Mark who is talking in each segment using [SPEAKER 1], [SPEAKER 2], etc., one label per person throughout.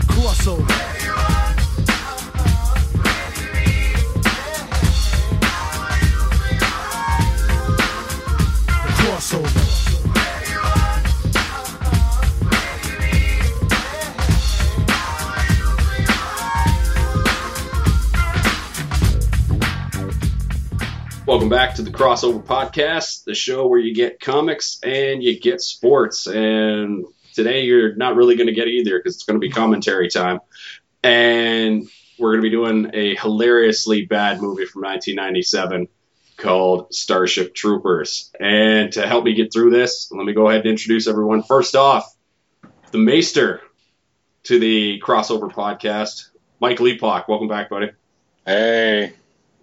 [SPEAKER 1] crossover. crossover.
[SPEAKER 2] Welcome back to the Crossover Podcast, the show where you get comics and you get sports. And today you're not really going to get either because it's going to be commentary time. And we're going to be doing a hilariously bad movie from 1997 called Starship Troopers. And to help me get through this, let me go ahead and introduce everyone. First off, the Maester to the Crossover Podcast, Mike Leapock. Welcome back, buddy.
[SPEAKER 3] Hey.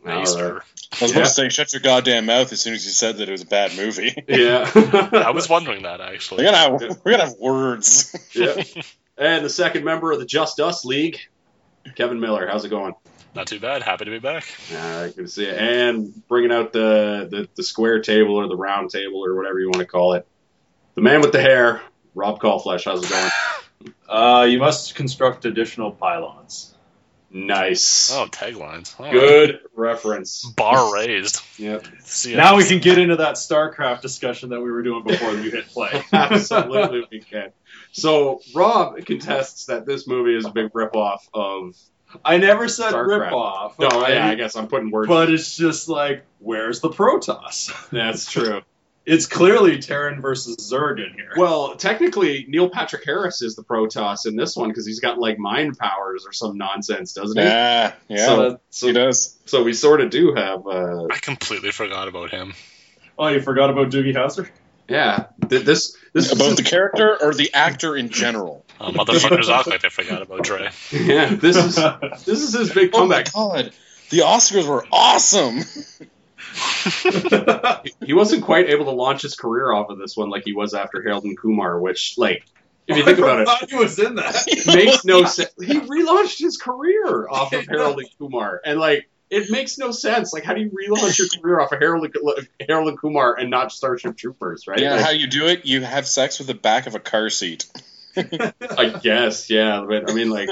[SPEAKER 2] All right.
[SPEAKER 4] Maester.
[SPEAKER 3] I was
[SPEAKER 2] Yeah.
[SPEAKER 3] about to say, shut your goddamn mouth as soon as you said that it was a bad movie.
[SPEAKER 2] Yeah.
[SPEAKER 4] I was wondering that
[SPEAKER 3] we're,
[SPEAKER 4] actually.
[SPEAKER 3] gonna have, we're gonna have words.
[SPEAKER 2] yeah. And the second member of the Just Us League, Kevin Miller. How's it going?
[SPEAKER 4] Not too bad. Happy to be back.
[SPEAKER 2] Uh, good to see you. And bringing out the, the, the square table or the round table or whatever you want to call it. The man with the hair, Rob Callflesh. How's it going?
[SPEAKER 5] Uh, you must construct additional pylons.
[SPEAKER 2] Nice.
[SPEAKER 4] Oh, taglines. All right.
[SPEAKER 2] good reference.
[SPEAKER 4] Bar raised.
[SPEAKER 2] Yep.
[SPEAKER 4] See ya.
[SPEAKER 5] Now we can get into that StarCraft discussion that we were doing before you hit play.
[SPEAKER 2] Absolutely, we can. So, Rob contests that this movie is a big ripoff of.
[SPEAKER 5] I never said
[SPEAKER 2] StarCraft.
[SPEAKER 5] ripoff.
[SPEAKER 2] No,
[SPEAKER 5] okay?
[SPEAKER 2] yeah, I guess I'm putting words.
[SPEAKER 5] But it's just like, where's the Protoss?
[SPEAKER 2] That's true.
[SPEAKER 5] It's clearly Terran versus Zerg in here.
[SPEAKER 2] Well, technically, Neil Patrick Harris is the Protoss in this one because he's got like mind powers or some nonsense, doesn't he?
[SPEAKER 3] yeah, yeah.
[SPEAKER 2] So,
[SPEAKER 3] he
[SPEAKER 2] so,
[SPEAKER 3] does.
[SPEAKER 2] so we sort of do have. Uh,
[SPEAKER 4] I completely forgot about him.
[SPEAKER 5] oh, you forgot about Doogie Howser?
[SPEAKER 2] yeah, th- this this
[SPEAKER 3] About
[SPEAKER 2] is
[SPEAKER 3] the character or the actor in general.
[SPEAKER 4] Uh, motherfuckers act like they forgot about Dre.
[SPEAKER 2] yeah this is this is his big
[SPEAKER 3] Oh my
[SPEAKER 2] comeback.
[SPEAKER 3] god. The Oscars were awesome.
[SPEAKER 2] he wasn't quite able to launch his career off of this one like he was after Harold and Kumar, which like if you think about it,
[SPEAKER 5] I thought he was in that.
[SPEAKER 2] makes no sense. He relaunched his career off of Harold and Kumar, and like it makes no sense. Like, how do you relaunch your career off of Harold and, Harold and Kumar and not Starship Troopers, right?
[SPEAKER 3] Yeah,
[SPEAKER 2] Like,
[SPEAKER 3] how you do it? You have sex with the back of a car seat.
[SPEAKER 2] I guess, yeah. But I mean, like,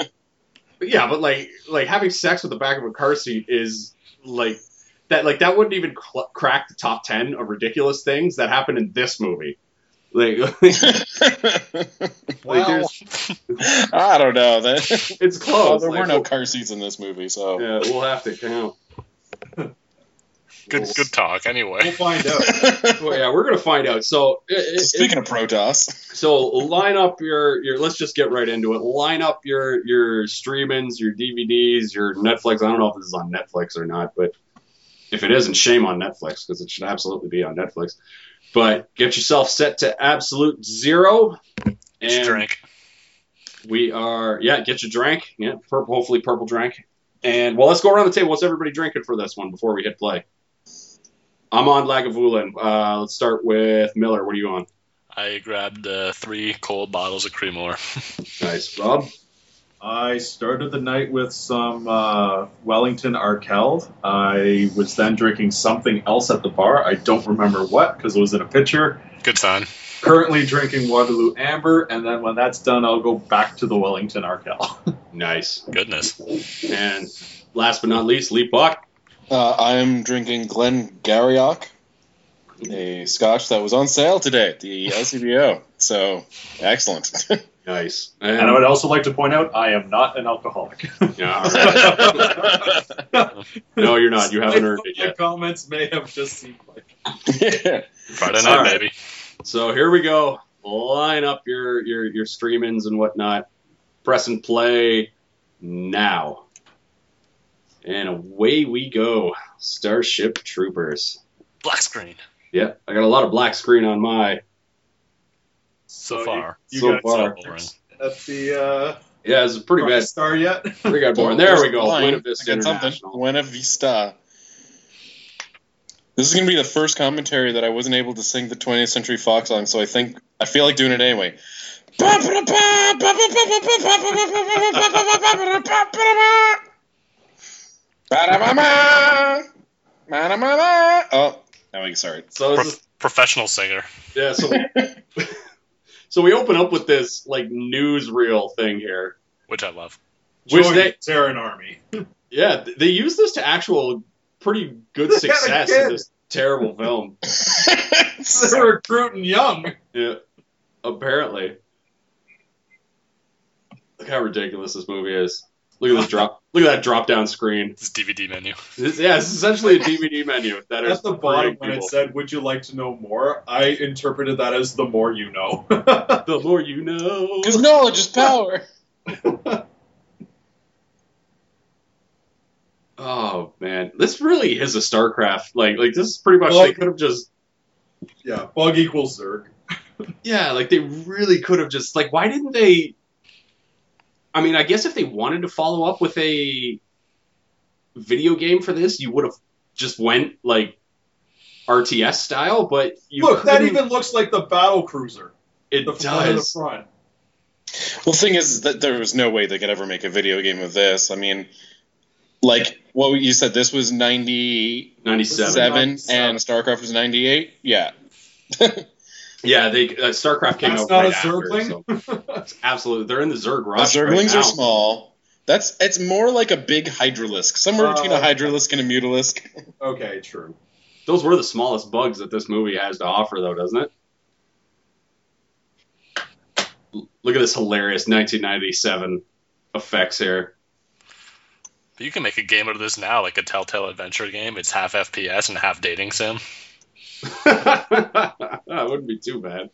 [SPEAKER 2] but yeah, but like, like having sex with the back of a car seat is like that. Like that wouldn't even cl- crack the top ten of ridiculous things that happened in this movie. Like,
[SPEAKER 4] Well,
[SPEAKER 2] there's-
[SPEAKER 3] I don't know. That,
[SPEAKER 2] Oh, it's close.
[SPEAKER 3] well, there
[SPEAKER 2] Like,
[SPEAKER 3] were no car seats in this movie, so.
[SPEAKER 2] Yeah, we'll have to count.
[SPEAKER 4] good good talk.
[SPEAKER 5] We'll
[SPEAKER 4] Anyway,
[SPEAKER 5] find out.
[SPEAKER 2] Well, yeah, we're gonna find out. So, it- it- it-
[SPEAKER 3] Speaking of Protoss,
[SPEAKER 2] So line up your your. Let's just get right into it. Line up your your streamings, your DVDs, your Netflix. I don't know if this is on Netflix or not, but if it isn't, shame on Netflix because it should absolutely be on Netflix. But get yourself set to absolute zero.
[SPEAKER 4] you should drink.
[SPEAKER 2] we are yeah. Get your drink. Yeah, purple. Hopefully, purple drink. And well, let's go around the table. What's everybody drinking for this one before we hit play? I'm on Lagavulin. Uh, let's start with Miller. What are you on?
[SPEAKER 4] I grabbed uh, three cold bottles of Creemore.
[SPEAKER 2] Nice, Rob.
[SPEAKER 5] I started the night with some uh, Wellington Arkeld. I was then drinking something else at the bar. I don't remember what because it was in a pitcher.
[SPEAKER 4] Good sign.
[SPEAKER 5] Currently drinking Waterloo Amber, and then when that's done, I'll go back to the Wellington Arkell.
[SPEAKER 2] Nice.
[SPEAKER 4] Goodness.
[SPEAKER 2] And last but not least, Leapbach.
[SPEAKER 3] uh, I am drinking Glen Garriock, a scotch that was on sale today at the LCBO. So, excellent.
[SPEAKER 2] Nice.
[SPEAKER 5] and I would also like to point out I am not an alcoholic.
[SPEAKER 2] Yeah, all right. No, you're not. You haven't earned it
[SPEAKER 5] My
[SPEAKER 2] yet.
[SPEAKER 5] comments may have just seemed like
[SPEAKER 4] Friday
[SPEAKER 2] All
[SPEAKER 4] night,
[SPEAKER 2] right.
[SPEAKER 4] baby.
[SPEAKER 2] So here we go. Line up your your your streamings and whatnot. Press and play now. And away we go, Starship Troopers.
[SPEAKER 4] Black screen.
[SPEAKER 2] Yep, I got a lot of black screen on my.
[SPEAKER 4] So
[SPEAKER 5] So
[SPEAKER 4] far,
[SPEAKER 5] you
[SPEAKER 2] So
[SPEAKER 5] guys
[SPEAKER 2] far.
[SPEAKER 5] are at the uh,
[SPEAKER 2] Yeah, it's pretty bad.
[SPEAKER 5] star yet.
[SPEAKER 2] Pretty good boring. There we go. Buena Vista
[SPEAKER 3] I got something.
[SPEAKER 2] International.
[SPEAKER 3] Buena Vista. This is going to be the first commentary that I wasn't able to sing the 20th Century Fox song, so I think I feel like doing it anyway. Oh, Oh, now we can start.
[SPEAKER 2] So this
[SPEAKER 4] Pro-
[SPEAKER 2] is
[SPEAKER 4] professional singer.
[SPEAKER 2] Yeah, so so we open up with this like newsreel thing here,
[SPEAKER 4] which I love.
[SPEAKER 2] Which
[SPEAKER 5] Join
[SPEAKER 2] they-
[SPEAKER 5] the Terran army.
[SPEAKER 2] Yeah, th- they use this to actual pretty good
[SPEAKER 5] Yeah, they
[SPEAKER 2] success
[SPEAKER 5] did.
[SPEAKER 2] in this terrible film.
[SPEAKER 5] They're recruiting young.
[SPEAKER 2] Yeah, apparently. Look how ridiculous this movie is. Look at this drop. Look at that drop down screen.
[SPEAKER 4] It's DVD menu.
[SPEAKER 2] This, yeah, it's essentially a DVD menu that is
[SPEAKER 5] At the bottom,
[SPEAKER 2] for
[SPEAKER 5] when it
[SPEAKER 2] people.
[SPEAKER 5] said, "Would you like to know more?" I interpreted that as the more you know.
[SPEAKER 2] the more you know.
[SPEAKER 3] Because knowledge is power.
[SPEAKER 2] Oh man, this really is a StarCraft. Like, like this is pretty much they
[SPEAKER 5] Like-
[SPEAKER 2] could have just
[SPEAKER 5] yeah, bug equals zerg.
[SPEAKER 2] yeah, like they really could have just like why didn't they? I mean, I guess if they wanted to follow up with a video game for this, you would have just went like RTS style, but you
[SPEAKER 5] Look, that
[SPEAKER 2] couldn't-
[SPEAKER 5] even looks like the battle cruiser.
[SPEAKER 2] it
[SPEAKER 5] The front of the
[SPEAKER 2] does.
[SPEAKER 5] front.
[SPEAKER 3] Well, the thing is, is that there was no way they could ever make a video game of this. I mean, like what you said, this was ninety-seven,
[SPEAKER 2] Ninety-seven.
[SPEAKER 3] and StarCraft was ninety-eight. Yeah,
[SPEAKER 2] Yeah, they uh, StarCraft came
[SPEAKER 5] That's
[SPEAKER 2] out
[SPEAKER 5] not
[SPEAKER 2] right
[SPEAKER 5] a
[SPEAKER 2] after,
[SPEAKER 5] Zergling?
[SPEAKER 2] so- It's absolutely, they're in the Zerg
[SPEAKER 3] the
[SPEAKER 2] rush. right
[SPEAKER 3] Zerglings
[SPEAKER 2] now.
[SPEAKER 3] are small. That's it's more like a big Hydralisk, somewhere between a
[SPEAKER 5] Uh,
[SPEAKER 3] Hydralisk and a Mutalisk.
[SPEAKER 5] Okay, true.
[SPEAKER 2] Those were the smallest bugs that this movie has to offer, though, doesn't it? L- Look at this hilarious 1997 effects here.
[SPEAKER 4] But you can make a game out of this now, like a Telltale Adventure game. It's half FPS and half dating sim.
[SPEAKER 2] that wouldn't be too bad.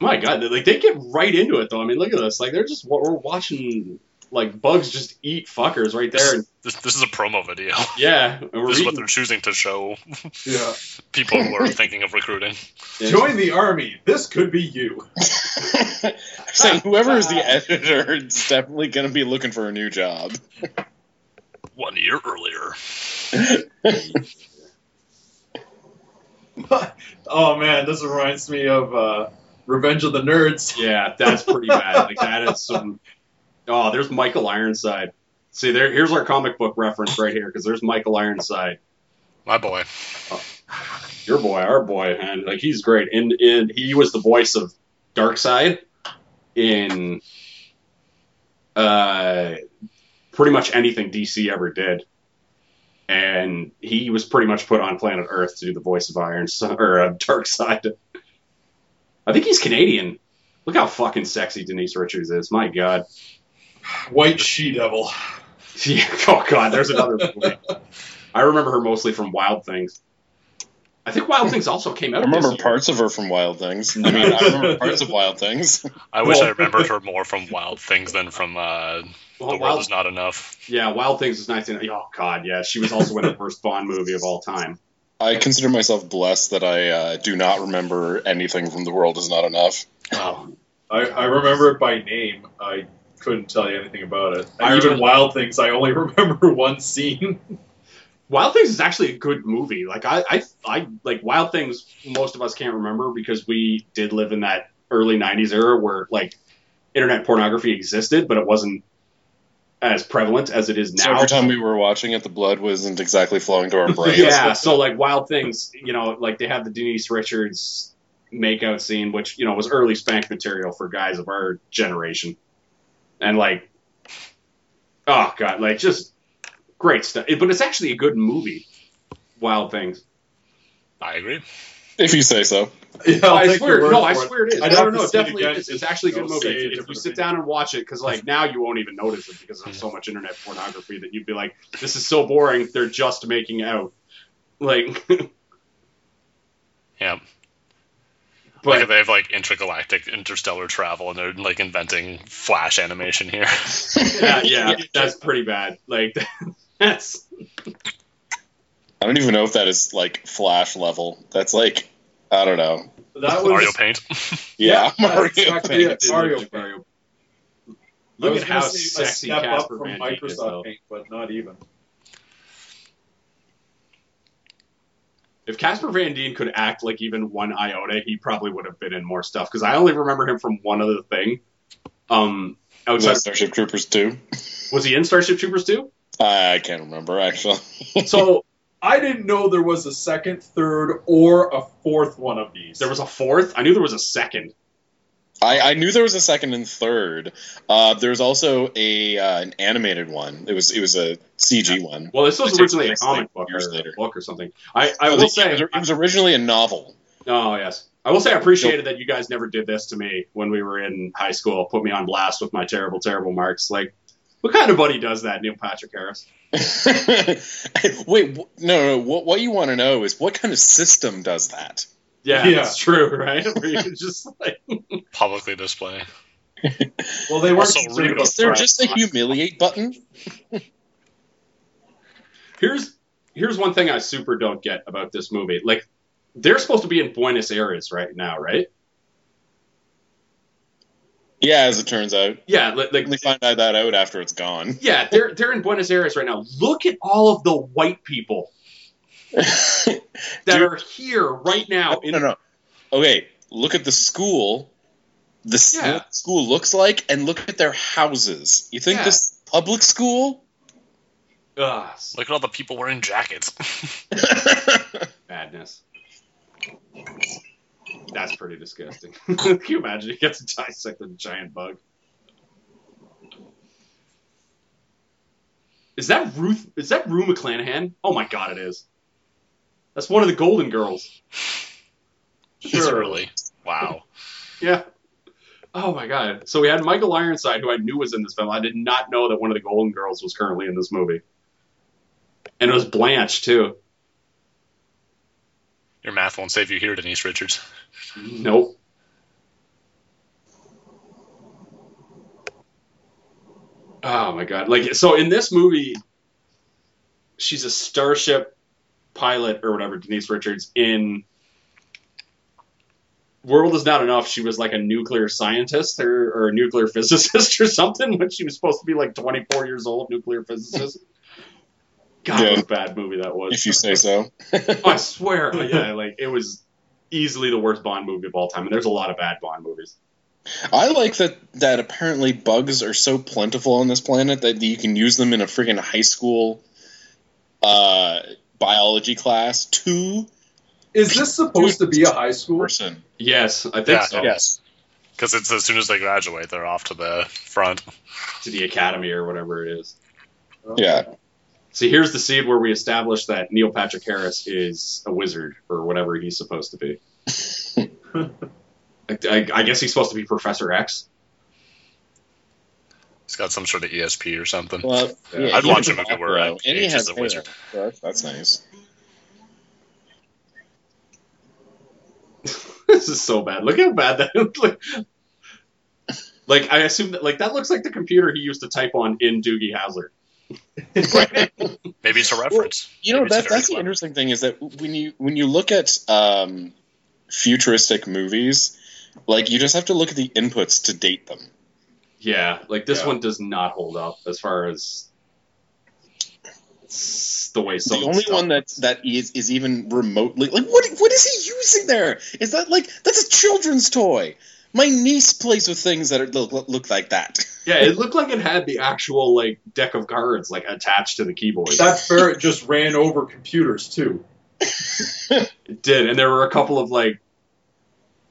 [SPEAKER 2] My God, they- like they get right into it though. I mean, look at this. Like they're just wa- we're watching like bugs just eat fuckers right there. And,
[SPEAKER 4] This, this is a promo video.
[SPEAKER 2] yeah, and we're
[SPEAKER 4] This is what
[SPEAKER 2] eating-
[SPEAKER 4] they're choosing to show
[SPEAKER 5] Yeah.
[SPEAKER 4] people who are thinking of recruiting.
[SPEAKER 2] Yeah.
[SPEAKER 5] Join the army. This could be you.
[SPEAKER 3] Saying whoever is the editor is definitely going to be looking for a new job.
[SPEAKER 4] One year earlier.
[SPEAKER 5] oh man, this reminds me of uh, Revenge of the Nerds.
[SPEAKER 2] Yeah, that's pretty bad. Like that is some. Oh, there's Michael Ironside. See, there. Here's our comic book reference right here because there's Michael Ironside,
[SPEAKER 4] My boy.
[SPEAKER 2] your boy, our boy, and like he's great. And and he was the voice of Darkseid in uh pretty much anything DC ever did. And he was pretty much put on planet Earth to do the voice of Iron or uh, Darkseid. I think he's Canadian. Look how fucking sexy Denise Richards is. My God.
[SPEAKER 5] White She Devil.
[SPEAKER 2] Yeah. Oh God, there's another movie. I remember her mostly from Wild Things. I think Wild Things also came
[SPEAKER 3] I
[SPEAKER 2] out.
[SPEAKER 3] remember
[SPEAKER 2] this year.
[SPEAKER 3] parts of her from Wild Things. I mean, I remember parts of Wild Things.
[SPEAKER 4] I wish
[SPEAKER 5] Well-
[SPEAKER 4] I remembered her more from Wild Things than from uh,
[SPEAKER 2] Well,
[SPEAKER 4] The World
[SPEAKER 2] Wild,
[SPEAKER 4] Is Not Enough.
[SPEAKER 2] yeah, Wild Things is 19. Oh God, yeah, she was also in the worst Bond movie of all time.
[SPEAKER 3] I consider myself blessed that I uh, do not remember anything from The World Is Not Enough.
[SPEAKER 2] Oh,
[SPEAKER 5] I, I remember it by name. I couldn't tell you anything about it. And
[SPEAKER 2] I
[SPEAKER 5] even
[SPEAKER 2] remember-
[SPEAKER 5] Wild Things, I only remember one scene.
[SPEAKER 2] Wild Things is actually a good movie. Like I, I, I like Wild Things. Most of us can't remember because we did live in that early 90s era where like internet pornography existed, but it wasn't as prevalent as it is now.
[SPEAKER 3] So every time we were watching it, the blood wasn't exactly flowing to our brains.
[SPEAKER 2] Yeah, so like Wild Things, you know, like they have the Denise Richards makeout scene, which you know was early spank material for guys of our generation, and like, oh god, like just great stuff. It- But it's actually a good movie. Wild Things.
[SPEAKER 4] I agree.
[SPEAKER 3] If you say so.
[SPEAKER 5] Yeah, I'll
[SPEAKER 2] I
[SPEAKER 5] take your
[SPEAKER 2] swear,
[SPEAKER 5] word
[SPEAKER 2] no,
[SPEAKER 5] for
[SPEAKER 2] I
[SPEAKER 5] it.
[SPEAKER 2] swear it is. I
[SPEAKER 5] I'd have
[SPEAKER 2] don't know,
[SPEAKER 5] to see it
[SPEAKER 2] definitely
[SPEAKER 5] again.
[SPEAKER 2] is. It's actually a good
[SPEAKER 5] I'll
[SPEAKER 2] movie.
[SPEAKER 5] say it
[SPEAKER 2] If you
[SPEAKER 5] differently.
[SPEAKER 2] sit down and watch it, because like now you won't even notice it because there's so much internet pornography that you'd be like, this is so boring. They're just making out. Like,
[SPEAKER 4] Yeah.
[SPEAKER 2] but
[SPEAKER 4] like they have like intergalactic, interstellar travel, and they're like inventing flash animation here.
[SPEAKER 2] yeah, yeah, that's pretty bad. Like that's
[SPEAKER 3] I don't even know if that is like Flash level. That's like, I don't know.
[SPEAKER 5] That was
[SPEAKER 4] Mario Paint.
[SPEAKER 3] Yeah,
[SPEAKER 5] Yeah,
[SPEAKER 3] Mario
[SPEAKER 5] that's exactly
[SPEAKER 3] Paint.
[SPEAKER 5] it. Mario Paint. I
[SPEAKER 2] Look
[SPEAKER 5] was
[SPEAKER 2] at
[SPEAKER 5] gonna
[SPEAKER 2] how
[SPEAKER 5] say a
[SPEAKER 2] sexy
[SPEAKER 5] step
[SPEAKER 2] Casper
[SPEAKER 5] up from
[SPEAKER 2] Van Dien is, though.
[SPEAKER 5] Microsoft Paint, but not even.
[SPEAKER 2] if Casper Van Dien could act like even one iota, he probably would have been in more stuff. Because I only remember him from one other thing. Um,
[SPEAKER 3] Was
[SPEAKER 2] outside
[SPEAKER 3] that Starship Troopers too?
[SPEAKER 2] was he in Starship Troopers too?
[SPEAKER 3] I can't remember actually.
[SPEAKER 2] So
[SPEAKER 5] I didn't know there was a second, third, or a fourth one of these.
[SPEAKER 2] there was a fourth. I knew there was a second.
[SPEAKER 3] I, I knew there was a second and third. Uh, there's also a uh, an animated one. It was it was a CG one.
[SPEAKER 2] Well, this was
[SPEAKER 3] It takes
[SPEAKER 2] originally a
[SPEAKER 3] place,
[SPEAKER 2] comic
[SPEAKER 3] like,
[SPEAKER 2] book or
[SPEAKER 3] years later.
[SPEAKER 2] book or something. I, I
[SPEAKER 3] No,
[SPEAKER 2] will
[SPEAKER 3] the-
[SPEAKER 2] say,
[SPEAKER 3] it was originally a novel.
[SPEAKER 2] oh yes, I will say I appreciated that you guys never did this to me when we were in high school. Put me on blast with my terrible, terrible marks. Like, what kind of buddy does that, Neil Patrick Harris?
[SPEAKER 3] Wait, wh- no, no. What what you want to know is what kind of system does that?
[SPEAKER 2] Yeah,
[SPEAKER 5] Yeah.
[SPEAKER 2] that's true, right? Where you could just like,
[SPEAKER 4] Publicly display.
[SPEAKER 5] Well, they were
[SPEAKER 4] Also, Rita.
[SPEAKER 3] Is there just a humiliate button?
[SPEAKER 2] here's here's one thing I super don't get about this movie. Like, they're supposed to be in Buenos Aires right now, right?
[SPEAKER 3] Yeah, as it turns out,
[SPEAKER 2] Yeah, like, like
[SPEAKER 3] we find out that out after it's gone.
[SPEAKER 2] yeah, they're they're in Buenos Aires right now. Look at all of the white people that
[SPEAKER 3] Dude.
[SPEAKER 2] are here right now.
[SPEAKER 3] no,
[SPEAKER 2] In,
[SPEAKER 3] no, no. Okay, look at the school. The s-
[SPEAKER 2] Yeah.
[SPEAKER 3] what the school looks like, and look at their houses. You think
[SPEAKER 2] Yeah.
[SPEAKER 3] this public school?
[SPEAKER 2] Ugh,
[SPEAKER 4] Look at all the people wearing jackets.
[SPEAKER 2] madness. That's pretty disgusting. Can you imagine? You get to dissect a giant bug. Is that Ruth? Is that Rue McClanahan? Oh my god, it is. That's one of the Golden Girls.
[SPEAKER 4] Is it really? Wow.
[SPEAKER 2] Yeah. Oh my god. So we had Michael Ironside, who I knew was in this film. I did not know that one of the Golden Girls was currently in this movie. And it was Blanche too.
[SPEAKER 4] Your math won't save you here, Denise Richards.
[SPEAKER 2] Nope. Oh my god. Like so in this movie she's a starship pilot or whatever, Denise Richards in World is not enough. She was like a nuclear scientist or, or a nuclear physicist or something when she was supposed to be like 24 years old, nuclear physicist. God,
[SPEAKER 3] Yeah.
[SPEAKER 2] what a bad movie that was.
[SPEAKER 3] if you say so.
[SPEAKER 2] Oh, I swear, yeah, like it was easily the worst Bond movie of all time, and there's a lot of bad Bond movies.
[SPEAKER 3] I like that that apparently bugs are so plentiful on this planet that you can use them in a freaking high school uh, biology class. Two
[SPEAKER 5] Is this supposed to be a high school?
[SPEAKER 3] person.
[SPEAKER 2] Yes, I think
[SPEAKER 4] Yeah,
[SPEAKER 2] so.
[SPEAKER 3] Yes.
[SPEAKER 4] Because it's as soon as they graduate, they're off to the front.
[SPEAKER 2] To the Academy or whatever it is.
[SPEAKER 3] Yeah.
[SPEAKER 2] See, here's the seed where we establish that Neil Patrick Harris is a wizard or whatever he's supposed to be. I, I, I guess he's supposed to be Professor X.
[SPEAKER 4] He's got some sort of ESP or something.
[SPEAKER 3] Well,
[SPEAKER 2] Yeah.
[SPEAKER 4] I'd
[SPEAKER 3] he
[SPEAKER 4] watch
[SPEAKER 3] has
[SPEAKER 4] a movie
[SPEAKER 3] background,
[SPEAKER 4] where, uh,
[SPEAKER 3] and he
[SPEAKER 4] H is
[SPEAKER 3] has
[SPEAKER 4] a wizard.
[SPEAKER 3] hair. That's nice.
[SPEAKER 2] this is so bad. Look how bad that. like I assume that like that looks like the computer he used to type on in Doogie Howser.
[SPEAKER 4] Maybe it's a reference.
[SPEAKER 3] You know
[SPEAKER 4] Maybe it's
[SPEAKER 3] that, that's the
[SPEAKER 4] very clever.
[SPEAKER 3] interesting thing is that when you when you look at um, futuristic movies, like you just have to look at the inputs to date them.
[SPEAKER 2] Yeah, like this
[SPEAKER 5] Yeah.
[SPEAKER 2] one does not hold up as far as s- the way some
[SPEAKER 3] the only
[SPEAKER 2] stuff-
[SPEAKER 3] one that that is is even remotely like what what is he using there? Is that like that's a children's toy? My niece plays with things that are, look, look like that.
[SPEAKER 2] yeah, it looked like it had the actual like deck of cards like attached to the keyboard.
[SPEAKER 5] That ferret just ran over computers too.
[SPEAKER 2] It did, and there were a couple of like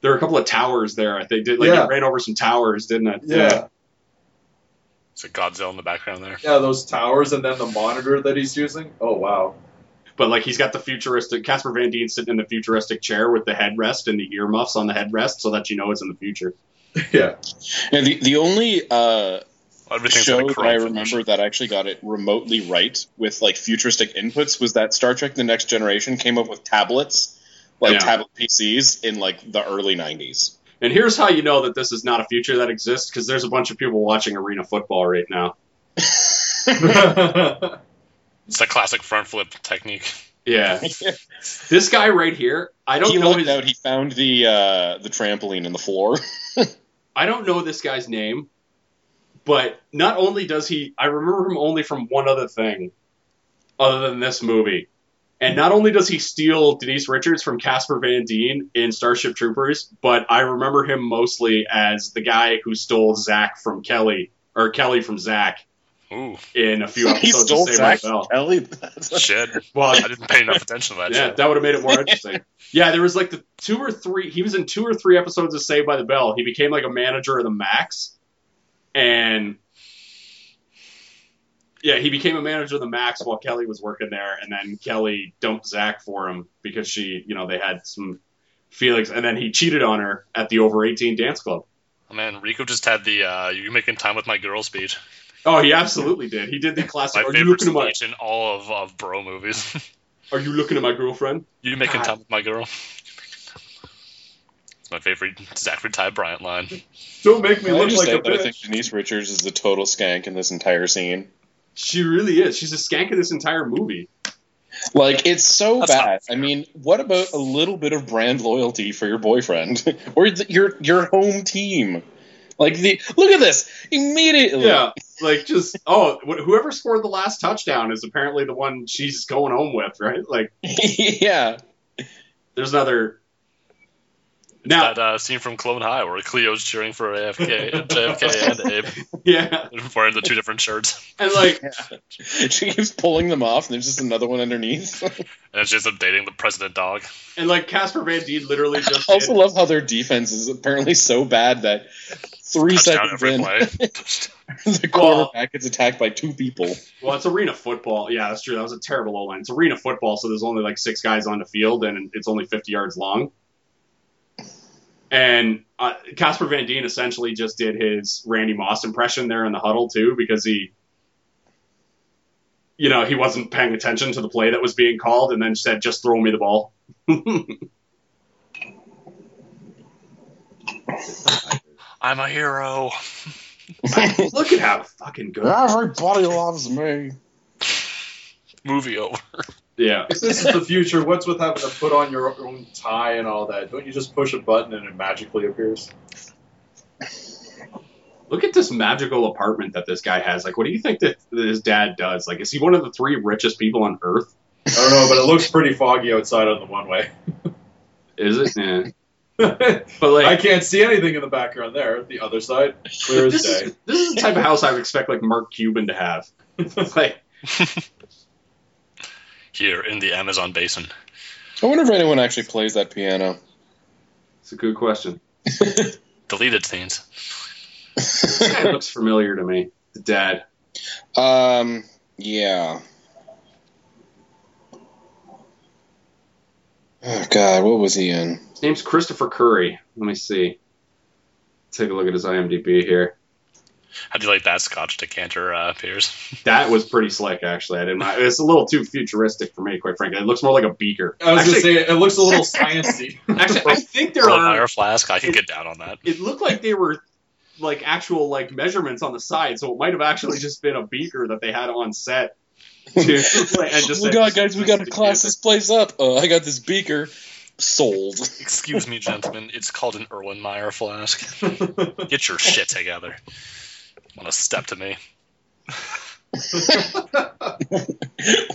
[SPEAKER 2] there were a couple of towers there. I think did like
[SPEAKER 5] Yeah.
[SPEAKER 2] it ran over some towers, didn't it?
[SPEAKER 5] Yeah,
[SPEAKER 4] It's a Godzilla in the background there.
[SPEAKER 5] yeah, those towers and then the monitor that he's using. Oh wow.
[SPEAKER 2] But like he's got the futuristic Casper Van Dien sitting in the futuristic chair with the headrest and the earmuffs on the headrest, so that you know it's in the future.
[SPEAKER 5] Yeah.
[SPEAKER 3] Now, the the only uh,
[SPEAKER 4] Everything's
[SPEAKER 3] show
[SPEAKER 4] like
[SPEAKER 3] that I
[SPEAKER 4] chrome
[SPEAKER 3] remember that actually got it remotely right with like futuristic inputs was that Star Trek: The Next Generation came up with tablets, like
[SPEAKER 2] Yeah.
[SPEAKER 3] tablet PCs, in like the early '90s.
[SPEAKER 2] And here's how you know that this is not a future that exists because there's a bunch of people watching arena football right now.
[SPEAKER 4] It's a classic front flip technique.
[SPEAKER 2] Yeah. This guy right here, I don't
[SPEAKER 3] he
[SPEAKER 2] know
[SPEAKER 3] looked
[SPEAKER 2] his,
[SPEAKER 3] out. He found the uh, the trampoline in the floor.
[SPEAKER 2] I don't know this guy's name, but not only does he I remember him only from one other thing other than this movie. And not only does he steal Denise Richards from Casper Van Dien in Starship Troopers, but I remember him mostly as the guy who stole Zach from Kelly or Kelly from Zach
[SPEAKER 4] Ooh,
[SPEAKER 2] in a few
[SPEAKER 3] he
[SPEAKER 2] episodes.
[SPEAKER 3] stole
[SPEAKER 2] of Save My
[SPEAKER 3] Zach
[SPEAKER 2] Bell.
[SPEAKER 3] Kelly.
[SPEAKER 4] shit.
[SPEAKER 2] Well,
[SPEAKER 4] I didn't pay enough attention to that.
[SPEAKER 2] yeah,
[SPEAKER 4] shit.
[SPEAKER 2] that would have made it more interesting. yeah, there was like the two or three. He was in two or three episodes of Saved by the Bell. He became like a manager of the Max, and yeah, he became a manager of the Max while Kelly was working there, and then Kelly dumped Zach for him because she, you know, they had some feelings, and then he cheated on her at the over eighteen dance club.
[SPEAKER 4] Oh, man, Rico just had the uh, "You making time with my girl" speech.
[SPEAKER 2] Oh, he absolutely did. He did the classic.
[SPEAKER 4] My
[SPEAKER 2] Are you
[SPEAKER 4] favorite
[SPEAKER 2] looking at my?
[SPEAKER 4] speech in all of, of bro movies.
[SPEAKER 2] Are you looking at my girlfriend?
[SPEAKER 4] you making
[SPEAKER 2] God.
[SPEAKER 4] time with my girl? It's my favorite Zachary Ty Bryant line.
[SPEAKER 5] Don't make me
[SPEAKER 3] I
[SPEAKER 5] look
[SPEAKER 3] just
[SPEAKER 5] like
[SPEAKER 3] say
[SPEAKER 5] a
[SPEAKER 3] that I
[SPEAKER 5] bitch.
[SPEAKER 3] think Denise Richards is the total skank in this entire scene.
[SPEAKER 2] She really is. She's a skank of this entire movie.
[SPEAKER 3] Like it's so
[SPEAKER 4] That's
[SPEAKER 3] bad.
[SPEAKER 4] not
[SPEAKER 3] I mean, what about a little bit of brand loyalty for your boyfriend or the, your your home team? Like the look at this immediately.
[SPEAKER 2] Yeah, like just oh, wh- whoever scored the last touchdown is apparently the one she's going home with, right? Like,
[SPEAKER 3] yeah.
[SPEAKER 2] there's another. Now,
[SPEAKER 4] That uh, scene from Clone High where Cleo's cheering for AFK, JFK and Abe.
[SPEAKER 2] yeah,
[SPEAKER 4] They're wearing the two different shirts.
[SPEAKER 2] and like,
[SPEAKER 3] She keeps pulling them off, and there's just another one underneath.
[SPEAKER 4] And it's just updating the president dog.
[SPEAKER 2] and like Casper Van Dien literally just did-
[SPEAKER 3] I also love how their defense is apparently so bad that three
[SPEAKER 4] Touchdown
[SPEAKER 3] seconds
[SPEAKER 4] every
[SPEAKER 3] in,
[SPEAKER 4] play.
[SPEAKER 3] the
[SPEAKER 2] Well-
[SPEAKER 3] quarterback gets attacked by two people.
[SPEAKER 2] Well, it's arena football. Yeah, that's true. That was a terrible O line. It's arena football, so there's only like six guys on the field, and it's only 50 yards long. And uh, Casper Van Dien essentially just did his Randy Moss impression there in the huddle too, because he, you know, he wasn't paying attention to the play that was being called, and then said, "Just throw me the ball."
[SPEAKER 4] I'm a hero.
[SPEAKER 2] Look at how fucking good.
[SPEAKER 3] Everybody loves me.
[SPEAKER 4] Movie over.
[SPEAKER 2] Yeah,
[SPEAKER 5] If this is the future, what's with having to put on your own tie and all that? Don't you just push a button and it magically appears?
[SPEAKER 2] look at this magical apartment that this guy has. Like, what do you think that, that his dad does? Like, is he one of the three richest people on earth?
[SPEAKER 5] I don't know, but it looks pretty foggy outside on the one way.
[SPEAKER 2] Is it? Yeah.
[SPEAKER 5] I
[SPEAKER 2] But like,
[SPEAKER 5] can't see anything in the background there. The other side, clear as
[SPEAKER 2] this
[SPEAKER 5] day.
[SPEAKER 2] is, this is the type of house I would expect like Mark Cuban to have. like
[SPEAKER 4] Here in the Amazon basin.
[SPEAKER 3] I wonder if anyone actually plays that piano.
[SPEAKER 2] it's a good question.
[SPEAKER 4] Deleted scenes.
[SPEAKER 2] This guy looks familiar to me. The dad.
[SPEAKER 3] um, yeah. Oh God, what was he in?
[SPEAKER 2] His name's Christopher Curry. Let me see. Take a look at his IMDb here.
[SPEAKER 4] How do you like that Scotch decanter, uh, Piers?
[SPEAKER 2] That was pretty slick, actually. I didn't. mind- It's a little too futuristic for me, quite frankly. It looks more like a beaker.
[SPEAKER 5] I was
[SPEAKER 2] actually,
[SPEAKER 5] gonna say it looks a little sciencey.
[SPEAKER 2] actually, I think there
[SPEAKER 4] Blood
[SPEAKER 2] are.
[SPEAKER 4] fire flask. I can get down on that.
[SPEAKER 2] It looked like they were like actual like measurements on the side, so it might have actually just been a beaker that they had on set. To, like, and just
[SPEAKER 3] oh
[SPEAKER 2] said,
[SPEAKER 3] God, guys, we gotta
[SPEAKER 2] just-
[SPEAKER 3] class this place up. Uh, I got this beaker. Sold.
[SPEAKER 4] Excuse me, gentlemen. It's called an Erlenmeyer flask. Get your shit together. Want to step to me?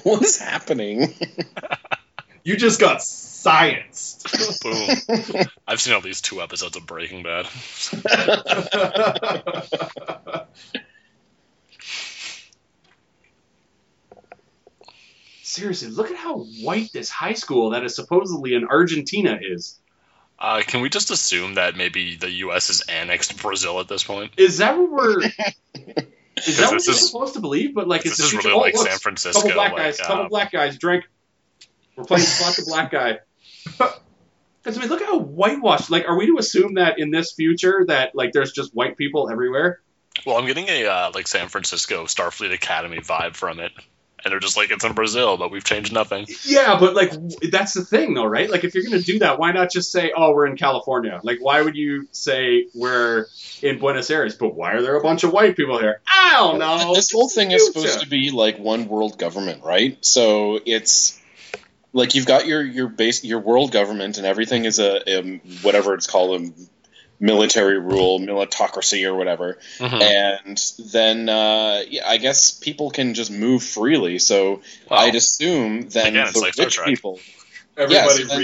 [SPEAKER 3] what is happening?
[SPEAKER 5] you just got scienced.
[SPEAKER 4] Boom. I've seen at least two episodes of Breaking Bad.
[SPEAKER 2] Seriously, look at how white this high school that is supposedly in Argentina is.
[SPEAKER 4] Uh, can we just assume that maybe the U.S. has annexed Brazil at this point?
[SPEAKER 2] Is that what we're? Is that what we're
[SPEAKER 4] this is-
[SPEAKER 2] supposed to believe? But like, it's
[SPEAKER 4] This
[SPEAKER 2] the
[SPEAKER 4] is
[SPEAKER 2] future.
[SPEAKER 4] really
[SPEAKER 2] oh,
[SPEAKER 4] like
[SPEAKER 2] look,
[SPEAKER 4] San Francisco.
[SPEAKER 2] couple black
[SPEAKER 4] like,
[SPEAKER 2] guys, couple
[SPEAKER 4] uh,
[SPEAKER 2] black guys, drink. We're playing spot the black guy. Because I mean, look at how whitewashed. Like, are we to assume that in this future that like there's just white people everywhere?
[SPEAKER 4] Well, I'm getting a uh, like San Francisco Starfleet Academy vibe from it, and they're just like it's in Brazil, but we've changed nothing.
[SPEAKER 2] Yeah, but like w- that's the thing, though, right? Like, if you're gonna do that, why not just say, "Oh, we're in California"? Like, why would you say we're in Buenos Aires? But why are there a bunch of white people here? I don't know.
[SPEAKER 3] this whole thing is supposed
[SPEAKER 2] future.
[SPEAKER 3] to be like one world government, right? So it's like you've got your your base your world government, and everything is a, a whatever it's called a military rule, militocracy, or whatever.
[SPEAKER 2] Mm-hmm.
[SPEAKER 3] And then uh, yeah, I guess people can just move freely. So
[SPEAKER 4] Well,
[SPEAKER 3] I'd assume then
[SPEAKER 4] again, it's
[SPEAKER 3] the
[SPEAKER 4] like Star
[SPEAKER 3] rich
[SPEAKER 4] Trek.
[SPEAKER 3] people
[SPEAKER 5] Everybody
[SPEAKER 3] Yes, and-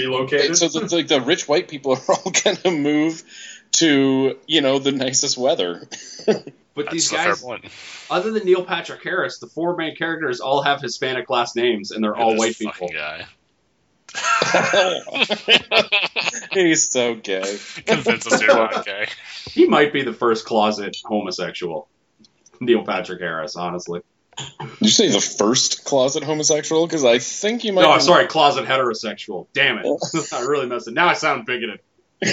[SPEAKER 5] relocated.
[SPEAKER 3] so the, like the rich white people are all going to move to you know the nicest weather.
[SPEAKER 2] But
[SPEAKER 4] That's
[SPEAKER 2] these
[SPEAKER 4] a fair
[SPEAKER 2] guys,
[SPEAKER 4] point.
[SPEAKER 2] other than Neil Patrick Harris, the four main characters all have Hispanic last names, and they're
[SPEAKER 4] Look at
[SPEAKER 2] all
[SPEAKER 4] this
[SPEAKER 2] white
[SPEAKER 4] fucking
[SPEAKER 2] people.
[SPEAKER 4] guy.
[SPEAKER 3] He's so gay.
[SPEAKER 4] Convince us you're not gay.
[SPEAKER 2] He might be the first closet homosexual. Neil Patrick Harris, honestly.
[SPEAKER 3] Did you say the first closet homosexual? Because I think you might.
[SPEAKER 2] No, I'm
[SPEAKER 3] be-
[SPEAKER 2] sorry, closet heterosexual. Damn it. I really messed it. Now I sound bigoted. I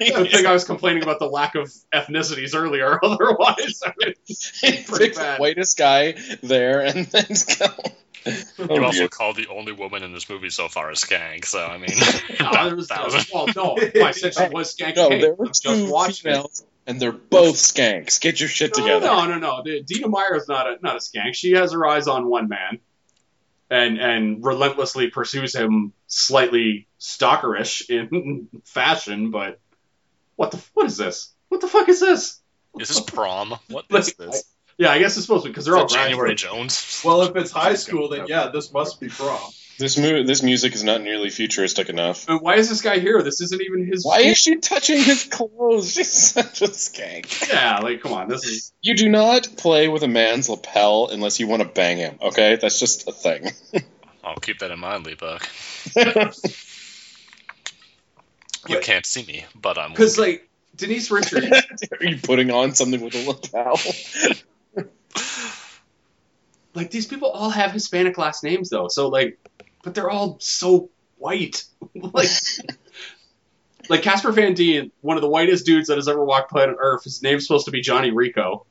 [SPEAKER 2] think I was complaining about the lack of ethnicities earlier. Otherwise, I mean, pretty
[SPEAKER 3] Pick the
[SPEAKER 2] bad.
[SPEAKER 3] whitest guy there, and then go. Oh,
[SPEAKER 4] You also
[SPEAKER 3] dear.
[SPEAKER 4] called the only woman in this movie so far a skank, so I mean,
[SPEAKER 2] no, there was,
[SPEAKER 4] Thousand.
[SPEAKER 2] well, no, my section was skanky.
[SPEAKER 3] no,
[SPEAKER 2] Hey,
[SPEAKER 3] there were
[SPEAKER 2] just
[SPEAKER 3] two
[SPEAKER 2] watching it.
[SPEAKER 3] females, and they're both skanks. Get your shit
[SPEAKER 2] No,
[SPEAKER 3] together.
[SPEAKER 2] No, no, no. The- Dina Meyer's not a not a skank. She has her eyes on one man, and and relentlessly pursues him, slightly stalkerish in fashion. But what the what is this? What the fuck is this?
[SPEAKER 4] is this prom? What
[SPEAKER 2] Like,
[SPEAKER 4] is this?
[SPEAKER 2] Yeah, I guess it's supposed to because they're all
[SPEAKER 4] Is that January
[SPEAKER 2] graduating.
[SPEAKER 4] Jones?
[SPEAKER 5] Well, if it's high school, then yeah, this must be prom.
[SPEAKER 3] This mu- this music is not nearly futuristic enough.
[SPEAKER 2] And why is this guy here? This isn't even his.
[SPEAKER 3] Why is she touching his clothes? She's such a skank.
[SPEAKER 2] Yeah, like come on, this is
[SPEAKER 3] You do not play with a man's lapel unless you want to bang him. Okay, that's just a thing.
[SPEAKER 4] I'll keep that in mind, Lee Buck.
[SPEAKER 3] That's
[SPEAKER 4] You
[SPEAKER 2] But-
[SPEAKER 4] can't see me, but I'm.
[SPEAKER 2] because like Denise Richards.
[SPEAKER 3] Are you putting on something with a lapel?
[SPEAKER 2] like these people all have Hispanic last names though, so like, but they're all so white. like, like Casper Van Dien, one of the whitest dudes that has ever walked planet Earth. His name's supposed to be Johnny Rico.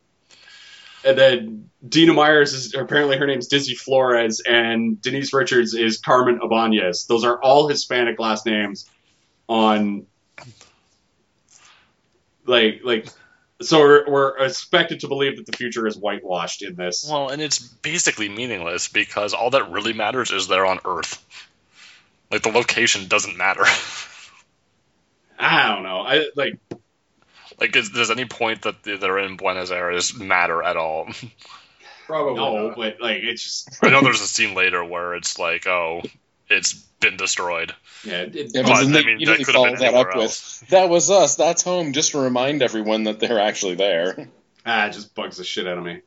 [SPEAKER 2] And then Dina Myers is apparently her name's Dizzy Flores, and Denise Richards is Carmen Abanez. Those are all Hispanic last names on like like so we're, we're expected to believe that the future is whitewashed in this.
[SPEAKER 4] Well, and it's basically meaningless because all that really matters is they're on Earth. Like the location doesn't matter.
[SPEAKER 2] I don't know. I like
[SPEAKER 4] like, is, does any point that they're in Buenos Aires matter at all?
[SPEAKER 5] Probably
[SPEAKER 2] Oh, no,
[SPEAKER 5] not.
[SPEAKER 2] but like it's just
[SPEAKER 4] I know there's a scene later where it's like, oh, it's been destroyed.
[SPEAKER 2] yeah. It,
[SPEAKER 3] Yeah,
[SPEAKER 4] But,
[SPEAKER 3] but then
[SPEAKER 4] I
[SPEAKER 3] they
[SPEAKER 4] mean, that
[SPEAKER 3] immediately
[SPEAKER 4] could've
[SPEAKER 3] follow
[SPEAKER 4] been
[SPEAKER 3] that up
[SPEAKER 4] anywhere
[SPEAKER 3] with, that was us, that's home, just to remind everyone that they're actually there.
[SPEAKER 2] ah, it just bugs the shit out of me.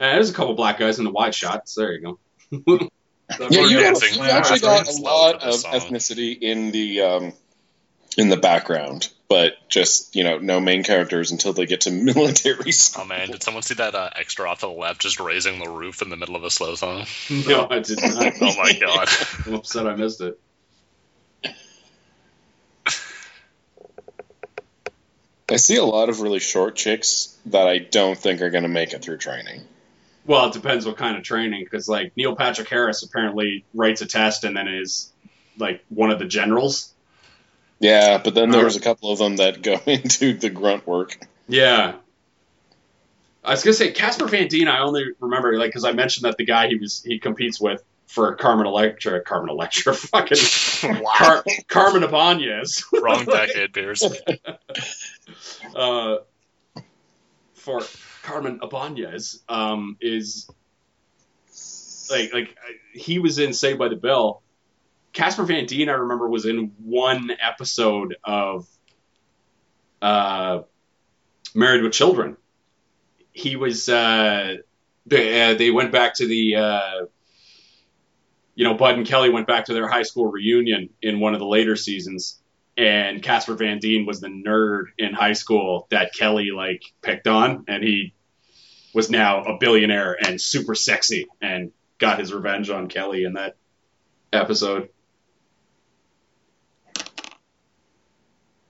[SPEAKER 2] Uh, there's a couple black guys in the wide shots. There you go.
[SPEAKER 3] Yeah, you,
[SPEAKER 4] dancing.
[SPEAKER 3] you actually
[SPEAKER 4] We're
[SPEAKER 3] got a
[SPEAKER 4] dancing
[SPEAKER 3] lot
[SPEAKER 4] slow to
[SPEAKER 3] of
[SPEAKER 4] this song.
[SPEAKER 3] ethnicity in the um, in the background, but just you know, no main characters until they get to military school.
[SPEAKER 4] Oh man, did someone see that uh, extra off to the left just raising the roof in the middle of a slow song?
[SPEAKER 2] No, I did not.
[SPEAKER 4] Oh my god.
[SPEAKER 2] I'm upset I missed it.
[SPEAKER 3] I see a lot of really short chicks that I don't think are going to make it through training.
[SPEAKER 2] Well, it depends what kind of training, because like Neil Patrick Harris apparently writes a test and then is like one of the generals.
[SPEAKER 3] Yeah, but then there was a couple of them that go into the grunt work.
[SPEAKER 2] Yeah. I was gonna say Casper Van Dien. I only remember like because I mentioned that the guy he was he competes with for Carmen Electra, Carmen Electra, fucking Car- Carmen Abanez.
[SPEAKER 4] Wrong decade, Pierce.
[SPEAKER 2] uh, for Carmen Abanez um, is like like I- he was in Saved by the Bell. Casper Van Dien, I remember, was in one episode of uh, Married with Children. He was uh, they, uh, they went back to the uh, you know Bud and Kelly went back to their high school reunion in one of the later seasons and Casper Van Dien was the nerd in high school that Kelly like picked on, and he was now a billionaire and super sexy, and got his revenge on Kelly in that episode.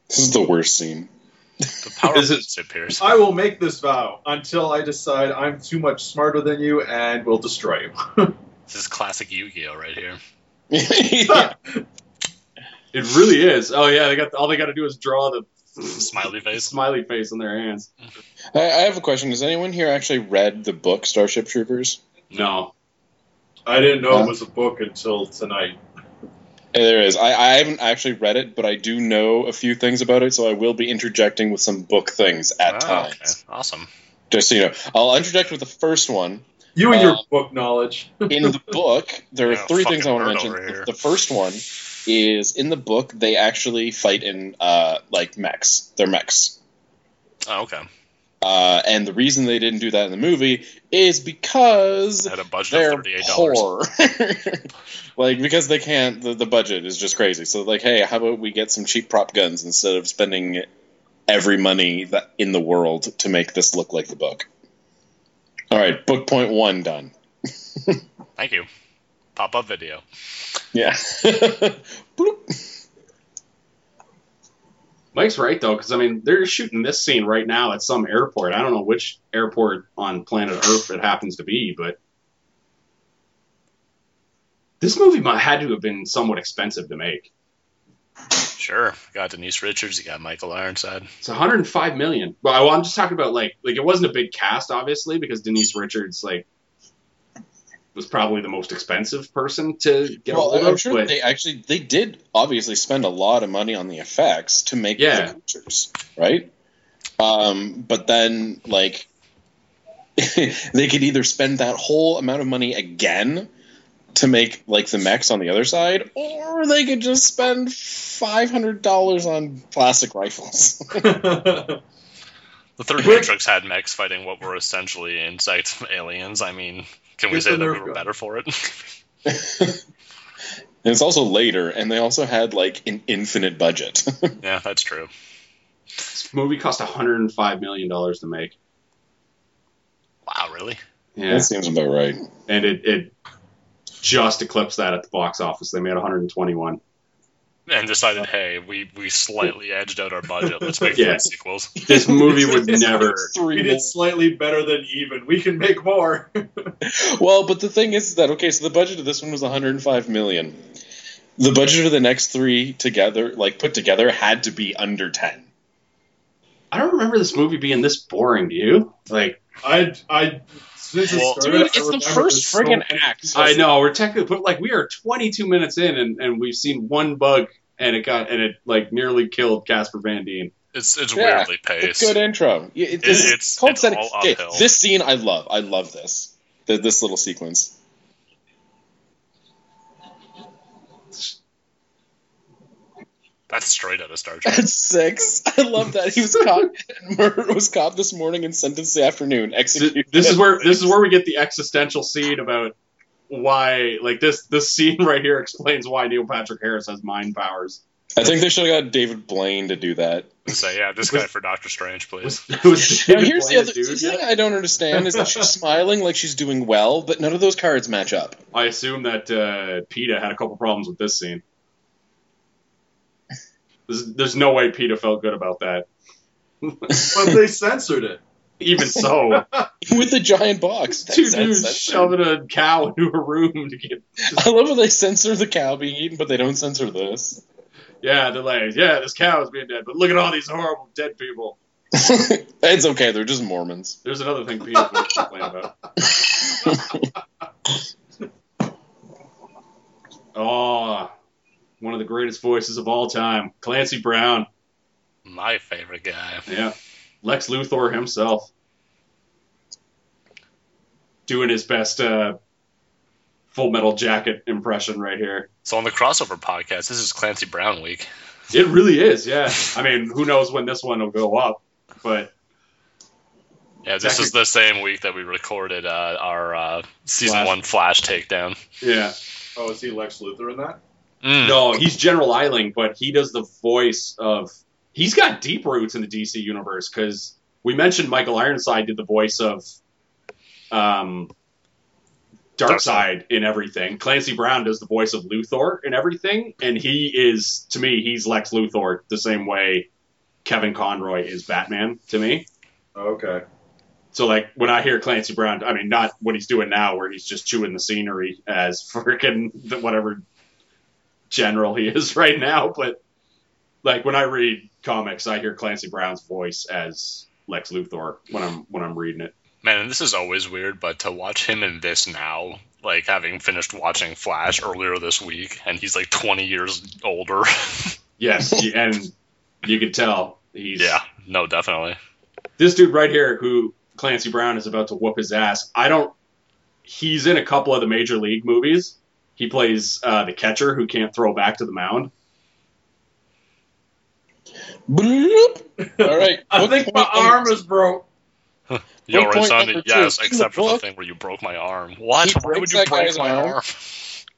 [SPEAKER 3] This is the worst scene.
[SPEAKER 4] The power
[SPEAKER 2] Is
[SPEAKER 4] is
[SPEAKER 2] it-
[SPEAKER 4] it Pierce.
[SPEAKER 5] I will make this vow until I decide I'm too much smarter than you and will destroy you.
[SPEAKER 4] This is classic Yu-Gi-Oh right here.
[SPEAKER 3] Yeah.
[SPEAKER 2] It really is. Oh yeah, they got all they got to do is draw the
[SPEAKER 4] Smiley face.
[SPEAKER 2] smiley face on their hands.
[SPEAKER 3] I, I have a question. Has anyone here actually read the book Starship Troopers?
[SPEAKER 2] No,
[SPEAKER 5] I didn't know it was a book until tonight.
[SPEAKER 3] Yeah, There is. I, I haven't actually read it, but I do know a few things about it, so I will be interjecting with some book things at
[SPEAKER 4] Oh, okay.
[SPEAKER 3] times.
[SPEAKER 4] Awesome.
[SPEAKER 3] Just so you know, I'll interject with the first one.
[SPEAKER 5] You and your
[SPEAKER 3] Um,
[SPEAKER 5] book knowledge.
[SPEAKER 3] In the book, there are
[SPEAKER 4] Yeah,
[SPEAKER 3] three things I
[SPEAKER 4] fucking
[SPEAKER 3] want to
[SPEAKER 4] nerd
[SPEAKER 3] mention.
[SPEAKER 4] over here.
[SPEAKER 3] The first one is in the book they actually fight in uh, like mechs. They're mechs.
[SPEAKER 4] Oh, okay.
[SPEAKER 3] Uh, and the reason they didn't do that in the movie is because
[SPEAKER 4] I had a budget of
[SPEAKER 3] they're
[SPEAKER 4] thirty-eight dollars.
[SPEAKER 3] poor. like because they can't. The, the budget is just crazy. So like, hey, how about we get some cheap prop guns instead of spending every money that, in the world to make this look like the book. All right, book point one done.
[SPEAKER 4] Thank you. Pop-up video.
[SPEAKER 3] Yeah. Bloop.
[SPEAKER 2] Mike's right though, because I mean they're shooting this scene right now at some airport. I don't know which airport on planet Earth it happens to be, but this movie might, had to have been somewhat expensive to make.
[SPEAKER 4] Sure. You got Denise Richards. You got Michael Ironside.
[SPEAKER 2] It's 105 million. Well, well, I'm just talking about like like it wasn't a big cast, obviously, because Denise Richards like was probably the most expensive person to get a hold
[SPEAKER 3] Well, I'm
[SPEAKER 2] of.
[SPEAKER 3] sure
[SPEAKER 2] but
[SPEAKER 3] they actually they did obviously spend a lot of money on the effects to make
[SPEAKER 2] Yeah.
[SPEAKER 3] the creatures, right? Um, but then like they could either spend that whole amount of money again to make like the mechs on the other side, or they could just spend five hundred dollars on plastic rifles.
[SPEAKER 4] The third
[SPEAKER 5] We're-
[SPEAKER 4] Matrix had mechs fighting what were essentially insect aliens. I mean, can we
[SPEAKER 5] Here's
[SPEAKER 4] say
[SPEAKER 5] the
[SPEAKER 4] that we
[SPEAKER 5] nerve
[SPEAKER 4] were
[SPEAKER 5] gun.
[SPEAKER 4] better for it?
[SPEAKER 3] And it's also later, and they also had like an infinite budget.
[SPEAKER 4] yeah, that's true.
[SPEAKER 2] this movie cost 105 million dollars to make.
[SPEAKER 4] Wow, really?
[SPEAKER 2] Yeah,
[SPEAKER 3] That seems about right.
[SPEAKER 2] and it it just eclipsed that at the box office. They made 121.
[SPEAKER 4] And decided, hey, we, we slightly edged out our budget. Let's make
[SPEAKER 2] Yeah.
[SPEAKER 4] three sequels.
[SPEAKER 2] This movie would never.
[SPEAKER 5] we
[SPEAKER 3] Three
[SPEAKER 5] did slightly better than even. We can make more.
[SPEAKER 3] Well, but the thing is that okay, so the budget of this one was 105 million. The budget of the next three together, like put together, had to be under 10.
[SPEAKER 2] I don't remember this movie being this boring. Do you? Like,
[SPEAKER 5] I, I, since
[SPEAKER 4] Well,
[SPEAKER 5] it started,
[SPEAKER 3] Dude,
[SPEAKER 5] I
[SPEAKER 3] it's the
[SPEAKER 5] remember
[SPEAKER 3] first
[SPEAKER 5] so
[SPEAKER 3] friggin'
[SPEAKER 5] many-
[SPEAKER 3] act.
[SPEAKER 2] I know we're technically, but like we are 22 minutes in, and, and we've seen one bug, and it got and it like nearly killed Casper Van Dien.
[SPEAKER 4] It's, it's
[SPEAKER 3] Yeah,
[SPEAKER 4] weirdly paced.
[SPEAKER 3] It's good intro. Yeah, it- this
[SPEAKER 4] It-
[SPEAKER 3] is
[SPEAKER 4] it's-
[SPEAKER 3] called
[SPEAKER 4] it's
[SPEAKER 3] setting-
[SPEAKER 4] all
[SPEAKER 3] okay,
[SPEAKER 4] uphill.
[SPEAKER 3] this scene I love. I love this. Th- This little sequence.
[SPEAKER 4] That's straight out of Star Trek.
[SPEAKER 3] At six, I love that he was caught. Murder was caught this morning and sentenced this afternoon. Executed.
[SPEAKER 2] This is where this is where we get the existential scene about why like this this scene right here explains why Neil Patrick Harris has mind powers.
[SPEAKER 3] I think they should have got David Blaine to do that.
[SPEAKER 4] So yeah, this guy for Doctor Strange, please.
[SPEAKER 2] Was, was
[SPEAKER 3] Now,
[SPEAKER 2] David
[SPEAKER 3] here's the
[SPEAKER 2] Blaine a
[SPEAKER 3] other
[SPEAKER 2] dude
[SPEAKER 3] thing
[SPEAKER 2] yet?
[SPEAKER 3] I don't understand is that she's smiling like she's doing well, but none of those cards match up.
[SPEAKER 2] I assume that uh, PETA had a couple problems with this scene. There's, there's no way PETA felt good about that.
[SPEAKER 5] But they censored it.
[SPEAKER 2] Even so,
[SPEAKER 3] With the giant box.
[SPEAKER 2] two
[SPEAKER 3] That's- that's-
[SPEAKER 2] dudes
[SPEAKER 3] that's-
[SPEAKER 2] shoving a cow into a room to get.
[SPEAKER 3] I love how they censor the cow being eaten, but they don't censor this.
[SPEAKER 2] Yeah, they're like, yeah, this cow is being dead, but look at all these horrible dead people.
[SPEAKER 3] it's okay, they're just Mormons.
[SPEAKER 2] There's another thing PETA would complain about. Oh, one of the greatest voices of all time, Clancy Brown.
[SPEAKER 4] My favorite guy.
[SPEAKER 2] Yeah. Lex Luthor himself. Doing his best uh, full metal jacket impression right here.
[SPEAKER 4] So on the crossover podcast, this is Clancy Brown week.
[SPEAKER 2] It really is, yeah. I mean, who knows when this one will go up, but
[SPEAKER 4] Yeah, this is the same week that we recorded uh, our uh, season
[SPEAKER 2] Flash.
[SPEAKER 4] one Flash takedown.
[SPEAKER 2] yeah.
[SPEAKER 5] Oh, is he Lex Luthor in that?
[SPEAKER 4] Mm.
[SPEAKER 2] No, he's General Eiling, but he does the voice of. He's got deep roots in the DC universe because we mentioned Michael Ironside did the voice of um, Darkseid in everything. Clancy Brown does the voice of Luthor in everything, and he is to me he's Lex Luthor the same way Kevin Conroy is Batman to me.
[SPEAKER 5] Okay.
[SPEAKER 2] So like when I hear Clancy Brown, I mean not what he's doing now, where he's just chewing the scenery as freaking the- whatever general he is right now. But like when I read comics, I hear Clancy Brown's voice as Lex Luthor when I'm when I'm reading it.
[SPEAKER 4] Man, and this is always weird, but to watch him in this now, like having finished watching Flash earlier this week, and he's like 20 years older.
[SPEAKER 2] Yes, you- and you can tell he's
[SPEAKER 4] yeah, no, definitely.
[SPEAKER 2] this dude right here who Clancy Brown is about to whoop his ass. I don't. He's in a couple of the major league movies. He plays uh, the catcher who can't throw back to the mound.
[SPEAKER 3] Bloop. All right.
[SPEAKER 5] I
[SPEAKER 3] Book
[SPEAKER 5] think my
[SPEAKER 3] point
[SPEAKER 5] arm
[SPEAKER 3] number-
[SPEAKER 5] is broke.
[SPEAKER 4] You're
[SPEAKER 3] One
[SPEAKER 4] right,
[SPEAKER 3] point
[SPEAKER 4] son.
[SPEAKER 3] number two.
[SPEAKER 4] Yes,
[SPEAKER 3] In the
[SPEAKER 4] except for the
[SPEAKER 3] book-
[SPEAKER 4] thing where you broke my arm. What?
[SPEAKER 3] He
[SPEAKER 4] Why would
[SPEAKER 3] breaks
[SPEAKER 4] you
[SPEAKER 3] that
[SPEAKER 4] break
[SPEAKER 3] guy's
[SPEAKER 4] my
[SPEAKER 3] arm.
[SPEAKER 4] arm?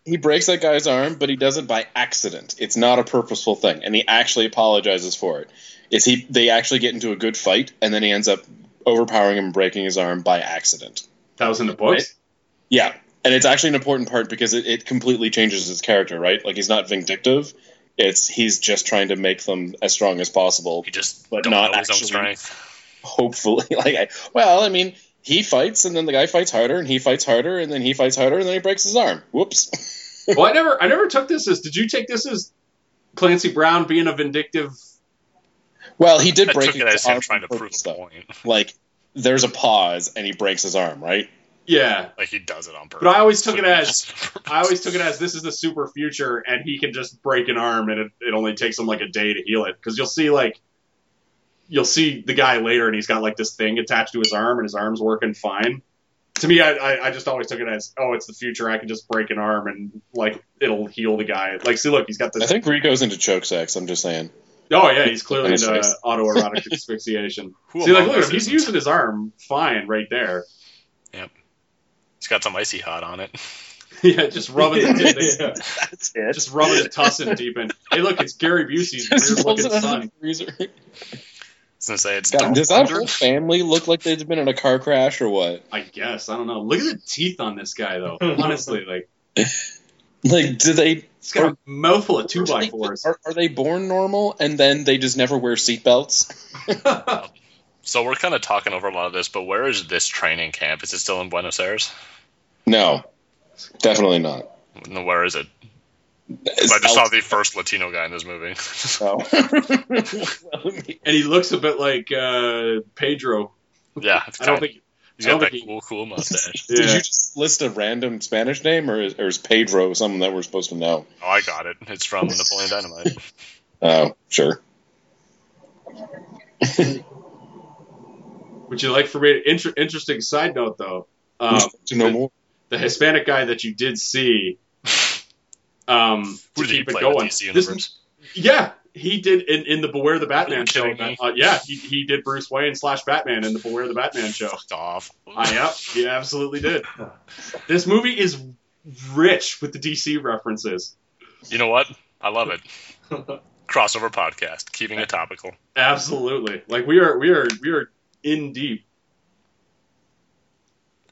[SPEAKER 3] He breaks that guy's arm, but he does it by accident. It's not a purposeful thing, and he actually apologizes for it. Is he? They actually get into a good fight, and then he ends up overpowering him and breaking his arm by accident.
[SPEAKER 2] That was in the books.
[SPEAKER 3] Yeah, and it's actually an important part because it, it completely changes his character, right? Like he's not vindictive. It's he's just trying to make them as strong as possible.
[SPEAKER 4] He just
[SPEAKER 3] But
[SPEAKER 4] don't
[SPEAKER 3] not
[SPEAKER 4] know his
[SPEAKER 3] actually.
[SPEAKER 4] own strength.
[SPEAKER 3] Hopefully, like I, well, I mean, he fights, and then the guy fights harder, and he fights harder, and then he fights harder, and then he breaks his arm. Whoops.
[SPEAKER 2] well, I never, I never took this as. Did you take this as Clancy Brown being a vindictive?
[SPEAKER 3] Well, he did
[SPEAKER 4] I
[SPEAKER 3] break
[SPEAKER 4] took it
[SPEAKER 3] his
[SPEAKER 4] as him
[SPEAKER 3] arm
[SPEAKER 4] trying to
[SPEAKER 3] on
[SPEAKER 4] prove
[SPEAKER 3] purpose,
[SPEAKER 4] a
[SPEAKER 3] though.
[SPEAKER 4] point.
[SPEAKER 3] like there's a pause and he breaks his arm, right?
[SPEAKER 2] Yeah,
[SPEAKER 4] Like he does it on purpose.
[SPEAKER 2] but I always took it as I
[SPEAKER 4] I
[SPEAKER 2] always took it as this is the super future, and he can just break an arm, and it, it only takes him like a day to heal it. Because you'll see like you'll see the guy later, and he's got like this thing attached to his arm, and his arm's working fine. To me, I, I, I just always took it as oh, it's the future. I can just break an arm, and like it'll heal the guy. Like see, look, he's got
[SPEAKER 3] I
[SPEAKER 2] this.
[SPEAKER 3] think Rico's into choke sex. I'm just saying.
[SPEAKER 2] Oh yeah, he's clearly
[SPEAKER 3] Nice,
[SPEAKER 2] into
[SPEAKER 3] nice.
[SPEAKER 2] autoerotic asphyxiation.
[SPEAKER 4] Who
[SPEAKER 2] see, like
[SPEAKER 4] among
[SPEAKER 2] look, at
[SPEAKER 4] us
[SPEAKER 2] him, he's
[SPEAKER 4] isn't?
[SPEAKER 2] using his arm fine right there.
[SPEAKER 4] He's got some icy hot on it.
[SPEAKER 2] yeah, just rubbing the tits.
[SPEAKER 5] Yeah.
[SPEAKER 3] That's it.
[SPEAKER 2] Just rubbing the tussin deep in. Hey, look, it's Gary Busey's weird looking son.
[SPEAKER 4] Since say it's
[SPEAKER 3] God,
[SPEAKER 4] Dolph
[SPEAKER 3] does that whole
[SPEAKER 4] Lundgren.
[SPEAKER 3] family look like they've been in a car crash or what?
[SPEAKER 2] I guess. I don't know. Look at the teeth on this guy, though. Honestly, like,
[SPEAKER 3] Like, do they
[SPEAKER 2] he's got a mouthful of two by fours.
[SPEAKER 3] are, are they born normal and then they just never wear seatbelts?
[SPEAKER 4] So we're kind of talking over a lot of this, but where is this training camp? Is it still in Buenos Aires?
[SPEAKER 3] No, definitely not.
[SPEAKER 4] No, Where is it? I just saw the first Latino guy in this movie.
[SPEAKER 3] Oh. No.
[SPEAKER 2] And he looks a bit like uh, Pedro.
[SPEAKER 4] yeah, it's
[SPEAKER 2] I don't
[SPEAKER 4] kinda-
[SPEAKER 2] think.
[SPEAKER 4] he's
[SPEAKER 2] I don't
[SPEAKER 4] got that
[SPEAKER 2] think he-
[SPEAKER 4] cool, cool mustache.
[SPEAKER 3] Did
[SPEAKER 2] Yeah.
[SPEAKER 3] you just list a random Spanish name, or is, or is Pedro something that we're supposed to know?
[SPEAKER 4] Oh, I got it. It's from Napoleon Dynamite.
[SPEAKER 3] Oh, sure.
[SPEAKER 2] Would you like for me? Inter- interesting side note, though. Um,
[SPEAKER 3] to know
[SPEAKER 2] the-
[SPEAKER 3] more.
[SPEAKER 2] the Hispanic guy that you did see. Um,
[SPEAKER 4] Who
[SPEAKER 2] to
[SPEAKER 4] did he
[SPEAKER 2] keep it
[SPEAKER 4] play
[SPEAKER 2] going.
[SPEAKER 4] with DC
[SPEAKER 2] This-
[SPEAKER 4] Universe?
[SPEAKER 2] yeah, he did in, in the Beware the Batman show.
[SPEAKER 4] kidding me?
[SPEAKER 2] uh, yeah, he, he did Bruce Wayne slash Batman in the Beware the Batman show.
[SPEAKER 4] Fucked off.
[SPEAKER 2] I yep, he absolutely did. This movie is rich with the DC references.
[SPEAKER 4] You know what? I love it. Crossover podcast, keeping it topical.
[SPEAKER 2] Absolutely. Like we are we are we are in deep.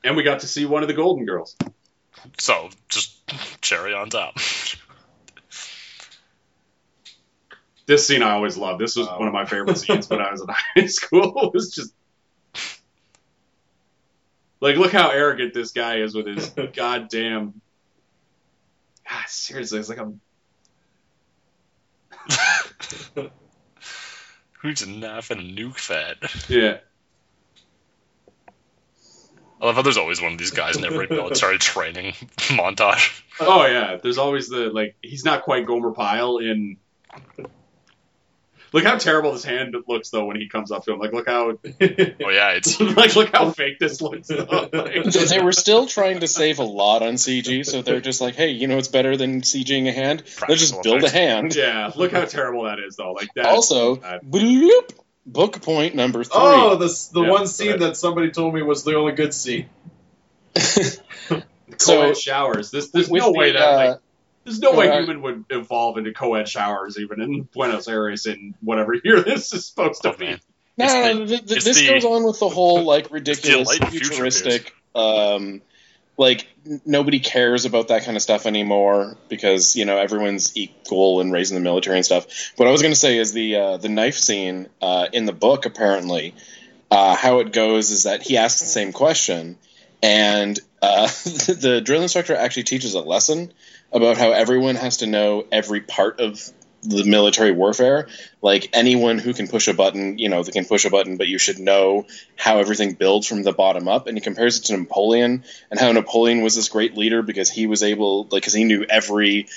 [SPEAKER 2] And we got to see one of the Golden Girls.
[SPEAKER 4] So just cherry on top.
[SPEAKER 2] This scene I always loved. This was
[SPEAKER 5] Wow.
[SPEAKER 2] one of my favorite scenes when I was in high school. It was just like look how arrogant this guy is with his goddamn God, seriously, it's like a
[SPEAKER 4] Who's a knife and a nuke fat?
[SPEAKER 2] yeah.
[SPEAKER 4] I love how there's always one of these guys in every military training montage.
[SPEAKER 2] Oh yeah, there's always the like he's not quite Gomer Pyle in. Look how terrible this hand looks though when he comes up to him. Like look how
[SPEAKER 4] Oh yeah, it's
[SPEAKER 2] like look how fake this looks. Though. Like,
[SPEAKER 3] They they were still trying to save a lot on CG, so they're just like, hey, you know what's better than CGing a hand? Let's just
[SPEAKER 4] Practical
[SPEAKER 3] build a hand.
[SPEAKER 4] effects.
[SPEAKER 2] yeah, look how terrible that is though. Like that.
[SPEAKER 3] Also,
[SPEAKER 2] bad.
[SPEAKER 3] bloop, book point number three.
[SPEAKER 5] Oh, the the
[SPEAKER 2] Yeah,
[SPEAKER 5] one scene
[SPEAKER 2] right.
[SPEAKER 5] that somebody told me was the only good scene.
[SPEAKER 2] co-ed
[SPEAKER 3] so-
[SPEAKER 2] showers. This there's
[SPEAKER 3] With
[SPEAKER 2] no way
[SPEAKER 3] the,
[SPEAKER 2] that like,
[SPEAKER 3] uh,
[SPEAKER 2] there's no way
[SPEAKER 3] uh,
[SPEAKER 2] human would evolve into co-ed showers even in Buenos Aires in whatever year this is supposed to
[SPEAKER 4] Oh,
[SPEAKER 2] be.
[SPEAKER 4] man.
[SPEAKER 3] no,
[SPEAKER 4] it's
[SPEAKER 3] no,
[SPEAKER 4] the-
[SPEAKER 3] no, th- th-
[SPEAKER 4] it's
[SPEAKER 3] this
[SPEAKER 4] the-
[SPEAKER 3] goes on with the whole like ridiculous,
[SPEAKER 4] enlightened future,
[SPEAKER 3] futuristic, um, like n- nobody cares about that kind of stuff anymore because you know everyone's equal and raised in the military and stuff. What I was going to say is the uh, the knife scene uh, in the book apparently uh, how it goes is that he asks the same question, and uh, the drill instructor actually teaches a lesson about how everyone has to know every part of the military warfare. Like anyone who can push a button, you know, they can push a button, but you should know how everything builds from the bottom up. And he compares it to Napoleon and how Napoleon was this great leader because he was able, like, because he knew every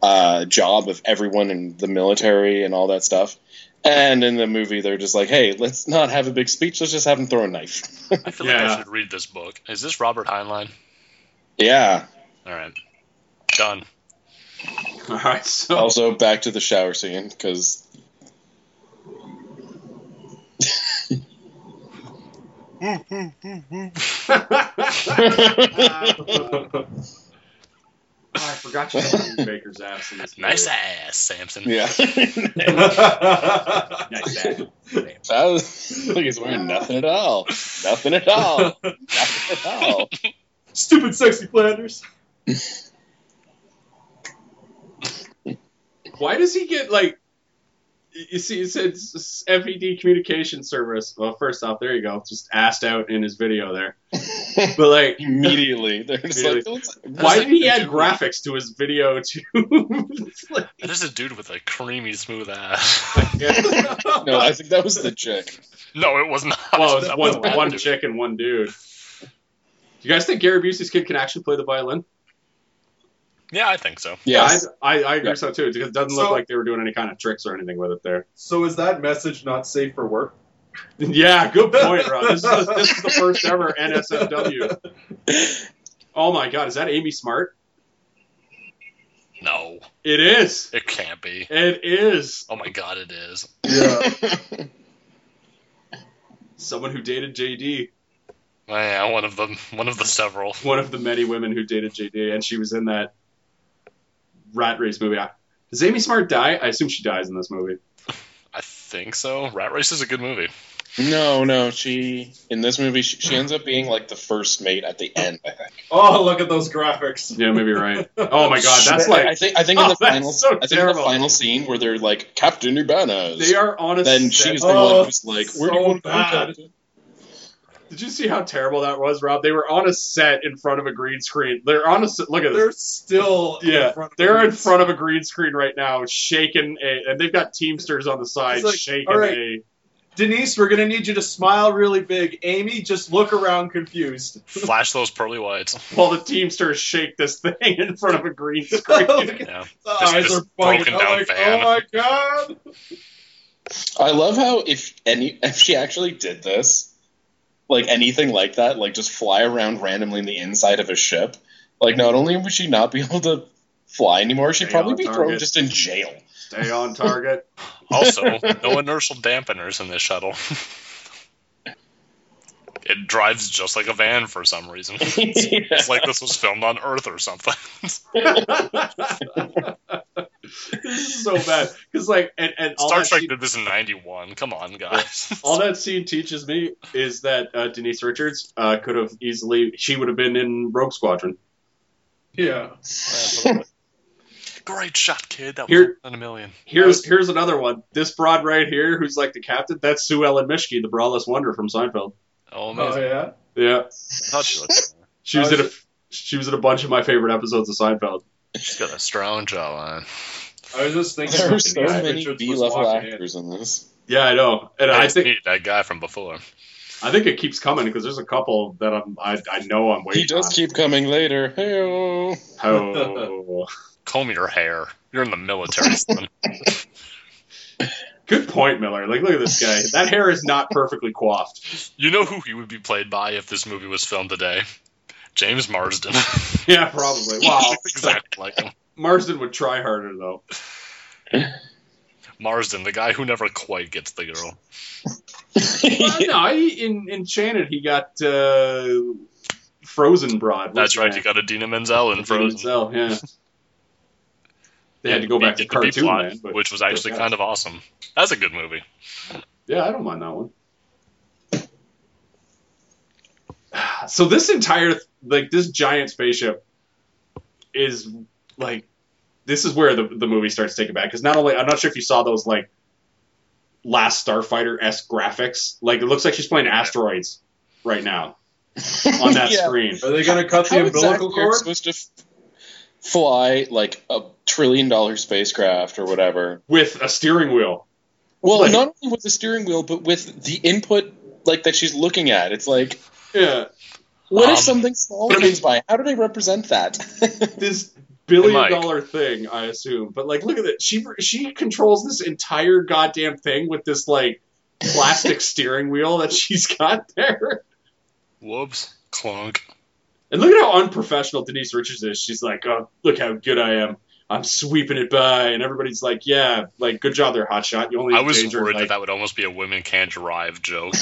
[SPEAKER 3] uh, job of everyone in the military and all that stuff. And in the movie, they're just like, "Hey, let's not have a big speech. Let's just have him throw a knife."
[SPEAKER 4] I feel like
[SPEAKER 2] Yeah.
[SPEAKER 4] I should read this book. Is this Robert Heinlein?
[SPEAKER 3] yeah,
[SPEAKER 4] All right. Done.
[SPEAKER 2] All right, so
[SPEAKER 3] Also, back to the shower scene because
[SPEAKER 2] I forgot you had Baker's ass in this.
[SPEAKER 4] Nice
[SPEAKER 2] movie.
[SPEAKER 4] ass, Samson.
[SPEAKER 3] yeah, that
[SPEAKER 2] Nice ass.
[SPEAKER 3] was, like he's wearing nothing at all, nothing at all, nothing at all.
[SPEAKER 5] Stupid sexy planners.
[SPEAKER 2] Why does he get like? You see, it says FED communication service. Well, first off, there you go. Just asked out in his video there. But like,
[SPEAKER 3] Immediately, they're just like,
[SPEAKER 2] why did he add graphics to his video too? It's like,
[SPEAKER 4] That is a dude with a creamy smooth ass.
[SPEAKER 2] yeah.
[SPEAKER 3] No, I think that was the chick.
[SPEAKER 4] no, it was not.
[SPEAKER 2] well, it's
[SPEAKER 4] That was
[SPEAKER 2] one
[SPEAKER 4] bad,
[SPEAKER 2] one
[SPEAKER 4] dude.
[SPEAKER 2] chick and one dude. Do you guys think Gary Busey's kid can actually play the violin?
[SPEAKER 4] Yeah, I think so.
[SPEAKER 3] Yes.
[SPEAKER 2] I, I, I agree
[SPEAKER 3] Yeah.
[SPEAKER 2] so too because it doesn't look
[SPEAKER 5] So-
[SPEAKER 2] like they were doing any kind of tricks or anything with it there.
[SPEAKER 5] So is that message not safe for work?
[SPEAKER 2] Yeah, good point, Rob. This is the, this is the first ever NSFW. Oh my God, is that Amy Smart?
[SPEAKER 4] No,
[SPEAKER 2] It is.
[SPEAKER 4] it can't be.
[SPEAKER 2] It is.
[SPEAKER 4] Oh my god, it is.
[SPEAKER 5] Yeah.
[SPEAKER 2] Someone who dated JD,
[SPEAKER 4] Well, yeah, one of them. One of the several.
[SPEAKER 2] one of the many women who dated JD, and she was in that rat race movie. I- Does Amy Smart die? I assume she dies in this movie.
[SPEAKER 4] I think so. Rat Race is a good movie.
[SPEAKER 3] No, no, she in this movie she, she ends up being like the first mate at the end. I think.
[SPEAKER 5] oh, look at those graphics.
[SPEAKER 2] Yeah, maybe you're right. Oh my God, that's
[SPEAKER 3] I
[SPEAKER 2] like
[SPEAKER 3] think I think in
[SPEAKER 2] Oh,
[SPEAKER 3] the
[SPEAKER 2] that's
[SPEAKER 3] final
[SPEAKER 2] so
[SPEAKER 3] I think in
[SPEAKER 2] terrible.
[SPEAKER 3] the final scene where they're like Captain Urbana.
[SPEAKER 2] they are on a
[SPEAKER 3] Then
[SPEAKER 2] set.
[SPEAKER 3] she's the
[SPEAKER 5] Oh,
[SPEAKER 3] one who's like, "Where do
[SPEAKER 5] so
[SPEAKER 3] you want to
[SPEAKER 5] bad.
[SPEAKER 3] go, Captain?"
[SPEAKER 2] Did you see how terrible that was, Rob? They were on a set in front of a green screen. They're on a s- look at this.
[SPEAKER 5] They're still
[SPEAKER 2] Yeah,
[SPEAKER 5] in front of
[SPEAKER 2] They're in
[SPEAKER 5] us.
[SPEAKER 2] front of a green screen right now, shaking, a, and they've got Teamsters on the side
[SPEAKER 5] It's like,
[SPEAKER 2] shaking
[SPEAKER 5] all right.
[SPEAKER 2] a.
[SPEAKER 5] Denise, we're gonna need you to smile really big. Amy, just look around confused.
[SPEAKER 4] Flash those pearly whites.
[SPEAKER 2] While the Teamsters shake this thing in front of a green
[SPEAKER 5] Oh,
[SPEAKER 2] screen.
[SPEAKER 5] the
[SPEAKER 4] Yeah. Just-
[SPEAKER 5] eyes
[SPEAKER 4] just
[SPEAKER 5] are bugging
[SPEAKER 4] broken
[SPEAKER 5] out
[SPEAKER 4] down
[SPEAKER 5] like, oh
[SPEAKER 4] fan.
[SPEAKER 5] my god.
[SPEAKER 3] I love how if any if she actually did this, like anything like that, like just fly around randomly in the inside of a ship, like not only would she not be able to fly anymore, she'd
[SPEAKER 2] Stay
[SPEAKER 3] probably
[SPEAKER 2] on
[SPEAKER 3] be thrown
[SPEAKER 2] target.
[SPEAKER 3] just in jail.
[SPEAKER 2] Stay on target.
[SPEAKER 4] Also, no inertial dampeners in this shuttle. it drives just like a van for some reason. It's like this was filmed on Earth or something.
[SPEAKER 2] this is so bad because like and, and all,
[SPEAKER 4] Star
[SPEAKER 2] that
[SPEAKER 4] Trek
[SPEAKER 2] scene,
[SPEAKER 4] did this in '91. Come on, guys.
[SPEAKER 2] all that scene teaches me is that uh, Denise Richards uh, could have easily she would have been in Rogue Squadron.
[SPEAKER 5] Yeah.
[SPEAKER 4] Great shot, kid. That was
[SPEAKER 2] Here-
[SPEAKER 4] one in a million.
[SPEAKER 2] Here's here's another one. This broad right here, who's like the captain, that's Sue Ellen Mishke, the braless wonder from Seinfeld.
[SPEAKER 4] Oh,
[SPEAKER 5] Oh
[SPEAKER 4] amazing.
[SPEAKER 5] yeah.
[SPEAKER 2] Yeah,
[SPEAKER 4] I thought she looked.
[SPEAKER 2] she was
[SPEAKER 5] Oh,
[SPEAKER 2] in a she was in a bunch of my favorite episodes of Seinfeld.
[SPEAKER 4] She's got a strong jawline.
[SPEAKER 5] I was just thinking.
[SPEAKER 3] there are
[SPEAKER 5] when
[SPEAKER 3] so
[SPEAKER 5] Denise
[SPEAKER 3] many
[SPEAKER 5] Richards was
[SPEAKER 3] B level
[SPEAKER 5] walking in.
[SPEAKER 3] actors in this.
[SPEAKER 2] Yeah, I know, and
[SPEAKER 4] I,
[SPEAKER 2] I
[SPEAKER 4] just
[SPEAKER 2] think
[SPEAKER 4] need that guy from before.
[SPEAKER 2] I think it keeps coming because there's a couple that I'm I, I know I'm waiting.
[SPEAKER 3] He does
[SPEAKER 2] on.
[SPEAKER 3] keep coming later. Hey
[SPEAKER 2] Oh.
[SPEAKER 4] Comb your hair. You're in the military. son.
[SPEAKER 2] good point, Miller. Like, look at this guy. That hair is not perfectly coiffed.
[SPEAKER 4] you know who he would be played by if this movie was filmed today? James Marsden.
[SPEAKER 2] Yeah, probably. Wow,
[SPEAKER 4] exactly like him.
[SPEAKER 2] Marsden would try harder though.
[SPEAKER 4] Marsden, the guy who never quite gets the girl.
[SPEAKER 2] Well, no, he, in Enchanted he got uh, Frozen broad.
[SPEAKER 4] That's right. You got Adina Menzel in Frozen.
[SPEAKER 2] Frozen. Yeah. They uh, had to go back to
[SPEAKER 4] Beat the Bee
[SPEAKER 2] cartoon
[SPEAKER 4] Plot,
[SPEAKER 2] land, but
[SPEAKER 4] which was actually
[SPEAKER 2] yeah.
[SPEAKER 4] kind of awesome. That's a good movie.
[SPEAKER 2] Yeah, I don't mind that one. So this entire like this giant spaceship is like this is where the, the movie starts taking back because not only I'm not sure if you saw those like last Starfighter esque graphics like it looks like she's playing asteroids right now on that
[SPEAKER 3] Yeah.
[SPEAKER 2] screen.
[SPEAKER 5] Are they gonna cut the
[SPEAKER 3] How
[SPEAKER 5] umbilical
[SPEAKER 3] exactly are you
[SPEAKER 5] cord?
[SPEAKER 3] supposed to f- fly like a trillion dollar spacecraft or whatever?
[SPEAKER 2] with a steering wheel.
[SPEAKER 3] Well,
[SPEAKER 2] Like-
[SPEAKER 3] not only with the steering wheel, but with the input like that she's looking at. It's like,
[SPEAKER 2] Yeah,
[SPEAKER 3] what if
[SPEAKER 4] Um,
[SPEAKER 3] something small
[SPEAKER 2] but I mean-
[SPEAKER 3] comes by? How do they represent that?
[SPEAKER 2] this billion
[SPEAKER 4] Mike.
[SPEAKER 2] dollar thing, I assume. But like, look at that. She she controls this entire goddamn thing with this like plastic steering wheel that she's got there.
[SPEAKER 4] Whoops. Clunk.
[SPEAKER 2] And look at how unprofessional Denise Richards is. She's like, oh, look how good I am. I'm sweeping it by, and everybody's like, yeah, like good job there, hotshot. You only
[SPEAKER 4] I was
[SPEAKER 2] endangered,
[SPEAKER 4] worried
[SPEAKER 2] like,
[SPEAKER 4] that that would almost be a women can't drive joke.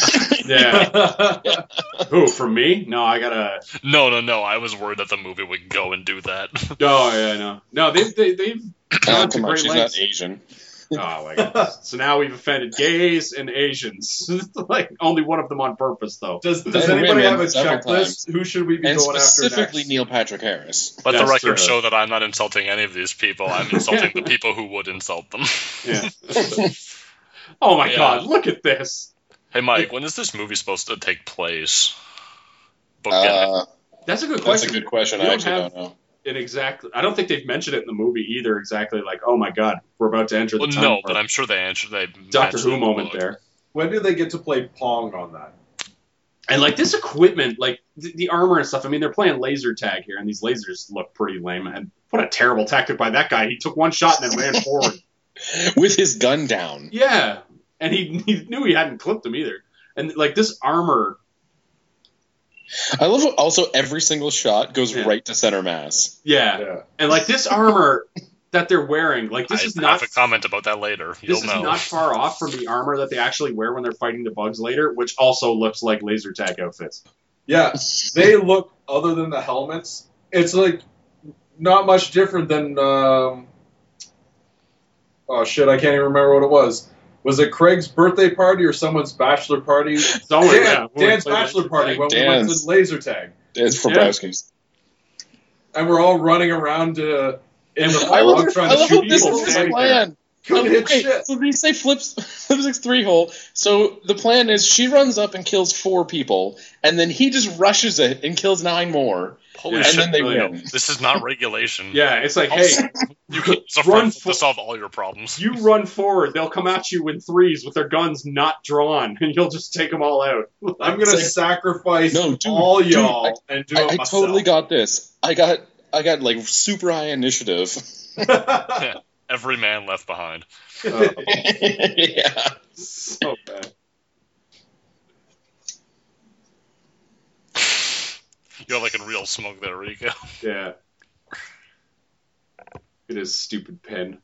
[SPEAKER 2] yeah. Who from me? No, I gotta.
[SPEAKER 4] no, no, no. I was worried that the movie would go and do that.
[SPEAKER 2] No, oh, yeah, no, no. They've they, they've
[SPEAKER 3] Oh,
[SPEAKER 2] gone to
[SPEAKER 3] come on,
[SPEAKER 2] great
[SPEAKER 3] she's
[SPEAKER 2] lengths.
[SPEAKER 3] not Asian.
[SPEAKER 2] Oh my god! So now we've offended gays and Asians. like only one of them on purpose, though.
[SPEAKER 5] does does
[SPEAKER 3] Women
[SPEAKER 5] anybody have a
[SPEAKER 3] several
[SPEAKER 5] checklist?
[SPEAKER 3] times.
[SPEAKER 5] Who should we be
[SPEAKER 3] And
[SPEAKER 5] going after
[SPEAKER 3] specifically
[SPEAKER 5] next?
[SPEAKER 3] Neil Patrick Harris.
[SPEAKER 4] Let the
[SPEAKER 2] That's
[SPEAKER 4] record
[SPEAKER 2] true.
[SPEAKER 4] show that I'm not insulting any of these people. I'm insulting the people who would insult them.
[SPEAKER 2] Yeah. oh my
[SPEAKER 4] Yeah.
[SPEAKER 2] god! Look at this.
[SPEAKER 4] Hey, Mike, when is this movie supposed to take place? Book it.
[SPEAKER 3] Uh,
[SPEAKER 2] That's a good
[SPEAKER 3] that's
[SPEAKER 2] question.
[SPEAKER 3] a good question.
[SPEAKER 2] You
[SPEAKER 3] I
[SPEAKER 2] don't
[SPEAKER 3] actually
[SPEAKER 2] have-
[SPEAKER 3] don't know.
[SPEAKER 2] It exactly. I don't think they've mentioned it in the movie either. Exactly. Like, oh my god, we're about to enter the
[SPEAKER 4] Well,
[SPEAKER 2] time
[SPEAKER 4] no,
[SPEAKER 2] warp.
[SPEAKER 4] but I'm sure they answered. They
[SPEAKER 2] Doctor
[SPEAKER 4] mentioned
[SPEAKER 2] Who
[SPEAKER 4] the
[SPEAKER 2] moment
[SPEAKER 4] book.
[SPEAKER 2] there.
[SPEAKER 5] When do they get to play Pong on that?
[SPEAKER 2] And like this equipment, like th- the armor and stuff. I mean, they're playing laser tag here, and these lasers look pretty lame. And what a terrible tactic by that guy. He took one shot and then ran forward.
[SPEAKER 3] With his gun down.
[SPEAKER 2] Yeah, and he, he knew he hadn't clipped him either. And like this armor,
[SPEAKER 3] I love how also every single shot goes
[SPEAKER 2] Yeah.
[SPEAKER 3] right to center mass.
[SPEAKER 2] yeah, and like this armor that they're wearing, like this
[SPEAKER 4] I
[SPEAKER 2] is
[SPEAKER 4] have
[SPEAKER 2] not
[SPEAKER 4] a comment about that later. You'll
[SPEAKER 2] this is
[SPEAKER 4] know.
[SPEAKER 2] not far off from the armor that they actually wear when they're fighting the bugs later, which also looks like laser tag outfits.
[SPEAKER 5] Yeah, they look other than the helmets. It's like not much different than. Um, oh shit! I can't even remember what it was. Was it Craig's birthday party or someone's bachelor party?
[SPEAKER 2] So
[SPEAKER 5] Dan-
[SPEAKER 2] Oh, yeah, when
[SPEAKER 5] Dan's
[SPEAKER 2] we play
[SPEAKER 5] bachelor
[SPEAKER 2] laser
[SPEAKER 5] party
[SPEAKER 2] tag-
[SPEAKER 5] when we went
[SPEAKER 3] Dan's.
[SPEAKER 5] to laser tag,
[SPEAKER 3] It's
[SPEAKER 2] Yeah.
[SPEAKER 3] Bobrovsky's.
[SPEAKER 5] and we're all running around uh, in the
[SPEAKER 3] I love,
[SPEAKER 5] firework
[SPEAKER 3] I
[SPEAKER 5] trying to
[SPEAKER 3] love how
[SPEAKER 5] shoot
[SPEAKER 3] this
[SPEAKER 5] people.
[SPEAKER 2] was
[SPEAKER 3] is
[SPEAKER 2] right there.
[SPEAKER 3] the
[SPEAKER 5] standing
[SPEAKER 3] plan.
[SPEAKER 5] there. Couldn't hit
[SPEAKER 3] Okay,
[SPEAKER 5] shit.
[SPEAKER 3] so they say flips flips like three hole. So the plan is she runs up and kills four people, and then he just rushes it and kills nine more,
[SPEAKER 4] Holy
[SPEAKER 2] Yeah.
[SPEAKER 3] and
[SPEAKER 4] shit!
[SPEAKER 3] then they
[SPEAKER 2] really.
[SPEAKER 3] win.
[SPEAKER 4] This is not regulation.
[SPEAKER 2] Yeah, it's like hey,
[SPEAKER 4] Also, you can use a
[SPEAKER 2] Run
[SPEAKER 4] rifle
[SPEAKER 2] for-
[SPEAKER 4] to solve all your problems.
[SPEAKER 2] you run forward, they'll come at you in threes with their guns not drawn, and you'll just take them all out.
[SPEAKER 5] I'm gonna
[SPEAKER 3] It's like-
[SPEAKER 5] sacrifice
[SPEAKER 3] No, dude,
[SPEAKER 5] all
[SPEAKER 3] dude,
[SPEAKER 5] y'all and do
[SPEAKER 3] I,
[SPEAKER 5] it
[SPEAKER 3] I
[SPEAKER 5] myself.
[SPEAKER 3] totally got this. I got I got like super high initiative.
[SPEAKER 4] Every man left behind.
[SPEAKER 3] yeah.
[SPEAKER 2] so bad.
[SPEAKER 4] You're like in real smoke there, Rico.
[SPEAKER 2] Yeah. It is stupid pen.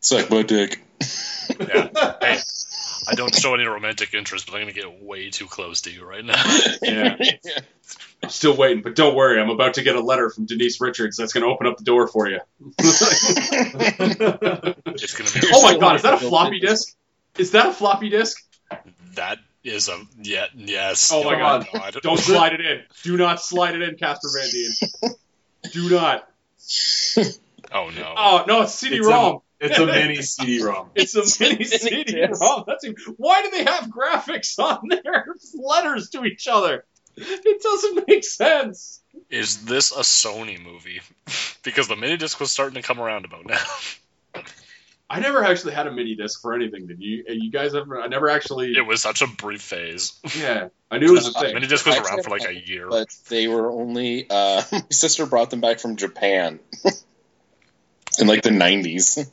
[SPEAKER 3] Suck my dick.
[SPEAKER 4] Yeah. Hey, I don't show any romantic interest, but I'm gonna get way too close to you right now.
[SPEAKER 2] Yeah. I'm still waiting, but don't worry, I'm about to get a letter from Denise Richards that's gonna open up the door for you.
[SPEAKER 4] It's gonna be.
[SPEAKER 2] oh my god, is that a floppy disk? Is that a floppy disk?
[SPEAKER 4] That is a yeah. Yes.
[SPEAKER 2] Oh my
[SPEAKER 5] God.
[SPEAKER 2] Don't slide it in. Do not slide it in, Casper Van Dien. Do not.
[SPEAKER 4] Oh no.
[SPEAKER 2] Oh no, it's CD
[SPEAKER 5] It's um,
[SPEAKER 2] ROM.
[SPEAKER 5] it's a mini CD-ROM.
[SPEAKER 2] It's a mini CD ROM. That's even- why do they have graphics on there? It's letters to each other. It doesn't make sense.
[SPEAKER 4] Is this a Sony movie? because the mini disc was starting to come around about now.
[SPEAKER 2] I never actually had a mini disc for anything. Did you? You guys ever? I never actually.
[SPEAKER 4] It was such a brief phase.
[SPEAKER 2] Yeah, I knew it was a thing.
[SPEAKER 4] Mini disc was
[SPEAKER 3] I actually
[SPEAKER 4] around for like a
[SPEAKER 3] have-
[SPEAKER 4] year.
[SPEAKER 3] But they were only uh, my sister brought them back from Japan in like the nineties.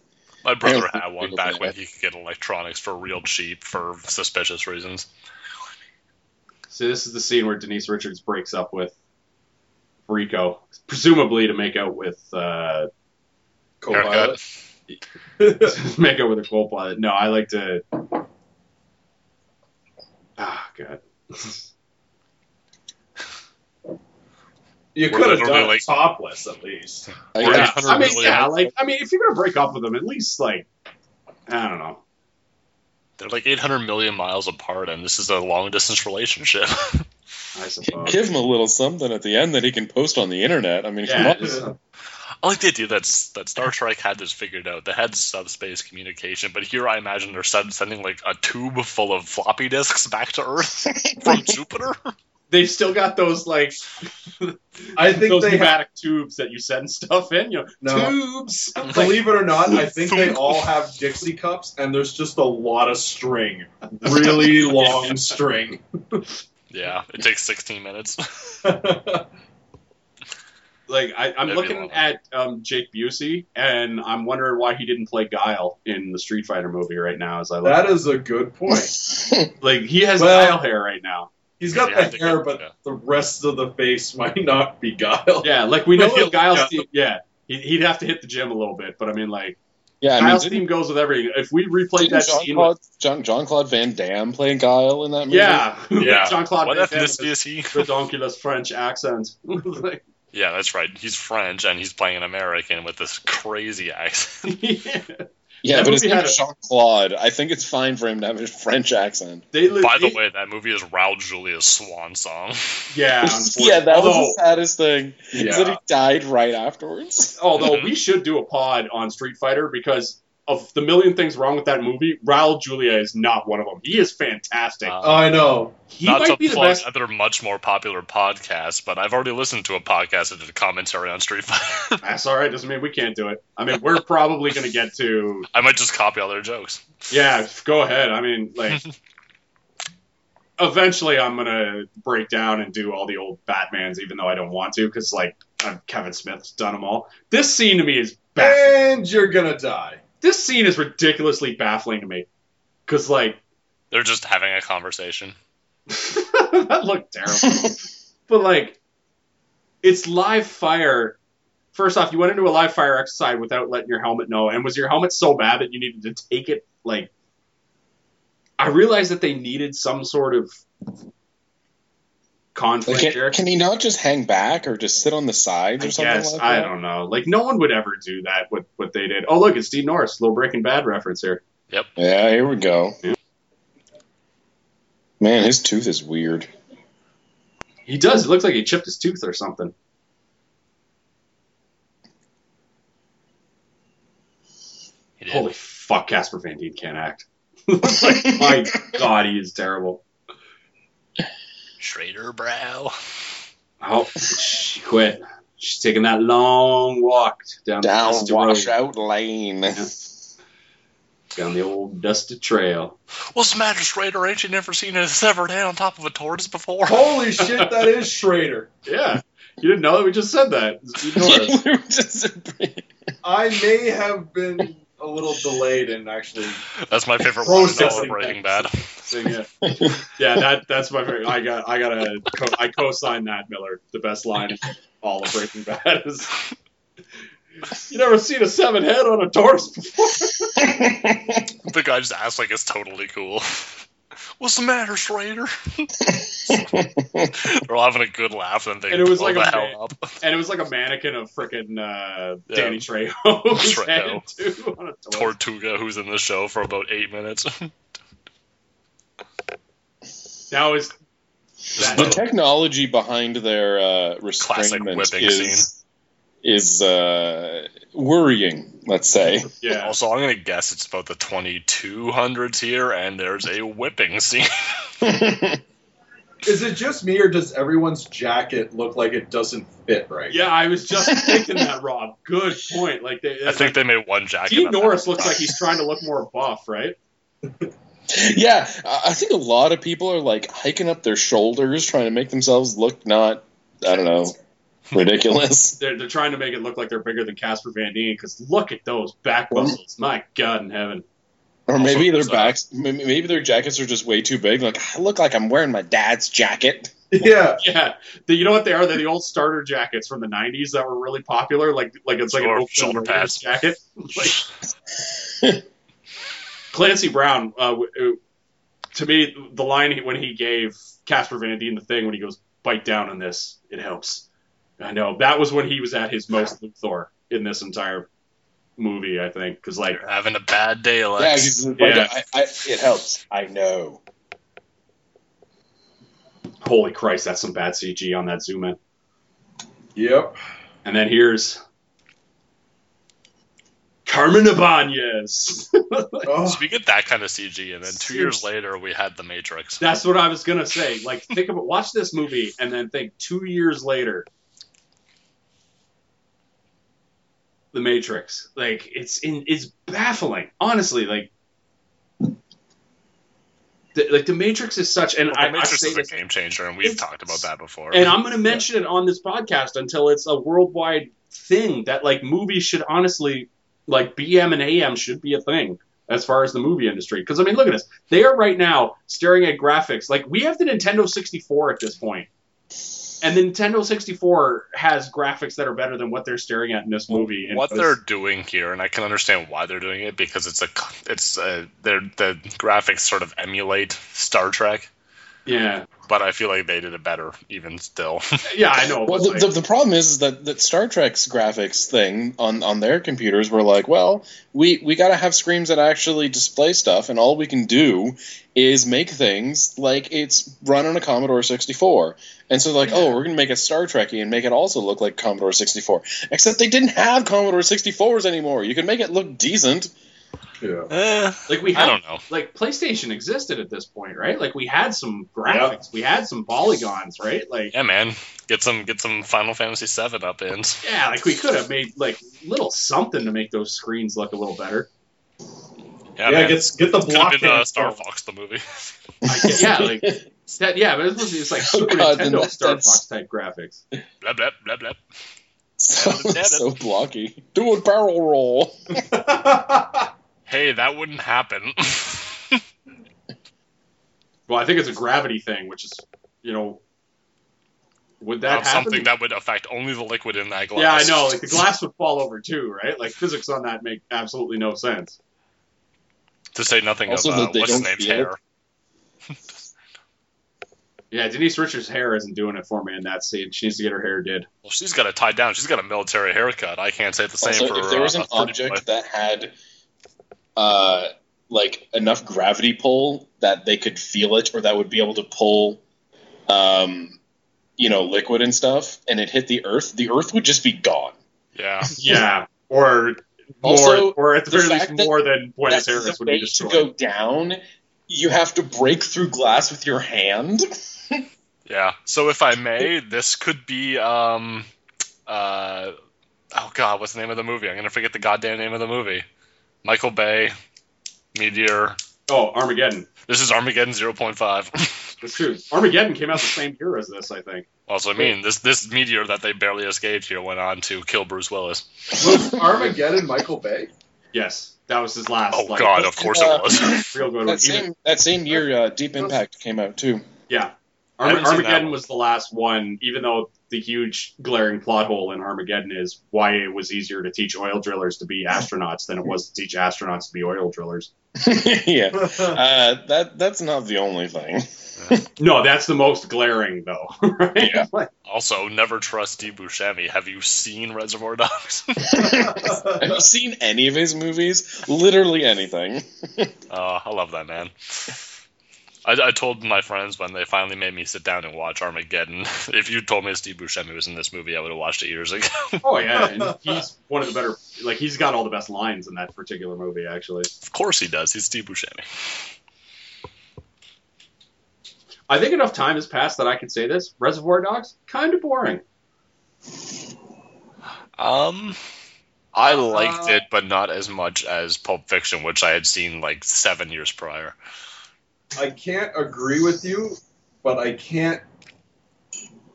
[SPEAKER 4] My brother
[SPEAKER 3] don't think
[SPEAKER 4] had one
[SPEAKER 3] people
[SPEAKER 4] back
[SPEAKER 3] do
[SPEAKER 4] when
[SPEAKER 3] that.
[SPEAKER 4] he could get electronics for real cheap for suspicious reasons.
[SPEAKER 2] So this is the scene where Denise Richards breaks up with Rico, presumably to make out with uh,
[SPEAKER 3] Oh,
[SPEAKER 5] Co-pilot.
[SPEAKER 2] make out with a cold pilot. No, I like to. Ah, god.
[SPEAKER 5] You
[SPEAKER 4] We're
[SPEAKER 5] could have
[SPEAKER 4] literally
[SPEAKER 5] done it
[SPEAKER 4] like-
[SPEAKER 5] topless at least.
[SPEAKER 3] I
[SPEAKER 4] Right.
[SPEAKER 2] Yeah,
[SPEAKER 3] guess.
[SPEAKER 2] I mean,
[SPEAKER 4] 800 million.
[SPEAKER 2] yeah, like I mean, if you're gonna break up with them, at least like I don't know.
[SPEAKER 4] They're like 800 million miles apart, and this is a long distance relationship.
[SPEAKER 2] I suppose.
[SPEAKER 3] Give him a little something at the end that he can post on the internet. I mean,
[SPEAKER 2] Yeah,
[SPEAKER 3] come
[SPEAKER 2] just-
[SPEAKER 4] I like the idea that, s- that Star Trek had this figured out. They had subspace communication, but here I imagine they're send, sending like a tube full of floppy disks back to Earth from Jupiter.
[SPEAKER 2] they've still got those like
[SPEAKER 5] I think
[SPEAKER 2] those
[SPEAKER 5] they have,
[SPEAKER 2] pneumatic tubes that you send stuff in. You know,
[SPEAKER 5] no,
[SPEAKER 2] tubes.
[SPEAKER 5] believe it or not, I think they all have Dixie cups, and there's just a lot of string, really long string.
[SPEAKER 4] Yeah, it takes 16 minutes.
[SPEAKER 2] Like I, I'm
[SPEAKER 4] That'd be
[SPEAKER 2] looking
[SPEAKER 4] lovely.
[SPEAKER 2] at um, Jake Busey, and I'm wondering why he didn't play Guile in the Street Fighter movie right now. As I look,
[SPEAKER 5] that is a good point.
[SPEAKER 3] on.
[SPEAKER 2] like he has
[SPEAKER 5] Well-
[SPEAKER 2] Guile hair right now.
[SPEAKER 5] He's
[SPEAKER 4] Because
[SPEAKER 5] got
[SPEAKER 4] he had
[SPEAKER 5] the
[SPEAKER 4] the
[SPEAKER 5] hair,
[SPEAKER 4] good-
[SPEAKER 5] but
[SPEAKER 4] yeah.
[SPEAKER 5] the rest of the face might not be Guile.
[SPEAKER 2] Yeah, like we know
[SPEAKER 5] He'll-
[SPEAKER 2] that Guile
[SPEAKER 5] yeah.
[SPEAKER 2] Steam. Yeah, he, he'd have to hit the gym a little bit, but I mean, like
[SPEAKER 3] Yeah, I
[SPEAKER 2] Guile
[SPEAKER 3] mean,
[SPEAKER 2] Steam
[SPEAKER 3] didn't,
[SPEAKER 2] goes with everything. If we replayed
[SPEAKER 3] didn't
[SPEAKER 2] that
[SPEAKER 3] Jean
[SPEAKER 2] scene, with,
[SPEAKER 3] Claude Jean Jean Claude Van Damme playing Guile in that movie?
[SPEAKER 2] yeah,
[SPEAKER 4] Yeah.
[SPEAKER 2] Jean Claude
[SPEAKER 4] What
[SPEAKER 2] Van Damme
[SPEAKER 4] ethnicity
[SPEAKER 2] with
[SPEAKER 4] is he?
[SPEAKER 2] his redonkulous French accent. Like,
[SPEAKER 4] Yeah, that's right. He's French and he's playing an American with this crazy accent.
[SPEAKER 2] yeah.
[SPEAKER 3] yeah,
[SPEAKER 2] That
[SPEAKER 3] but his
[SPEAKER 2] movie
[SPEAKER 3] name
[SPEAKER 2] had
[SPEAKER 3] is
[SPEAKER 2] a-
[SPEAKER 3] Jean Claude. I think it's fine for him to have a French accent.
[SPEAKER 2] They le-
[SPEAKER 4] By the
[SPEAKER 2] they-
[SPEAKER 4] way, that movie is Raul Julia's swan song.
[SPEAKER 2] yeah,
[SPEAKER 3] yeah,
[SPEAKER 2] unfortunately.
[SPEAKER 3] that
[SPEAKER 2] although,
[SPEAKER 3] was the saddest thing. Is that
[SPEAKER 5] Yeah.
[SPEAKER 3] he died right afterwards.
[SPEAKER 4] Mm-hmm.
[SPEAKER 2] although we should do a pod on Street Fighter because of the million things wrong with that movie, Raul Julia is not one of them. He is fantastic.
[SPEAKER 4] Uh,
[SPEAKER 5] Oh, I know.
[SPEAKER 2] he
[SPEAKER 4] Not to
[SPEAKER 2] might be the
[SPEAKER 4] plug
[SPEAKER 2] best.
[SPEAKER 4] other much more popular podcasts, but I've already listened to a podcast that did a commentary on Street Fighter.
[SPEAKER 2] That's all right. Doesn't mean we can't do it. I mean, we're probably going to get to
[SPEAKER 4] I might just copy all their jokes.
[SPEAKER 2] Yeah, go ahead. I mean, like, eventually I'm gonna break down and do all the old Batman's, even though I don't want to, because like i Kevin Smith's done them all. This scene to me is baffling.
[SPEAKER 5] And you're gonna die.
[SPEAKER 2] This scene is ridiculously baffling to me, because like
[SPEAKER 4] They're just having a conversation.
[SPEAKER 2] that looked terrible. but like, it's live fire. First off, you went into a live fire exercise without letting your helmet know, and was your helmet so bad that you needed to take it? Like, I realized that they needed some sort of conflict
[SPEAKER 3] Like, can,
[SPEAKER 2] here.
[SPEAKER 3] can he not just hang back or just sit on the sides or
[SPEAKER 2] I
[SPEAKER 3] something
[SPEAKER 2] guess
[SPEAKER 3] like
[SPEAKER 2] I
[SPEAKER 3] that?
[SPEAKER 2] don't know. Like, no one would ever do that. What what they did? Oh, look, it's Steve Norris. Little Breaking Bad reference here.
[SPEAKER 3] Yeah, here we go.
[SPEAKER 2] Yeah.
[SPEAKER 3] Man, his tooth is weird.
[SPEAKER 2] He does. It looks like he chipped his tooth or something.
[SPEAKER 4] He did.
[SPEAKER 2] Holy fuck, Casper Van Dien can't act. Like, my god, he is terrible.
[SPEAKER 4] Schrader brow.
[SPEAKER 2] Oh, she quit. She's taking that long walk down the,
[SPEAKER 3] Down
[SPEAKER 2] dusty road,
[SPEAKER 3] washout lane.
[SPEAKER 2] down the old dusty trail.
[SPEAKER 4] What's the matter, Schrader? Ain't you never seen a severed head on top of a tortoise before?
[SPEAKER 5] Holy shit, that is Schrader.
[SPEAKER 2] Yeah, you didn't know that we just said that. Ignore
[SPEAKER 3] We were just-
[SPEAKER 5] I may have been a little delayed in actually.
[SPEAKER 4] That's my favorite one in all of
[SPEAKER 5] Processing
[SPEAKER 4] Breaking Bad.
[SPEAKER 2] it. Yeah. yeah, that that's my favorite. I got I got to co- I co-sign that Miller. The best line in all of Breaking Bad is. You never seen a seven head on a tortoise before.
[SPEAKER 4] The guy just acts like it's totally cool. What's the matter, Schrader? They're all having a good laugh, and they
[SPEAKER 2] And it was
[SPEAKER 4] blow
[SPEAKER 2] like a
[SPEAKER 4] the hell
[SPEAKER 2] man-
[SPEAKER 4] up.
[SPEAKER 2] And it was like a mannequin of freaking uh,
[SPEAKER 4] Yeah.
[SPEAKER 2] Danny Trejo's
[SPEAKER 4] Trejo.
[SPEAKER 2] head too on a tortoise.
[SPEAKER 4] Tortuga, who's in the show for about eight minutes.
[SPEAKER 2] now is
[SPEAKER 3] the technology behind their uh, restrainment
[SPEAKER 4] whipping
[SPEAKER 3] is is uh, worrying. Let's say.
[SPEAKER 2] yeah.
[SPEAKER 4] Also, I'm gonna guess it's about the 2200s here, and there's a whipping scene.
[SPEAKER 5] Is it just me or does everyone's jacket look like it doesn't fit right?
[SPEAKER 2] Yeah, I was just thinking that, Rob. Good point. Like, they,
[SPEAKER 4] I think
[SPEAKER 2] like,
[SPEAKER 4] they made one jacket.
[SPEAKER 2] Steve
[SPEAKER 4] on that.
[SPEAKER 2] Norris looks like he's trying to look more buff, right?
[SPEAKER 3] yeah, I I think a lot of people are like hiking up their shoulders, trying to make themselves look not. I don't know. Ridiculous.
[SPEAKER 2] They're, they're trying to make it look like they're bigger than Casper Van Dien because look at those back muscles. My God in heaven.
[SPEAKER 3] Or
[SPEAKER 4] Also,
[SPEAKER 3] maybe their
[SPEAKER 4] it's, uh,
[SPEAKER 3] backs, maybe maybe their jackets are just way too big. Like I look like I'm wearing my dad's jacket.
[SPEAKER 5] Yeah.
[SPEAKER 2] Yeah, the, you know what they are? They're the old starter jackets from the '90s that were really popular. Like, like it's like
[SPEAKER 4] Sure,
[SPEAKER 2] an old
[SPEAKER 4] shoulder pads.
[SPEAKER 2] jacket. Like, Clancy Brown. Uh, w- w- to me, the line he- when he gave Casper Van Dien the thing when he goes, "Bite down on this, it helps." I know that was when he was at his most Luthor in this entire movie. I think because like
[SPEAKER 4] You're having a bad day,
[SPEAKER 3] yeah,
[SPEAKER 4] Lex.
[SPEAKER 3] 'cause, like,
[SPEAKER 2] Yeah.
[SPEAKER 3] I, I, it helps. I know.
[SPEAKER 2] holy Christ, that's some bad CG on that zoom in.
[SPEAKER 5] Yep.
[SPEAKER 2] And then here's Carmen Ibanez.
[SPEAKER 5] Oh,
[SPEAKER 4] So we get that kind of CG, and then two years
[SPEAKER 2] Seriously.
[SPEAKER 4] later, we had The Matrix.
[SPEAKER 2] That's what I was gonna say. Like, think about watch this movie and then think two years later, The Matrix. Like, it's in it's baffling, honestly. Like, the, like The Matrix is such, and
[SPEAKER 4] Well,
[SPEAKER 2] I,
[SPEAKER 4] the
[SPEAKER 2] I
[SPEAKER 4] Matrix
[SPEAKER 2] say
[SPEAKER 4] is a
[SPEAKER 2] this,
[SPEAKER 4] game changer, and we've
[SPEAKER 2] It's-
[SPEAKER 4] talked about that before.
[SPEAKER 2] and I'm gonna mention it on this podcast until it's a worldwide thing that like movies should honestly, like BM and AM should be a thing. as far as the movie industry. Because I mean, look at this. They are right now staring at graphics like we have the Nintendo 64 at this point, and the Nintendo 64 has graphics that are better than what they're staring at in this movie. And
[SPEAKER 4] what
[SPEAKER 2] it's-
[SPEAKER 4] they're doing here, and I can understand why they're doing it because it's a c- it's a, they're, the graphics sort of emulate Star Trek,
[SPEAKER 2] yeah,
[SPEAKER 4] but I feel like they did it better even still.
[SPEAKER 2] yeah, I know.
[SPEAKER 3] Well,
[SPEAKER 2] but,
[SPEAKER 3] the,
[SPEAKER 2] like,
[SPEAKER 3] the, the problem is, is that that Star Trek's graphics thing on, on their computers were like, well, we, we got to have screens that actually display stuff, and all we can do is make things like it's run on a Commodore 64. And so, like, oh, we're going to make it Star Trekky and make it also look like Commodore 64. Except they didn't have Commodore 64s anymore. You could make it look decent.
[SPEAKER 5] Yeah.
[SPEAKER 4] Eh,
[SPEAKER 2] like we
[SPEAKER 4] I
[SPEAKER 2] had
[SPEAKER 4] don't know.
[SPEAKER 2] like PlayStation existed at this point, right? Like we had some graphics, we had some polygons, right? Like
[SPEAKER 4] Yeah, man, get some get some Final Fantasy VII up in.
[SPEAKER 2] yeah, like we could have made like little something to make those screens look a little better.
[SPEAKER 4] Yeah,
[SPEAKER 5] yeah,
[SPEAKER 4] man.
[SPEAKER 5] get, get the
[SPEAKER 4] could have
[SPEAKER 5] block
[SPEAKER 4] been uh,
[SPEAKER 5] hands
[SPEAKER 4] Star
[SPEAKER 5] going.
[SPEAKER 4] Fox the movie.
[SPEAKER 2] I guess, yeah, like that, yeah, but it was just like
[SPEAKER 3] Oh,
[SPEAKER 2] Super
[SPEAKER 3] God, then
[SPEAKER 2] Nintendo
[SPEAKER 3] that-
[SPEAKER 2] Star
[SPEAKER 3] that's-
[SPEAKER 2] Fox type graphics.
[SPEAKER 4] blah blah blah blah.
[SPEAKER 3] So,
[SPEAKER 4] Yeah, that's-
[SPEAKER 3] so blocky. Do a barrel roll.
[SPEAKER 4] Hey, that wouldn't happen.
[SPEAKER 2] Well, I think it's a gravity thing, which is you know, would that
[SPEAKER 4] Of
[SPEAKER 2] happen?
[SPEAKER 4] something that would affect only the liquid in that glass.
[SPEAKER 2] yeah, I know. Like the glass would fall over too, right? Like physics on that make absolutely no sense.
[SPEAKER 4] to say nothing
[SPEAKER 3] Also
[SPEAKER 4] of uh,
[SPEAKER 3] that they
[SPEAKER 4] what's his
[SPEAKER 3] don't
[SPEAKER 4] name's
[SPEAKER 3] feel.
[SPEAKER 4] hair.
[SPEAKER 2] Yeah, Denise Richards' hair isn't doing it for me in that scene. She needs to get her hair did.
[SPEAKER 4] Well, she's got it tied down. She's got a military haircut. I can't say the same
[SPEAKER 3] also,
[SPEAKER 4] for.
[SPEAKER 3] if there was
[SPEAKER 4] uh,
[SPEAKER 3] an
[SPEAKER 4] a pretty
[SPEAKER 3] object
[SPEAKER 4] boy.
[SPEAKER 3] that had uh, like enough gravity pull that they could feel it or that would be able to pull um, you know liquid and stuff and it hit the earth the earth would just be gone
[SPEAKER 4] yeah,
[SPEAKER 2] Yeah, or more,
[SPEAKER 3] Also,
[SPEAKER 2] or at the,
[SPEAKER 3] the
[SPEAKER 2] very
[SPEAKER 3] fact
[SPEAKER 2] least
[SPEAKER 3] that-
[SPEAKER 2] more than Buenos
[SPEAKER 3] that's
[SPEAKER 2] Aires
[SPEAKER 3] the
[SPEAKER 2] would
[SPEAKER 3] way
[SPEAKER 2] be
[SPEAKER 3] to
[SPEAKER 2] destroyed.
[SPEAKER 3] go down you have to break through glass with your hand
[SPEAKER 4] yeah. So if I may, this could be um, uh, oh god, what's the name of the movie? I'm gonna forget the goddamn name of the movie. Michael Bay, Meteor.
[SPEAKER 2] Oh, Armageddon.
[SPEAKER 4] This is Armageddon 0.5.
[SPEAKER 2] That's true. Armageddon came out the same year as this, I think.
[SPEAKER 4] Also, I mean, this this meteor that they barely escaped here went on to kill Bruce Willis.
[SPEAKER 5] Was Armageddon Michael Bay?
[SPEAKER 2] Yes, that was his last.
[SPEAKER 4] Oh
[SPEAKER 2] like,
[SPEAKER 4] God, of course
[SPEAKER 3] Uh,
[SPEAKER 4] it was.
[SPEAKER 2] real good one.
[SPEAKER 3] that
[SPEAKER 2] Even,
[SPEAKER 3] same that same year uh, deep impact came out too
[SPEAKER 2] yeah,
[SPEAKER 4] I haven't
[SPEAKER 2] Arma-
[SPEAKER 4] seen that
[SPEAKER 2] Armageddon
[SPEAKER 4] one.
[SPEAKER 2] was the last one. Even though the huge glaring plot hole in Armageddon is why it was easier to teach oil drillers to be astronauts than it was to teach astronauts to be oil drillers.
[SPEAKER 3] yeah uh, that that's not the only thing
[SPEAKER 2] No, that's the most glaring though. Right?
[SPEAKER 3] Yeah.
[SPEAKER 2] Like,
[SPEAKER 4] also, never trust Steve Buscemi. Have you seen Reservoir Dogs?
[SPEAKER 3] have you seen any of his movies literally anything
[SPEAKER 4] Uh, I love that man. I, I told my friends when they finally made me sit down and watch Armageddon. If you told me Steve Buscemi was in this movie, I would have watched it years ago.
[SPEAKER 2] oh yeah, and he's one of the better. Like he's got all the best lines in that particular movie, actually.
[SPEAKER 4] of course he does. He's Steve Buscemi.
[SPEAKER 2] I think enough time has passed that I can say this. Reservoir Dogs, kind of boring.
[SPEAKER 4] Um, I liked
[SPEAKER 2] Uh,
[SPEAKER 4] it, but not as much as Pulp Fiction, which I had seen like seven years prior.
[SPEAKER 5] I can't agree with you, but I can't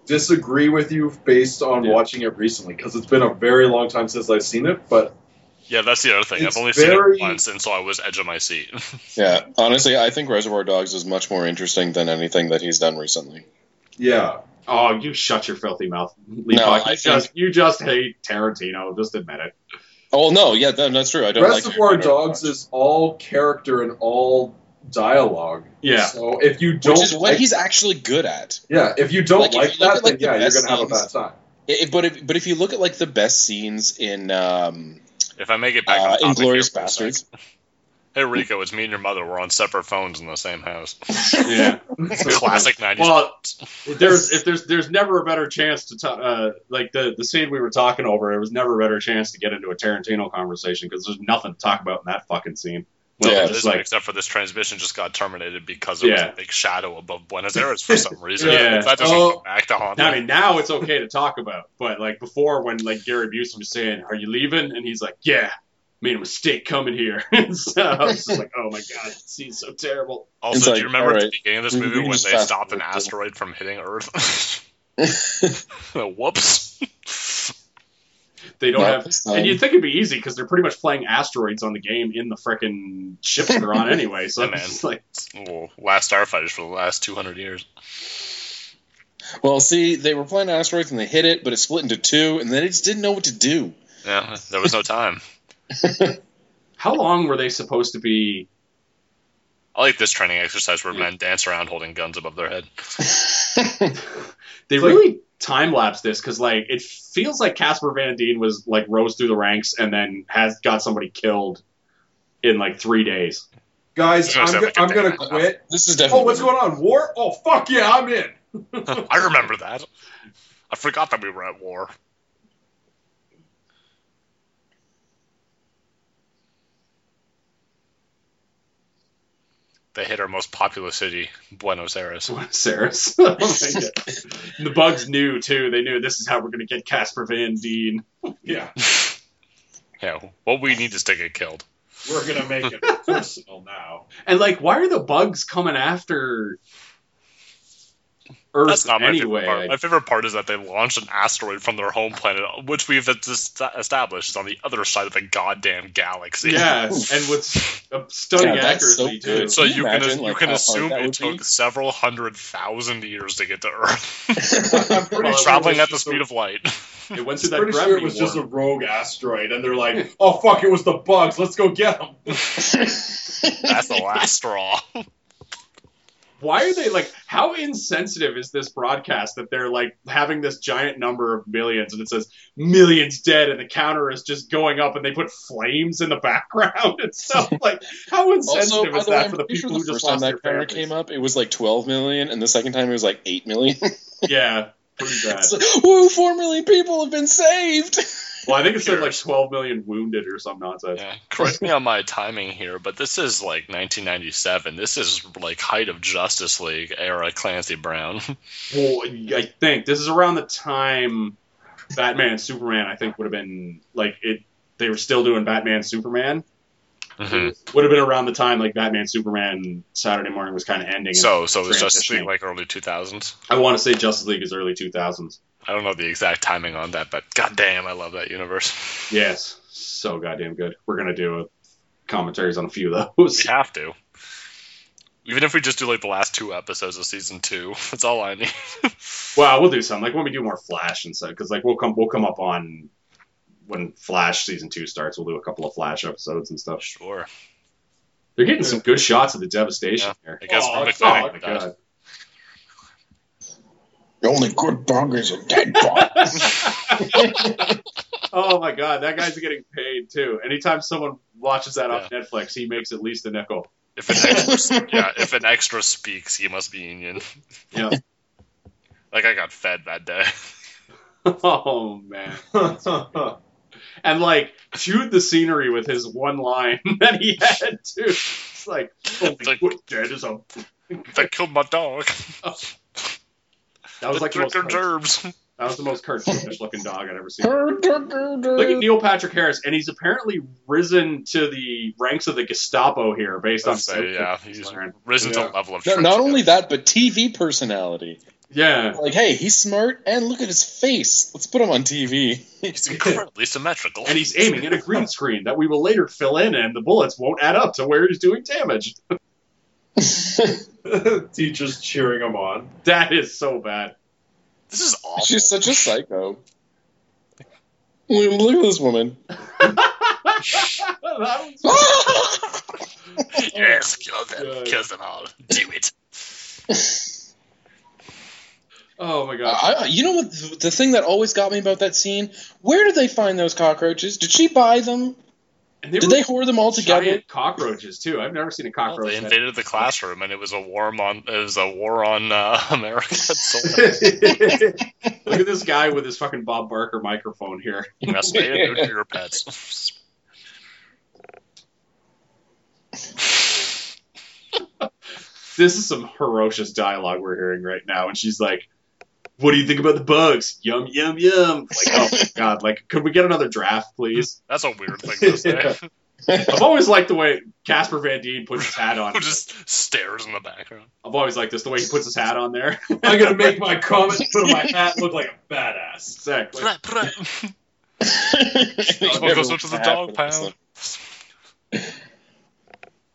[SPEAKER 5] disagree with you based on
[SPEAKER 2] Yeah.
[SPEAKER 5] watching it recently because it's been a very long time since I've seen it. But
[SPEAKER 4] Yeah, that's the other thing.
[SPEAKER 5] It's
[SPEAKER 4] I've only
[SPEAKER 5] very-
[SPEAKER 4] seen it once, and so I was edge of my seat.
[SPEAKER 3] Yeah, honestly, I think Reservoir Dogs is much more interesting than anything that he's done recently.
[SPEAKER 5] yeah,
[SPEAKER 2] Oh, you shut your filthy mouth, Leacock.
[SPEAKER 3] I
[SPEAKER 2] you
[SPEAKER 3] think-
[SPEAKER 2] just you just hate Tarantino. Just admit it.
[SPEAKER 3] Oh no, yeah, that, that's true. I don't
[SPEAKER 5] Reservoir
[SPEAKER 3] like
[SPEAKER 5] Dogs
[SPEAKER 3] much.
[SPEAKER 5] is all character and all dialogue.
[SPEAKER 2] Yeah.
[SPEAKER 5] So if you don't,
[SPEAKER 3] which is what
[SPEAKER 5] like,
[SPEAKER 3] he's actually good at.
[SPEAKER 5] yeah, if you don't
[SPEAKER 3] like, if
[SPEAKER 5] like,
[SPEAKER 3] you look
[SPEAKER 5] that,
[SPEAKER 3] at, like, the
[SPEAKER 5] then yeah, you're
[SPEAKER 3] best
[SPEAKER 5] gonna have a bad
[SPEAKER 3] scenes-
[SPEAKER 5] time.
[SPEAKER 3] I- but if, but if you look at like the best scenes in um,
[SPEAKER 4] If I make it back on
[SPEAKER 3] uh,
[SPEAKER 4] topic
[SPEAKER 3] Inglorious
[SPEAKER 4] here for a sec.
[SPEAKER 3] Bastards,
[SPEAKER 4] Hey Rico, it's me and your mother. We're on separate phones in the same house.
[SPEAKER 2] Yeah.
[SPEAKER 4] Classic '90s.
[SPEAKER 2] Well, there's if there's there's never a better chance to ta- uh, like the the scene we were talking over. There was never a better chance to get into a Tarantino conversation because there's nothing to talk about in that fucking scene.
[SPEAKER 4] Well,
[SPEAKER 3] Yeah,
[SPEAKER 4] there
[SPEAKER 2] just
[SPEAKER 4] isn't,
[SPEAKER 2] like-
[SPEAKER 4] except for this transmission just got terminated because there
[SPEAKER 2] Yeah.
[SPEAKER 4] was a big shadow above Buenos Aires for some reason.
[SPEAKER 2] Yeah.
[SPEAKER 4] If That doesn't
[SPEAKER 5] Oh.
[SPEAKER 4] come back to haunt
[SPEAKER 2] Now, I
[SPEAKER 4] me.
[SPEAKER 2] mean, now it's okay to talk about, but like before, when like Gary Busey was saying, "Are you leaving?" and he's like, "Yeah, made a mistake coming here." so I was just like, "Oh my god, this scene's so terrible."
[SPEAKER 3] It's
[SPEAKER 4] Also,
[SPEAKER 3] like,
[SPEAKER 4] do you remember at the
[SPEAKER 3] alright,
[SPEAKER 4] beginning of this
[SPEAKER 3] we-
[SPEAKER 4] movie
[SPEAKER 3] we
[SPEAKER 4] when they
[SPEAKER 3] just fast
[SPEAKER 4] stopped an
[SPEAKER 3] forward to-
[SPEAKER 4] asteroid from hitting Earth? Whoops.
[SPEAKER 2] They don't
[SPEAKER 3] Not
[SPEAKER 2] have.
[SPEAKER 3] this
[SPEAKER 2] And
[SPEAKER 3] time.
[SPEAKER 2] you'd
[SPEAKER 4] Um,
[SPEAKER 2] think it'd be easy because they're pretty much playing asteroids on the game in the frickin' ships they're on anyway. So
[SPEAKER 4] Yeah,
[SPEAKER 2] it's just
[SPEAKER 4] man.
[SPEAKER 2] like,
[SPEAKER 4] Well, last starfighters for the last 200 years.
[SPEAKER 3] Well, see, they were playing asteroids and they hit it, but it split into two, and then it just didn't know what to do.
[SPEAKER 4] Yeah, there was no time.
[SPEAKER 2] how long were they supposed to be?
[SPEAKER 4] I like this training exercise where men dance around holding guns above their head.
[SPEAKER 2] They
[SPEAKER 5] It's like-
[SPEAKER 2] really time lapse this because like it feels like Casper Van Dien was like rose through the ranks and then has got somebody killed in like three days.
[SPEAKER 5] Guys,
[SPEAKER 4] Yeah,
[SPEAKER 5] I'm,
[SPEAKER 4] sounds
[SPEAKER 5] go-
[SPEAKER 4] like a
[SPEAKER 5] I'm gonna
[SPEAKER 4] damn-
[SPEAKER 5] quit.
[SPEAKER 3] This is definitely.
[SPEAKER 5] Oh, what's going on? War? Oh, fuck yeah, I'm in.
[SPEAKER 4] I remember that. I forgot that we were at war. They hit our most populous city, Buenos Aires.
[SPEAKER 2] Buenos Aires. Oh my God. the bugs knew too. They knew this is how we're gonna get Casper Van Dien.
[SPEAKER 5] Yeah,
[SPEAKER 4] Yeah, what we need is to get killed.
[SPEAKER 5] we're gonna make it personal now.
[SPEAKER 2] And like, why are the bugs coming after Earth
[SPEAKER 4] That's not my
[SPEAKER 2] anyway?
[SPEAKER 4] favorite part. My favorite part is that they launched an asteroid from their home planet, which we've es- established is on the other side of the goddamn galaxy.
[SPEAKER 2] yeah, and with a stunning
[SPEAKER 3] Yeah, that's so
[SPEAKER 2] accuracy too.
[SPEAKER 3] good.
[SPEAKER 4] So
[SPEAKER 3] Can you
[SPEAKER 4] you
[SPEAKER 3] imagine,
[SPEAKER 4] can
[SPEAKER 3] like,
[SPEAKER 4] you can
[SPEAKER 3] how hard
[SPEAKER 4] assume
[SPEAKER 3] that
[SPEAKER 4] it
[SPEAKER 3] would
[SPEAKER 4] took
[SPEAKER 3] be?
[SPEAKER 4] several hundred thousand years to get to Earth,
[SPEAKER 5] I'm pretty sure
[SPEAKER 4] traveling
[SPEAKER 5] it was
[SPEAKER 4] at the
[SPEAKER 5] just a-
[SPEAKER 4] speed of light.
[SPEAKER 2] It went through
[SPEAKER 5] I'm
[SPEAKER 2] that
[SPEAKER 5] pretty
[SPEAKER 2] gravity
[SPEAKER 5] sure it was
[SPEAKER 2] warp.
[SPEAKER 5] just a rogue asteroid, and they're like, "Oh fuck, it was the bugs. Let's go get them."
[SPEAKER 4] That's the last straw.
[SPEAKER 2] Why are they like? How insensitive is this broadcast that they're like having this giant number of millions and it says millions dead and the counter is just going up and they put flames in the background and stuff? Like, how
[SPEAKER 3] Also,
[SPEAKER 2] insensitive
[SPEAKER 3] by
[SPEAKER 2] is
[SPEAKER 3] the way,
[SPEAKER 2] that
[SPEAKER 3] I'm
[SPEAKER 2] for the
[SPEAKER 3] pretty
[SPEAKER 2] people
[SPEAKER 3] sure
[SPEAKER 2] who
[SPEAKER 3] the
[SPEAKER 2] just lost
[SPEAKER 3] first time
[SPEAKER 2] their
[SPEAKER 3] that counter
[SPEAKER 2] parents?
[SPEAKER 3] came up, it was like 12 million, and the second time it was like 8 million.
[SPEAKER 2] Yeah, pretty bad.
[SPEAKER 3] It's like, Woo, 4 million people have been saved!
[SPEAKER 2] Well, I think it said like 12 million wounded or some nonsense.
[SPEAKER 4] Yeah, correct me on my timing here, but this is like 1997. This is like height of Justice League era Clancy Brown.
[SPEAKER 2] Well, I think this is around the time Batman and Superman. I think would have been like it. They were still doing Batman and Superman.
[SPEAKER 4] Mm-hmm.
[SPEAKER 2] Would have been around the time like Batman Superman Saturday morning was kind of ending.
[SPEAKER 4] So, so it was Justice
[SPEAKER 2] Transitioning.
[SPEAKER 4] League like early 2000s.
[SPEAKER 2] I want to say Justice League is early 2000s.
[SPEAKER 4] I don't know the exact timing on that, but goddamn, I love that universe.
[SPEAKER 2] Yes, so goddamn good. We're gonna do commentaries on a few of those.
[SPEAKER 4] We have to. Even if we just do like the last two episodes of season two, that's all I need.
[SPEAKER 2] Well, we'll do some like when we do more Flash and stuff because like we'll come we'll come up on when Flash season two starts. We'll do a couple of Flash episodes and stuff.
[SPEAKER 4] Sure.
[SPEAKER 2] They're getting some good shots of the devastation here.
[SPEAKER 4] I guess
[SPEAKER 5] Aw,
[SPEAKER 4] from the
[SPEAKER 5] it's all
[SPEAKER 2] Oh, My
[SPEAKER 4] clinic. we got it.
[SPEAKER 2] God.
[SPEAKER 3] The only good dog is a dead dog.
[SPEAKER 2] Oh my god, that guy's getting paid too. Anytime someone watches that off Netflix, he makes at least a nickel.
[SPEAKER 4] If an extra, yeah, if an extra speaks, he must be union.
[SPEAKER 2] Yeah.
[SPEAKER 4] Like I got fed that day.
[SPEAKER 2] oh man. And like chewed the scenery with his one line that he had too. It's like, oh my
[SPEAKER 4] Like-
[SPEAKER 2] god, dead is a
[SPEAKER 4] They killed my dog.
[SPEAKER 2] that was
[SPEAKER 4] The
[SPEAKER 2] like the most,
[SPEAKER 4] drinking
[SPEAKER 2] that
[SPEAKER 4] germs.
[SPEAKER 2] was the most cartoonish looking dog I'd ever seen. Look at
[SPEAKER 3] Look
[SPEAKER 2] Neil Patrick Harris, and he's apparently risen to the ranks of the Gestapo here, based on
[SPEAKER 4] I'd say, yeah, he's risen
[SPEAKER 5] Yeah.
[SPEAKER 4] to a level of
[SPEAKER 3] Not, not
[SPEAKER 4] trench
[SPEAKER 3] only
[SPEAKER 4] coat.
[SPEAKER 3] that, but TV personality.
[SPEAKER 2] yeah.
[SPEAKER 3] Like, hey, he's smart, and look at his face. Let's put him on TV.
[SPEAKER 4] he's incredibly symmetrical.
[SPEAKER 2] and he's aiming at a green screen that we will later fill in, and the bullets won't add up to where he's doing damage.
[SPEAKER 5] Teachers cheering him on.
[SPEAKER 2] That is so bad.
[SPEAKER 4] this is awful.
[SPEAKER 3] She's such a psycho. Look, look at this woman.
[SPEAKER 2] That was-
[SPEAKER 4] yes, kill them,
[SPEAKER 2] God.
[SPEAKER 4] kill them all. Do it.
[SPEAKER 2] oh my god.
[SPEAKER 3] I, I- you know what? th- The thing that always got me about that scene: where did they find those cockroaches? Did she buy them?
[SPEAKER 2] And
[SPEAKER 3] Did
[SPEAKER 2] were
[SPEAKER 3] they hoard them all together?
[SPEAKER 2] Giant cockroaches too. I've never seen a
[SPEAKER 4] Well,
[SPEAKER 2] cockroach.
[SPEAKER 4] they
[SPEAKER 2] that-
[SPEAKER 4] invaded the classroom, and it was a war on it was a war on uh, America. So,
[SPEAKER 2] Look at this guy with his fucking Bob Barker microphone here.
[SPEAKER 4] you must stay in there to your pets.
[SPEAKER 2] This is some ferocious dialogue we're hearing right now, and she's like, "What do you think about the bugs? Yum yum yum!" Like, oh my god! Like, could we get another draft, please?
[SPEAKER 4] That's a weird thing to say.
[SPEAKER 2] I've always liked the way Casper Van Dien puts his hat on.
[SPEAKER 4] Who just stares in the background.
[SPEAKER 2] I've always liked this the way he puts his hat on there.
[SPEAKER 5] I'm gonna make my comment, put on my hat, look like a badass.
[SPEAKER 2] Exactly.
[SPEAKER 4] Prep, prep. Smoke goes up to the dog pound.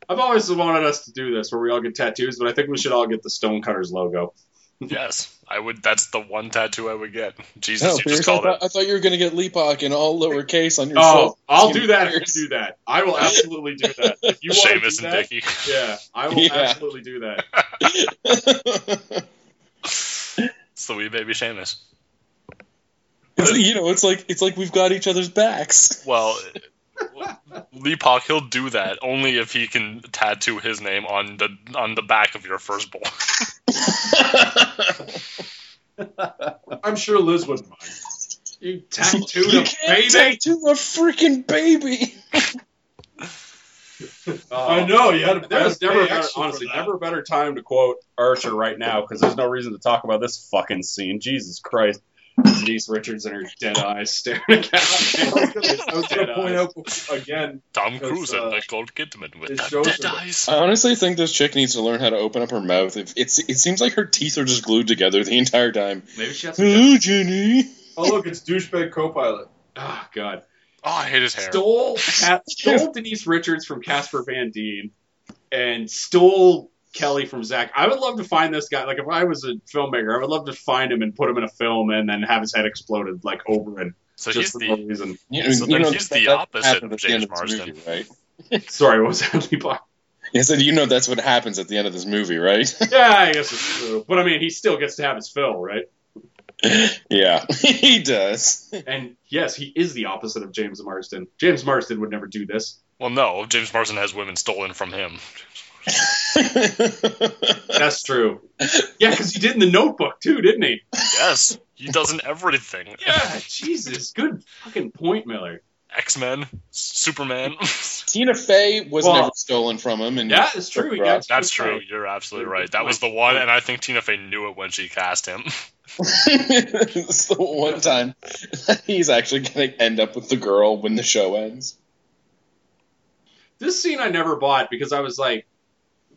[SPEAKER 2] I've always wanted us to do this where we all get tattoos, but I think we should all get the Stonecutters logo.
[SPEAKER 4] Yes, I would. That's the one tattoo I would get. Jesus,
[SPEAKER 3] No,
[SPEAKER 4] you
[SPEAKER 3] Pierce,
[SPEAKER 4] just
[SPEAKER 3] I,
[SPEAKER 4] called
[SPEAKER 3] thought,
[SPEAKER 4] it.
[SPEAKER 3] I thought you were going to get Leapock in all lowercase on your
[SPEAKER 2] Oh, I'll
[SPEAKER 3] Excuse
[SPEAKER 2] do that
[SPEAKER 3] me.
[SPEAKER 2] if you do that. I will absolutely do that. If you want to
[SPEAKER 4] Seamus
[SPEAKER 2] do
[SPEAKER 4] and
[SPEAKER 2] that,
[SPEAKER 4] Dickie.
[SPEAKER 2] yeah, I will
[SPEAKER 3] Yeah.
[SPEAKER 2] absolutely do that.
[SPEAKER 4] It's the wee baby Seamus.
[SPEAKER 3] It's- you know, it's like it's like we've got each other's backs.
[SPEAKER 4] Well, Leapock, he'll do that only if he can tattoo his name on the on the back of your firstborn.
[SPEAKER 5] I'm sure Liz wouldn't mind.
[SPEAKER 2] You
[SPEAKER 3] you
[SPEAKER 2] tattooed a
[SPEAKER 3] can't
[SPEAKER 2] baby.
[SPEAKER 3] tattoo a freaking baby.
[SPEAKER 2] Oh.
[SPEAKER 5] I know you had.
[SPEAKER 2] There's
[SPEAKER 5] you had to
[SPEAKER 2] never a
[SPEAKER 5] pay
[SPEAKER 2] better,
[SPEAKER 5] extra for
[SPEAKER 2] honestly
[SPEAKER 5] that.
[SPEAKER 2] never a better time to quote Archer right now because there's no reason to talk about this fucking scene. Jesus Christ, Denise Richards and her dead eyes staring at
[SPEAKER 5] I
[SPEAKER 2] him.
[SPEAKER 5] was going to point out before- again.
[SPEAKER 4] Tom
[SPEAKER 5] Because,
[SPEAKER 4] Cruise
[SPEAKER 5] uh,
[SPEAKER 4] and Nicole Kidman with
[SPEAKER 5] it
[SPEAKER 4] the
[SPEAKER 5] shows
[SPEAKER 4] dead
[SPEAKER 5] that-
[SPEAKER 4] eyes.
[SPEAKER 3] I honestly think this chick needs to learn how to open up her mouth. If it's, it seems like her teeth are just glued together the entire time.
[SPEAKER 2] Maybe she has. Some
[SPEAKER 3] Hello, Jenny.
[SPEAKER 5] Oh look, it's douchebag co-pilot.
[SPEAKER 2] oh God,
[SPEAKER 4] Oh, I hate his hair.
[SPEAKER 2] stole Ca- stole Denise Richards from Casper Van Dien, and stole Kelly from Zach. I would love to find this guy. Like if I was a filmmaker, I would love to find him and put him in a film and then have his head exploded like Oberyn
[SPEAKER 4] so
[SPEAKER 2] just
[SPEAKER 4] he's
[SPEAKER 2] for no
[SPEAKER 4] the
[SPEAKER 2] reason.
[SPEAKER 3] You-
[SPEAKER 4] So
[SPEAKER 3] you
[SPEAKER 4] then
[SPEAKER 3] know
[SPEAKER 4] he's
[SPEAKER 3] that-
[SPEAKER 4] the
[SPEAKER 3] that
[SPEAKER 4] opposite
[SPEAKER 3] happens
[SPEAKER 4] of
[SPEAKER 3] at the end
[SPEAKER 4] James
[SPEAKER 3] of this
[SPEAKER 4] Marsden.
[SPEAKER 3] movie, right?
[SPEAKER 2] Sorry, what was that? Levi?
[SPEAKER 3] I said, you know, that's what happens at the end of this movie, right?
[SPEAKER 2] Yeah, I guess it's true. But I mean, he still gets to have his fill, right?
[SPEAKER 3] yeah, he does.
[SPEAKER 2] And yes, he is the opposite of James Marsden. James Marsden would never do this.
[SPEAKER 4] well, no, James Marsden has women stolen from him.
[SPEAKER 2] That's true. Yeah, because he did in the Notebook too, didn't he?
[SPEAKER 4] Yes, he does in everything.
[SPEAKER 2] Yeah, Jesus, good fucking point, Miller.
[SPEAKER 4] X Men, Superman.
[SPEAKER 3] Tina Fey was
[SPEAKER 2] Well-
[SPEAKER 3] never stolen from him, and
[SPEAKER 2] Yeah, it's true. He got
[SPEAKER 4] That's true. You're absolutely right. That was the one, and I think Tina Fey knew it when she cast him.
[SPEAKER 3] it's the one time he's actually going to end up with the girl when the show ends.
[SPEAKER 2] This scene I never bought because I was like,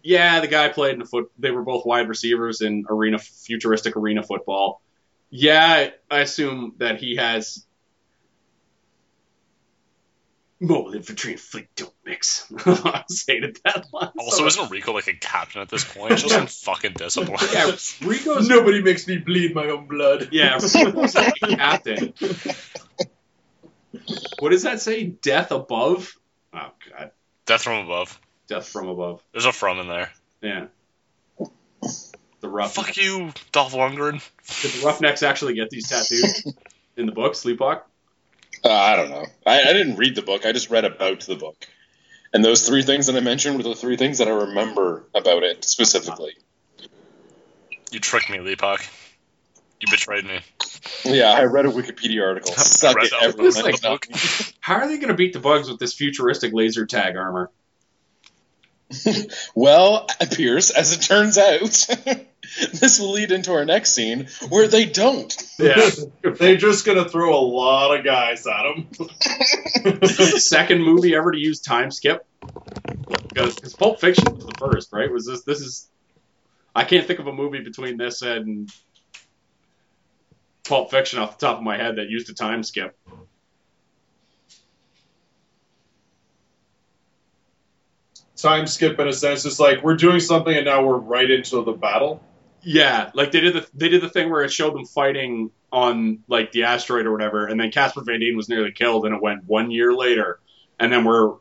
[SPEAKER 2] yeah, the guy played in the foot. They were both wide receivers in arena futuristic arena football. Yeah, I assume that he has mobile infantry and fleet don't mix. I was hated that line.
[SPEAKER 4] Also, isn't Rico like a captain at this point? Just some fucking discipline.
[SPEAKER 2] yeah, Rico's
[SPEAKER 5] Nobody makes me bleed my own blood.
[SPEAKER 2] yeah, Rico's like the captain. What does that say? Death above? Oh god,
[SPEAKER 4] Death from above.
[SPEAKER 2] death from above.
[SPEAKER 4] There's a from in there.
[SPEAKER 2] Yeah. The rough.
[SPEAKER 4] Fuck you, Dolph Lundgren.
[SPEAKER 2] Did the Roughnecks actually get these tattoos in the book, Sleepwalk?
[SPEAKER 3] Uh, I don't know. I, I didn't read the book. I just read about the book. And those three things that I mentioned were the three things that I remember about it specifically.
[SPEAKER 4] You tricked me, Leapock. You betrayed me.
[SPEAKER 3] Yeah, I read a Wikipedia article. Suck
[SPEAKER 4] read
[SPEAKER 3] it,
[SPEAKER 4] the-
[SPEAKER 3] everyone.
[SPEAKER 4] the
[SPEAKER 3] That's not-
[SPEAKER 2] How are they going to beat the bugs with this futuristic laser tag armor?
[SPEAKER 3] Well, Pierce, as it turns out, this will lead into our next scene where they don't.
[SPEAKER 2] Yeah.
[SPEAKER 5] They're just gonna throw a lot of guys at him.
[SPEAKER 2] Second movie ever to use time skip? Because 'cause Pulp Fiction was the first, right? Was this this is? I can't think of a movie between this and Pulp Fiction off the top of my head that used a time skip.
[SPEAKER 5] Time skip in a sense. It's like we're doing something and now we're right into the battle.
[SPEAKER 2] Yeah, like they did the they did the thing where it showed them fighting on like the asteroid or whatever, and then Casper Van Dien was nearly killed, and it went one year later, and then we're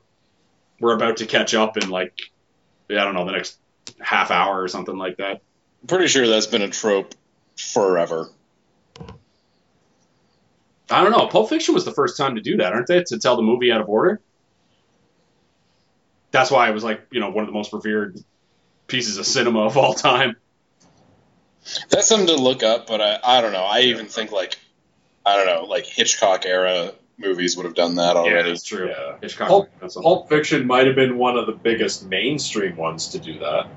[SPEAKER 2] we're about to catch up in like I don't know the next half hour or something like that.
[SPEAKER 3] Pretty sure that's been a trope forever.
[SPEAKER 2] I don't know. Pulp Fiction was the first time to do that, aren't they? To tell the movie out of order. That's why it was like you know one of the most revered pieces of cinema of all time.
[SPEAKER 3] That's something to look up, but I, I don't know. I even think like I don't know, like Hitchcock era movies would have done that already.
[SPEAKER 2] it's true.
[SPEAKER 5] Yeah.
[SPEAKER 2] Hitchcock.
[SPEAKER 5] Pulp-
[SPEAKER 2] that's something.
[SPEAKER 5] Pulp Fiction might have been one of the biggest mainstream ones to do that.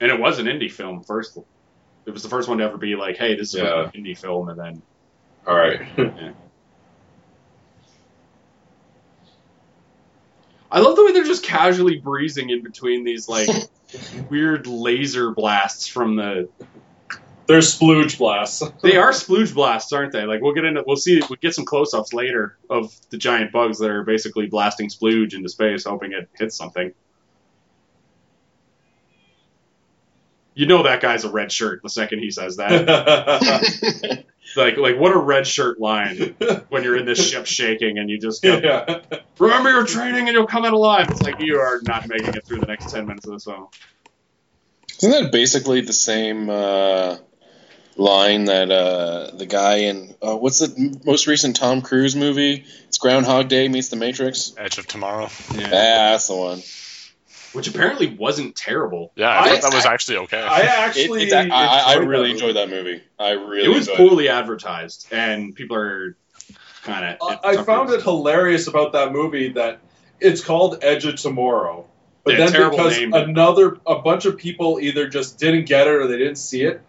[SPEAKER 2] and it was an indie film first. It was the first one to ever be like, "Hey, this is
[SPEAKER 5] Yeah.
[SPEAKER 2] an indie film," and then
[SPEAKER 5] All right.
[SPEAKER 2] I love the way they're just casually breezing in between these like weird laser blasts from the
[SPEAKER 5] They're splooge blasts.
[SPEAKER 2] They are splooge blasts, aren't they? Like we'll get into, we'll see, we'll get some close-ups later of the giant bugs that are basically blasting splooge into space, hoping it hits something. You know that guy's a red shirt the second he says that. like, like what a red shirt line when you're in this ship shaking and you just go,
[SPEAKER 5] yeah.
[SPEAKER 2] remember your training and you'll come out alive. It's like you are not making it through the next ten minutes of this film.
[SPEAKER 3] Isn't that basically the same uh, line that uh, the guy in uh, what's the m- most recent Tom Cruise movie? It's Groundhog Day meets The Matrix.
[SPEAKER 4] Edge of Tomorrow.
[SPEAKER 3] Yeah, that's the one.
[SPEAKER 2] Which apparently wasn't terrible.
[SPEAKER 4] Yeah, I,
[SPEAKER 3] I-
[SPEAKER 4] thought that was actually okay.
[SPEAKER 5] I
[SPEAKER 3] It,
[SPEAKER 5] actually.
[SPEAKER 3] it's, I, I, I
[SPEAKER 5] enjoyed
[SPEAKER 3] really
[SPEAKER 5] that
[SPEAKER 3] enjoyed that movie. I really
[SPEAKER 2] it was
[SPEAKER 3] enjoyed
[SPEAKER 2] poorly advertised, and people are kind
[SPEAKER 5] I
[SPEAKER 2] of.
[SPEAKER 5] I found it hilarious about that movie that it's called Edge of Tomorrow, but
[SPEAKER 2] Yeah,
[SPEAKER 5] then
[SPEAKER 2] terrible
[SPEAKER 5] because
[SPEAKER 2] name.
[SPEAKER 5] another a bunch of people either just didn't get it or they didn't see it,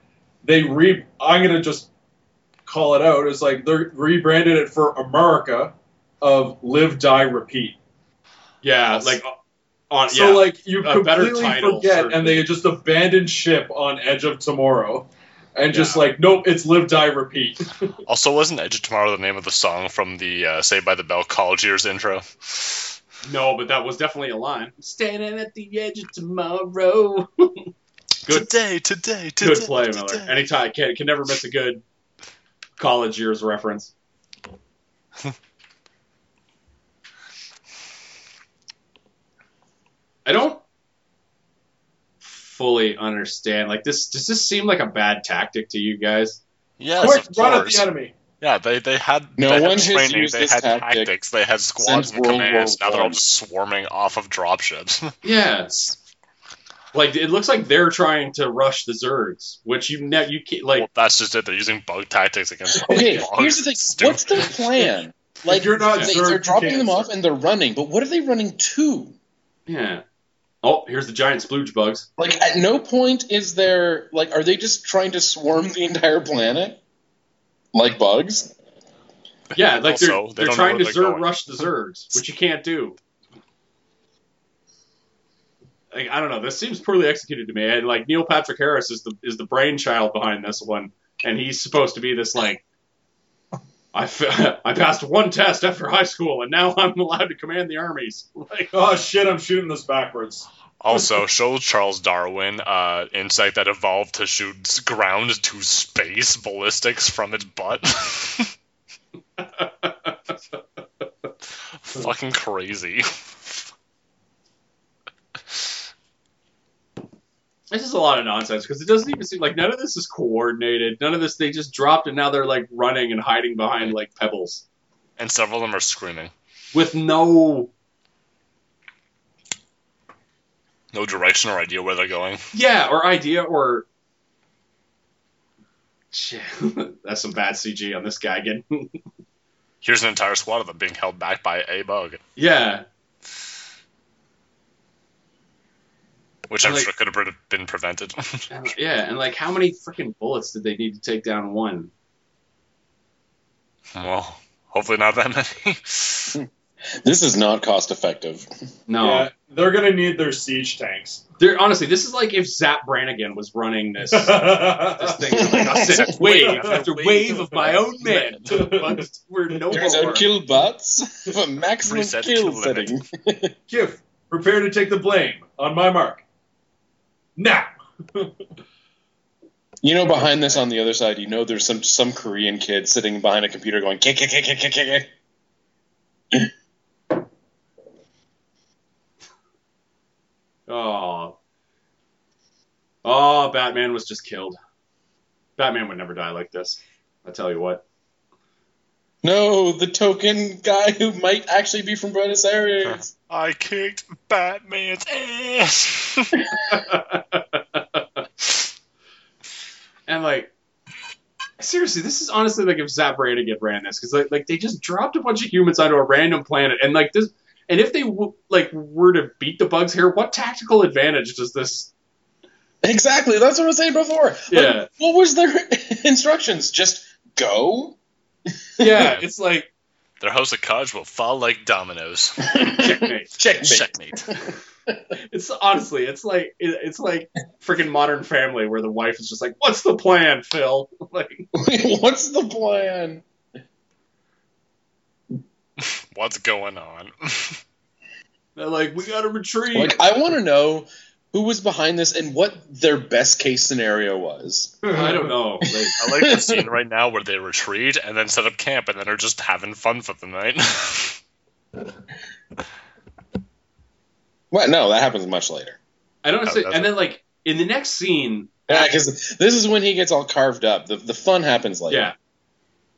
[SPEAKER 5] they re I'm gonna just call it out. It's like they rebranded it for America of Live Die Repeat.
[SPEAKER 2] Yeah, like uh, on
[SPEAKER 5] So
[SPEAKER 2] yeah.
[SPEAKER 5] like you
[SPEAKER 2] A better
[SPEAKER 5] completely
[SPEAKER 2] title,
[SPEAKER 5] forget and
[SPEAKER 2] certainly.
[SPEAKER 5] they just abandoned ship on Edge of Tomorrow. And just
[SPEAKER 2] Yeah.
[SPEAKER 5] like, nope, it's live, die, repeat.
[SPEAKER 4] Also, wasn't Edge of Tomorrow the name of the song from the uh, Saved by the Bell College Years intro?
[SPEAKER 2] no, but that was definitely a line. Standing at the edge of tomorrow. Good.
[SPEAKER 4] Today, today, today.
[SPEAKER 2] Good play, Miller.
[SPEAKER 4] today.
[SPEAKER 2] Anytime can can never miss a good college years reference. I don't fully understand. Like this, does this seem like a bad tactic to you guys?
[SPEAKER 4] Yes,
[SPEAKER 5] Quick,
[SPEAKER 4] of
[SPEAKER 5] run at
[SPEAKER 4] course.
[SPEAKER 5] the enemy.
[SPEAKER 4] Yeah, they, they had
[SPEAKER 3] No
[SPEAKER 4] they had
[SPEAKER 3] one has
[SPEAKER 4] training,
[SPEAKER 3] used
[SPEAKER 4] they
[SPEAKER 3] this
[SPEAKER 4] had
[SPEAKER 3] tactic
[SPEAKER 4] tactics, they had squads
[SPEAKER 3] since
[SPEAKER 4] and
[SPEAKER 3] World War
[SPEAKER 4] commands. Now they're all
[SPEAKER 3] One.
[SPEAKER 4] just swarming off of dropships.
[SPEAKER 2] Yes. Like it looks like they're trying to rush the Zergs, which you ne- you can't like.
[SPEAKER 4] well, that's just it. They're using bug tactics against.
[SPEAKER 3] it. Okay,
[SPEAKER 4] bugs.
[SPEAKER 3] here's the thing.
[SPEAKER 4] Stupid.
[SPEAKER 3] What's the plan?
[SPEAKER 5] Like, you're not
[SPEAKER 3] they,
[SPEAKER 5] Zerg,
[SPEAKER 3] they're
[SPEAKER 5] you
[SPEAKER 3] dropping
[SPEAKER 5] can't
[SPEAKER 3] them off
[SPEAKER 5] Zerg.
[SPEAKER 3] and they're running, but what are they running to?
[SPEAKER 2] Yeah. Oh, here's the giant splooge bugs.
[SPEAKER 3] Like, at no point is there like, are they just trying to swarm the entire planet, like bugs?
[SPEAKER 2] Yeah, like they're
[SPEAKER 4] Also, they
[SPEAKER 2] they're
[SPEAKER 4] don't know
[SPEAKER 2] trying to
[SPEAKER 4] where they're
[SPEAKER 2] Zerg
[SPEAKER 4] going.
[SPEAKER 2] rush the Zergs, which you can't do. Like, I don't know. This seems poorly executed to me. And like Neil Patrick Harris is the is the brainchild behind this one, and he's supposed to be this like. I fa- I passed one test after high school, and now I'm allowed to command the armies. Like,
[SPEAKER 5] Oh shit, I'm shooting this backwards.
[SPEAKER 4] Also, show Charles Darwin, uh, insect that evolved to shoot s- ground to space ballistics from its butt. Fucking crazy.
[SPEAKER 2] It's just a lot of nonsense because it doesn't even seem like none of this is coordinated. None of this they just dropped and now they're like running and hiding behind like pebbles
[SPEAKER 4] And several of them are screaming.
[SPEAKER 2] with no
[SPEAKER 4] No direction or idea where they're going.
[SPEAKER 2] yeah or idea or Shit. that's some bad CG on this guy again.
[SPEAKER 4] Here's an entire squad of them being held back by a bug,
[SPEAKER 2] yeah,
[SPEAKER 4] which I'm
[SPEAKER 2] Like-
[SPEAKER 4] sure could have pre- been prevented.
[SPEAKER 2] And, yeah, and like how many freaking bullets did they need to take down one?
[SPEAKER 4] well, hopefully not that many.
[SPEAKER 3] This is not cost effective.
[SPEAKER 2] No,
[SPEAKER 5] Yeah, they're gonna need their siege tanks.
[SPEAKER 2] they're honestly this is like if Zap Brannigan was running this. This thing is like a sick wave after wave of my own men to the bugs were no
[SPEAKER 3] Turns
[SPEAKER 2] more.
[SPEAKER 3] out kill bots have a maximum
[SPEAKER 4] Reset
[SPEAKER 3] kill,
[SPEAKER 4] kill limit.
[SPEAKER 3] setting.
[SPEAKER 5] Kif, prepare to take the blame on my mark. Now.
[SPEAKER 3] You know, behind this on the other side, you know there's some some Korean kid sitting behind a computer going kick kick kick kick kick kick. kick."
[SPEAKER 2] Oh. Oh, Batman was just killed. Batman would never die like this. I tell you what.
[SPEAKER 3] No, the token guy who might actually be from Buenos Aires.
[SPEAKER 4] I kicked Batman's ass.
[SPEAKER 2] and like seriously, this is honestly like if Zap Brannigan ran this because like, like they just dropped a bunch of humans onto a random planet and like this and if they w- like were to beat the bugs here, what tactical advantage does this?
[SPEAKER 3] Exactly, that's what I was saying before. Like,
[SPEAKER 2] Yeah,
[SPEAKER 3] what was their instructions? Just go.
[SPEAKER 2] yeah, it's like
[SPEAKER 4] Their house of cards will fall like dominoes.
[SPEAKER 2] checkmate.
[SPEAKER 3] Checkmate.
[SPEAKER 4] Checkmate.
[SPEAKER 2] It's honestly, it's like it, it's like freaking Modern Family where the wife is just like, "What's the plan, Phil?" Like,
[SPEAKER 3] What's the plan?
[SPEAKER 4] What's going on?
[SPEAKER 2] they're like, "We got to retreat."
[SPEAKER 3] Like, I want to know who was behind this and what their best case scenario was.
[SPEAKER 2] I don't know. Like,
[SPEAKER 4] I like the scene right now where they retreat and then set up camp and then are just having fun for the night.
[SPEAKER 3] Well, no, that happens much later.
[SPEAKER 2] I don't.
[SPEAKER 4] No,
[SPEAKER 2] say,
[SPEAKER 4] that's
[SPEAKER 2] and then like in the next scene,
[SPEAKER 3] Yeah, because this is when he gets all carved up. The, the fun happens later.
[SPEAKER 2] yeah.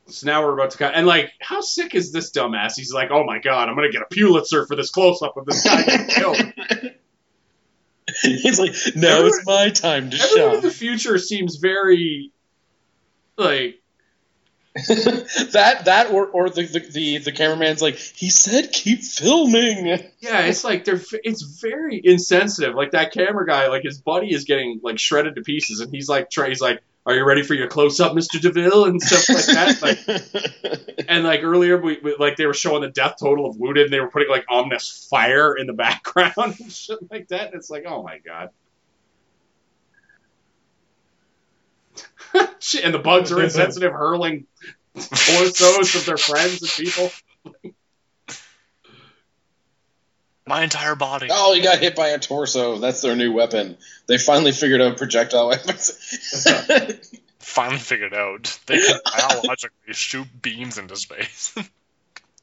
[SPEAKER 2] So now we're about to cut. And like, how sick is this dumbass? He's like, "Oh my god, I'm gonna get a Pulitzer for this close up of this guy getting killed."
[SPEAKER 3] He's like, now
[SPEAKER 2] Everyone-
[SPEAKER 3] it's my time to
[SPEAKER 2] Everyone in
[SPEAKER 3] shine.
[SPEAKER 2] the future seems very like
[SPEAKER 3] that that or or the, the the the cameraman's like, he said keep filming.
[SPEAKER 2] yeah it's like they're f- it's very insensitive like that camera guy like his buddy is getting like shredded to pieces and he's like try- he's like are you ready for your close up mr deville and stuff like that like and like earlier we, we like they were showing the death total of wounded and they were putting like ominous fire in the background and shit like that it's like oh my god Shit, and the bugs are insensitive hurling torsos of their friends and people
[SPEAKER 4] My entire body.
[SPEAKER 3] oh, he got hit by a torso. That's their new weapon. They finally figured out projectile weapons.
[SPEAKER 4] Finally figured out they can biologically shoot beams into space.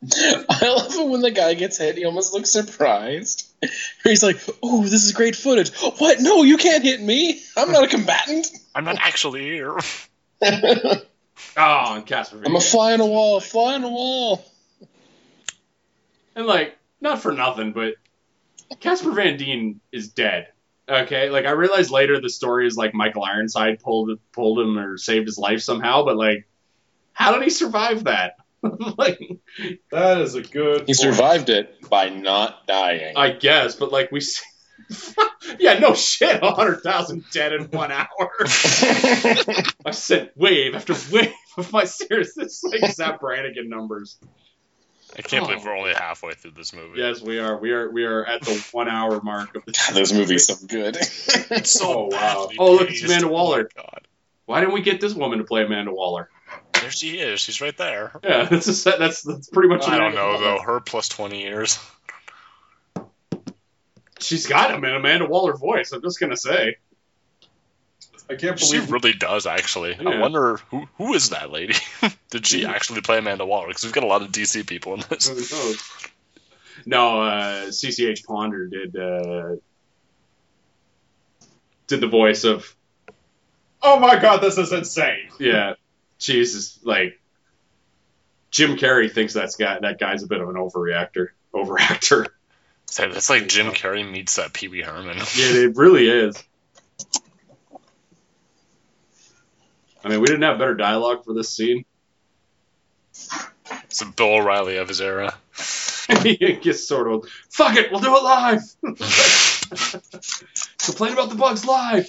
[SPEAKER 3] I love it when the guy gets hit. He almost looks surprised. He's like, "Oh, this is great footage." What? No, you can't hit me. I'm not a combatant.
[SPEAKER 4] I'm not actually here.
[SPEAKER 3] I'm
[SPEAKER 2] oh and casper Van
[SPEAKER 3] a fly on a wall. Fly on a wall.
[SPEAKER 2] And like, not for nothing, but Casper Van Dien is dead. Okay, like I realized later the story is like Michael Ironside pulled pulled him or saved his life somehow, but like, how did he survive that? like,
[SPEAKER 5] That is a good.
[SPEAKER 3] He
[SPEAKER 5] point.
[SPEAKER 3] survived it by not dying.
[SPEAKER 2] I guess, but like we, see... yeah, no shit, hundred thousand dead in one hour. I sent wave after wave of my series. It's like Zap Brannigan numbers.
[SPEAKER 4] I can't believe
[SPEAKER 2] Oh.
[SPEAKER 4] we're only halfway through this movie.
[SPEAKER 2] Yes, we are. We are. We are at the one hour mark of the.
[SPEAKER 3] God, this Ah, movie's so good.
[SPEAKER 4] It's so
[SPEAKER 2] Oh, wow.
[SPEAKER 4] badly
[SPEAKER 2] Oh, look, it's
[SPEAKER 4] paced.
[SPEAKER 2] Amanda
[SPEAKER 4] Oh, my
[SPEAKER 2] Waller.
[SPEAKER 4] God.
[SPEAKER 2] Why didn't we get this woman to play Amanda Waller?
[SPEAKER 4] There she is. She's right there.
[SPEAKER 2] Yeah, that's a, set- that's that's pretty much.
[SPEAKER 4] I
[SPEAKER 2] it.
[SPEAKER 4] don't know though. Her plus twenty years.
[SPEAKER 2] She's got him in Amanda Waller voice. I'm just gonna say.
[SPEAKER 5] I can't
[SPEAKER 4] She
[SPEAKER 5] believe.
[SPEAKER 4] really does actually.
[SPEAKER 2] Yeah.
[SPEAKER 4] I wonder who who is that lady? Did she actually play Amanda Waller? Because we've got a lot of DC people in this.
[SPEAKER 2] Who knows? No, uh, CCH Ponder did uh, did the voice of
[SPEAKER 5] Oh my god, this is insane.
[SPEAKER 2] yeah. Jesus, like Jim Carrey thinks that's guy that guy's a bit of an overreactor, overactor.
[SPEAKER 4] So that's like Jim Carrey meets uh, Pee Wee Herman.
[SPEAKER 2] Yeah, it really is. I mean, we didn't have better dialogue for this scene.
[SPEAKER 4] It's a Bill O'Reilly of his era.
[SPEAKER 2] it gets sort of fuck it, we'll do it live. Complain about the bugs live.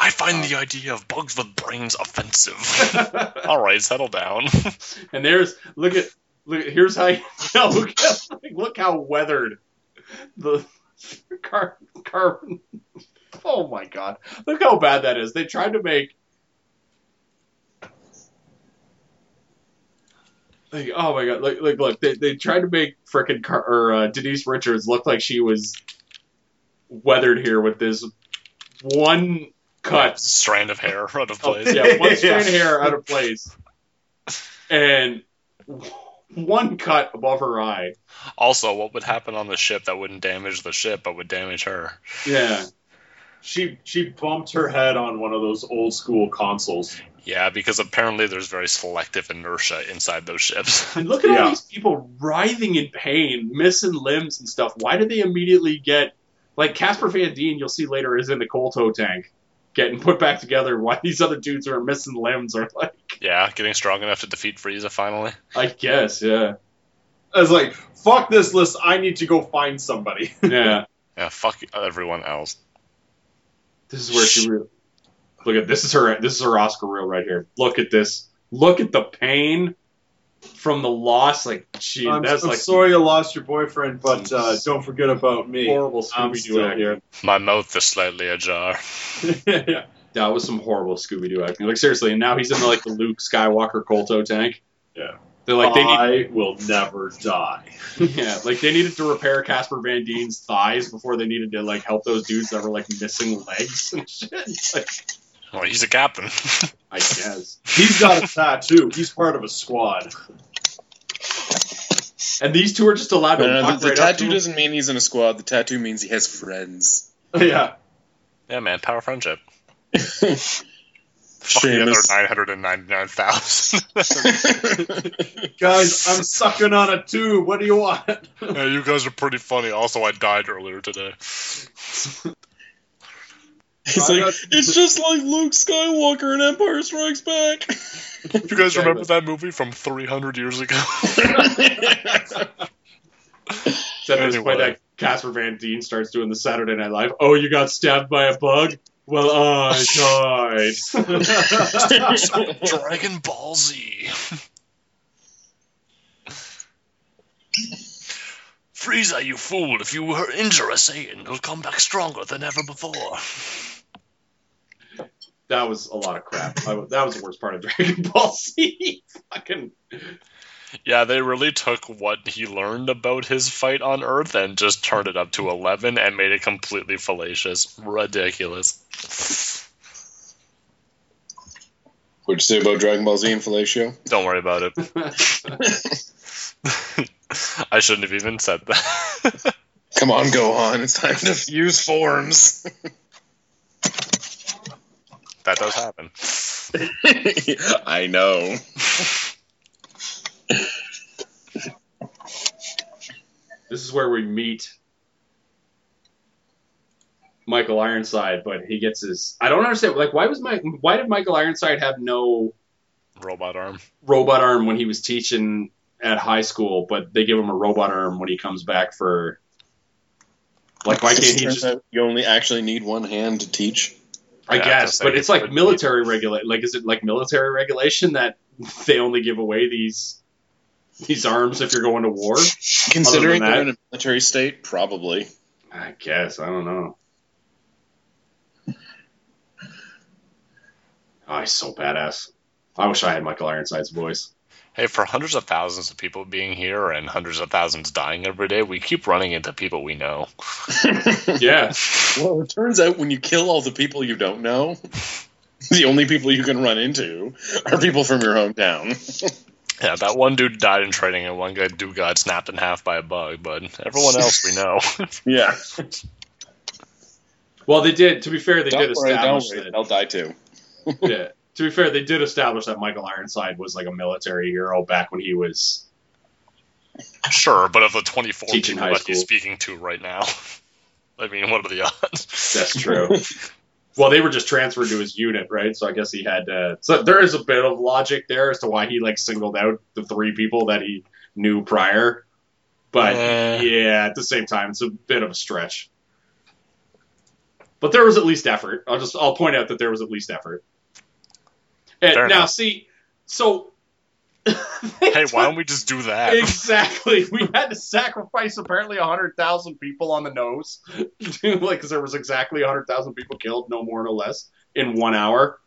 [SPEAKER 4] I find the idea of bugs with brains offensive. All right, settle down.
[SPEAKER 2] and there's look at look. at- Here's how you now look at, like, look how weathered the car, carbon. Oh my god! Look how bad that is. They tried to make. Like, oh my god! Look, look, look! They, they tried to make frickin' car or uh, Denise Richards look like she was weathered here with this one cut
[SPEAKER 4] Strand of hair out of place.
[SPEAKER 2] yeah, one strand
[SPEAKER 5] Yeah.
[SPEAKER 2] hair out of place, and one cut above her eye.
[SPEAKER 4] Also, what would happen on the ship that wouldn't damage the ship but would damage her?
[SPEAKER 2] Yeah,
[SPEAKER 5] She she bumped her head on one of those old school consoles.
[SPEAKER 4] Yeah, because apparently there's very selective inertia inside those ships.
[SPEAKER 2] and look at all
[SPEAKER 5] Yeah.
[SPEAKER 2] these people writhing in pain, missing limbs and stuff. Why do they immediately get like Casper Van Dien? You'll see later is in the coal tow tank, getting put back together. Why these other dudes who are missing limbs are like,
[SPEAKER 4] yeah, getting strong enough to defeat Frieza finally.
[SPEAKER 2] I guess, yeah,
[SPEAKER 5] I was like, fuck this list. I need to go find somebody.
[SPEAKER 2] yeah.
[SPEAKER 4] Yeah, fuck everyone else.
[SPEAKER 2] This is where she really look at this is her this is her Oscar reel right here. Look at this. Look at the pain from the loss, like, gee,
[SPEAKER 5] I'm,
[SPEAKER 2] that's
[SPEAKER 5] I'm
[SPEAKER 2] like
[SPEAKER 5] sorry you lost your boyfriend, but uh, don't forget about me.
[SPEAKER 2] horrible
[SPEAKER 5] I'm
[SPEAKER 2] Scooby
[SPEAKER 5] still
[SPEAKER 2] Doo
[SPEAKER 5] here.
[SPEAKER 4] My mouth is slightly ajar.
[SPEAKER 2] acting. yeah, that was some horrible Scooby Doo acting. Like seriously, and now he's in like the Luke Skywalker Colto tank.
[SPEAKER 5] Yeah.
[SPEAKER 2] they're like they need
[SPEAKER 5] I will never die.
[SPEAKER 2] Yeah, like they needed to repair Casper Van Dien's thighs before they needed to like help those dudes that were like missing legs and shit. Like,
[SPEAKER 4] Well, Oh, he's a captain.
[SPEAKER 2] I guess.
[SPEAKER 5] He's got a tattoo. He's part of a squad.
[SPEAKER 2] And these two are just allowed to
[SPEAKER 3] No, no,
[SPEAKER 2] walk
[SPEAKER 3] Uh, the, the
[SPEAKER 2] right up to
[SPEAKER 3] tattoo
[SPEAKER 2] him.
[SPEAKER 3] doesn't mean he's in a squad. The tattoo means he has friends.
[SPEAKER 5] yeah.
[SPEAKER 4] yeah, man, power friendship. Fucking other
[SPEAKER 3] Seamus.
[SPEAKER 4] nine hundred and ninety-nine thousand.
[SPEAKER 5] Guys, I'm sucking on a tube. What do you want?
[SPEAKER 4] you guys are pretty funny. Also, I died earlier today.
[SPEAKER 3] He's
[SPEAKER 5] I
[SPEAKER 3] like,
[SPEAKER 5] got-
[SPEAKER 3] it's just like Luke Skywalker in Empire Strikes Back.
[SPEAKER 4] You guys
[SPEAKER 5] Exactly.
[SPEAKER 4] remember that movie from three hundred years ago?
[SPEAKER 2] Except at this point
[SPEAKER 4] Anyway.
[SPEAKER 2] that Casper Van Dien starts doing the Saturday Night Live. Oh, you got stabbed by a bug? Well, I died.
[SPEAKER 4] Dragon Ball Z. Frieza, you fool! If you were injure a Satan, you'll come back stronger than ever before.
[SPEAKER 2] that was a lot of crap. I, that was the worst part of Dragon Ball Z. Fucking
[SPEAKER 4] Yeah, they really took what he learned about his fight on Earth and just turned it up to 11 and made it completely fallacious. Ridiculous.
[SPEAKER 3] What'd you say about Dragon Ball Z and Fellatio?
[SPEAKER 4] Don't worry about it. I shouldn't have even said that.
[SPEAKER 3] Come on, go on. It's time to use forms.
[SPEAKER 4] that does happen.
[SPEAKER 3] I know.
[SPEAKER 2] This is where we meet Michael Ironside, but he gets his. I don't understand. Like, why was my? Why did Michael Ironside have no
[SPEAKER 4] Robot arm.
[SPEAKER 2] robot arm when he was teaching at high school, but they give him a robot arm when he comes back for? Like, why can't he
[SPEAKER 3] Turns
[SPEAKER 2] just?
[SPEAKER 3] out you only actually need one hand to teach.
[SPEAKER 2] I
[SPEAKER 4] Yeah,
[SPEAKER 2] guess,
[SPEAKER 4] just
[SPEAKER 2] but
[SPEAKER 4] like-
[SPEAKER 2] it's like military regulate. Like, is it like military regulation that they only give away these these arms if you're going to war?
[SPEAKER 3] Considering
[SPEAKER 2] that-
[SPEAKER 3] they're in a military state, probably.
[SPEAKER 2] I guess I don't know. Oh, he's so badass. I wish I had Michael Ironside's voice.
[SPEAKER 4] Hey, for hundreds of thousands of people being here and hundreds of thousands dying every day, we keep running into people we know.
[SPEAKER 2] Yeah,
[SPEAKER 3] well, it turns out when you kill all the people you don't know, the only people you can run into are people from your hometown.
[SPEAKER 4] Yeah, that one dude died in training and one guy dude got snapped in half by a bug, but everyone else we know.
[SPEAKER 3] Yeah.
[SPEAKER 2] well, they did. To be fair, they
[SPEAKER 3] Don't
[SPEAKER 2] did
[SPEAKER 3] worry, don't
[SPEAKER 2] establish
[SPEAKER 3] worry.
[SPEAKER 2] that.
[SPEAKER 3] They'll die too.
[SPEAKER 2] Yeah. To be fair, they did establish that Michael Ironside was like a military hero back when he was.
[SPEAKER 4] Sure, but of the 24
[SPEAKER 2] Teaching
[SPEAKER 4] people
[SPEAKER 2] high
[SPEAKER 4] that he's
[SPEAKER 2] school.
[SPEAKER 4] speaking to right now, I mean, what are the odds?
[SPEAKER 2] That's true. well, they were just transferred to his unit, right? So I guess he had. Uh, so there is a bit of logic there as to why he like singled out the three people that he knew prior. But
[SPEAKER 4] Eh.
[SPEAKER 2] yeah, at the same time, it's a bit of a stretch. But there was at least effort. I'll just I'll point out that there was at least effort. And
[SPEAKER 4] Fair
[SPEAKER 2] now,
[SPEAKER 4] enough.
[SPEAKER 2] see, so
[SPEAKER 4] Hey, why don't we just do that?
[SPEAKER 2] exactly we had to sacrifice apparently hundred thousand people on the nose, like because there was exactly hundred thousand people killed, no more, no less, in one hour.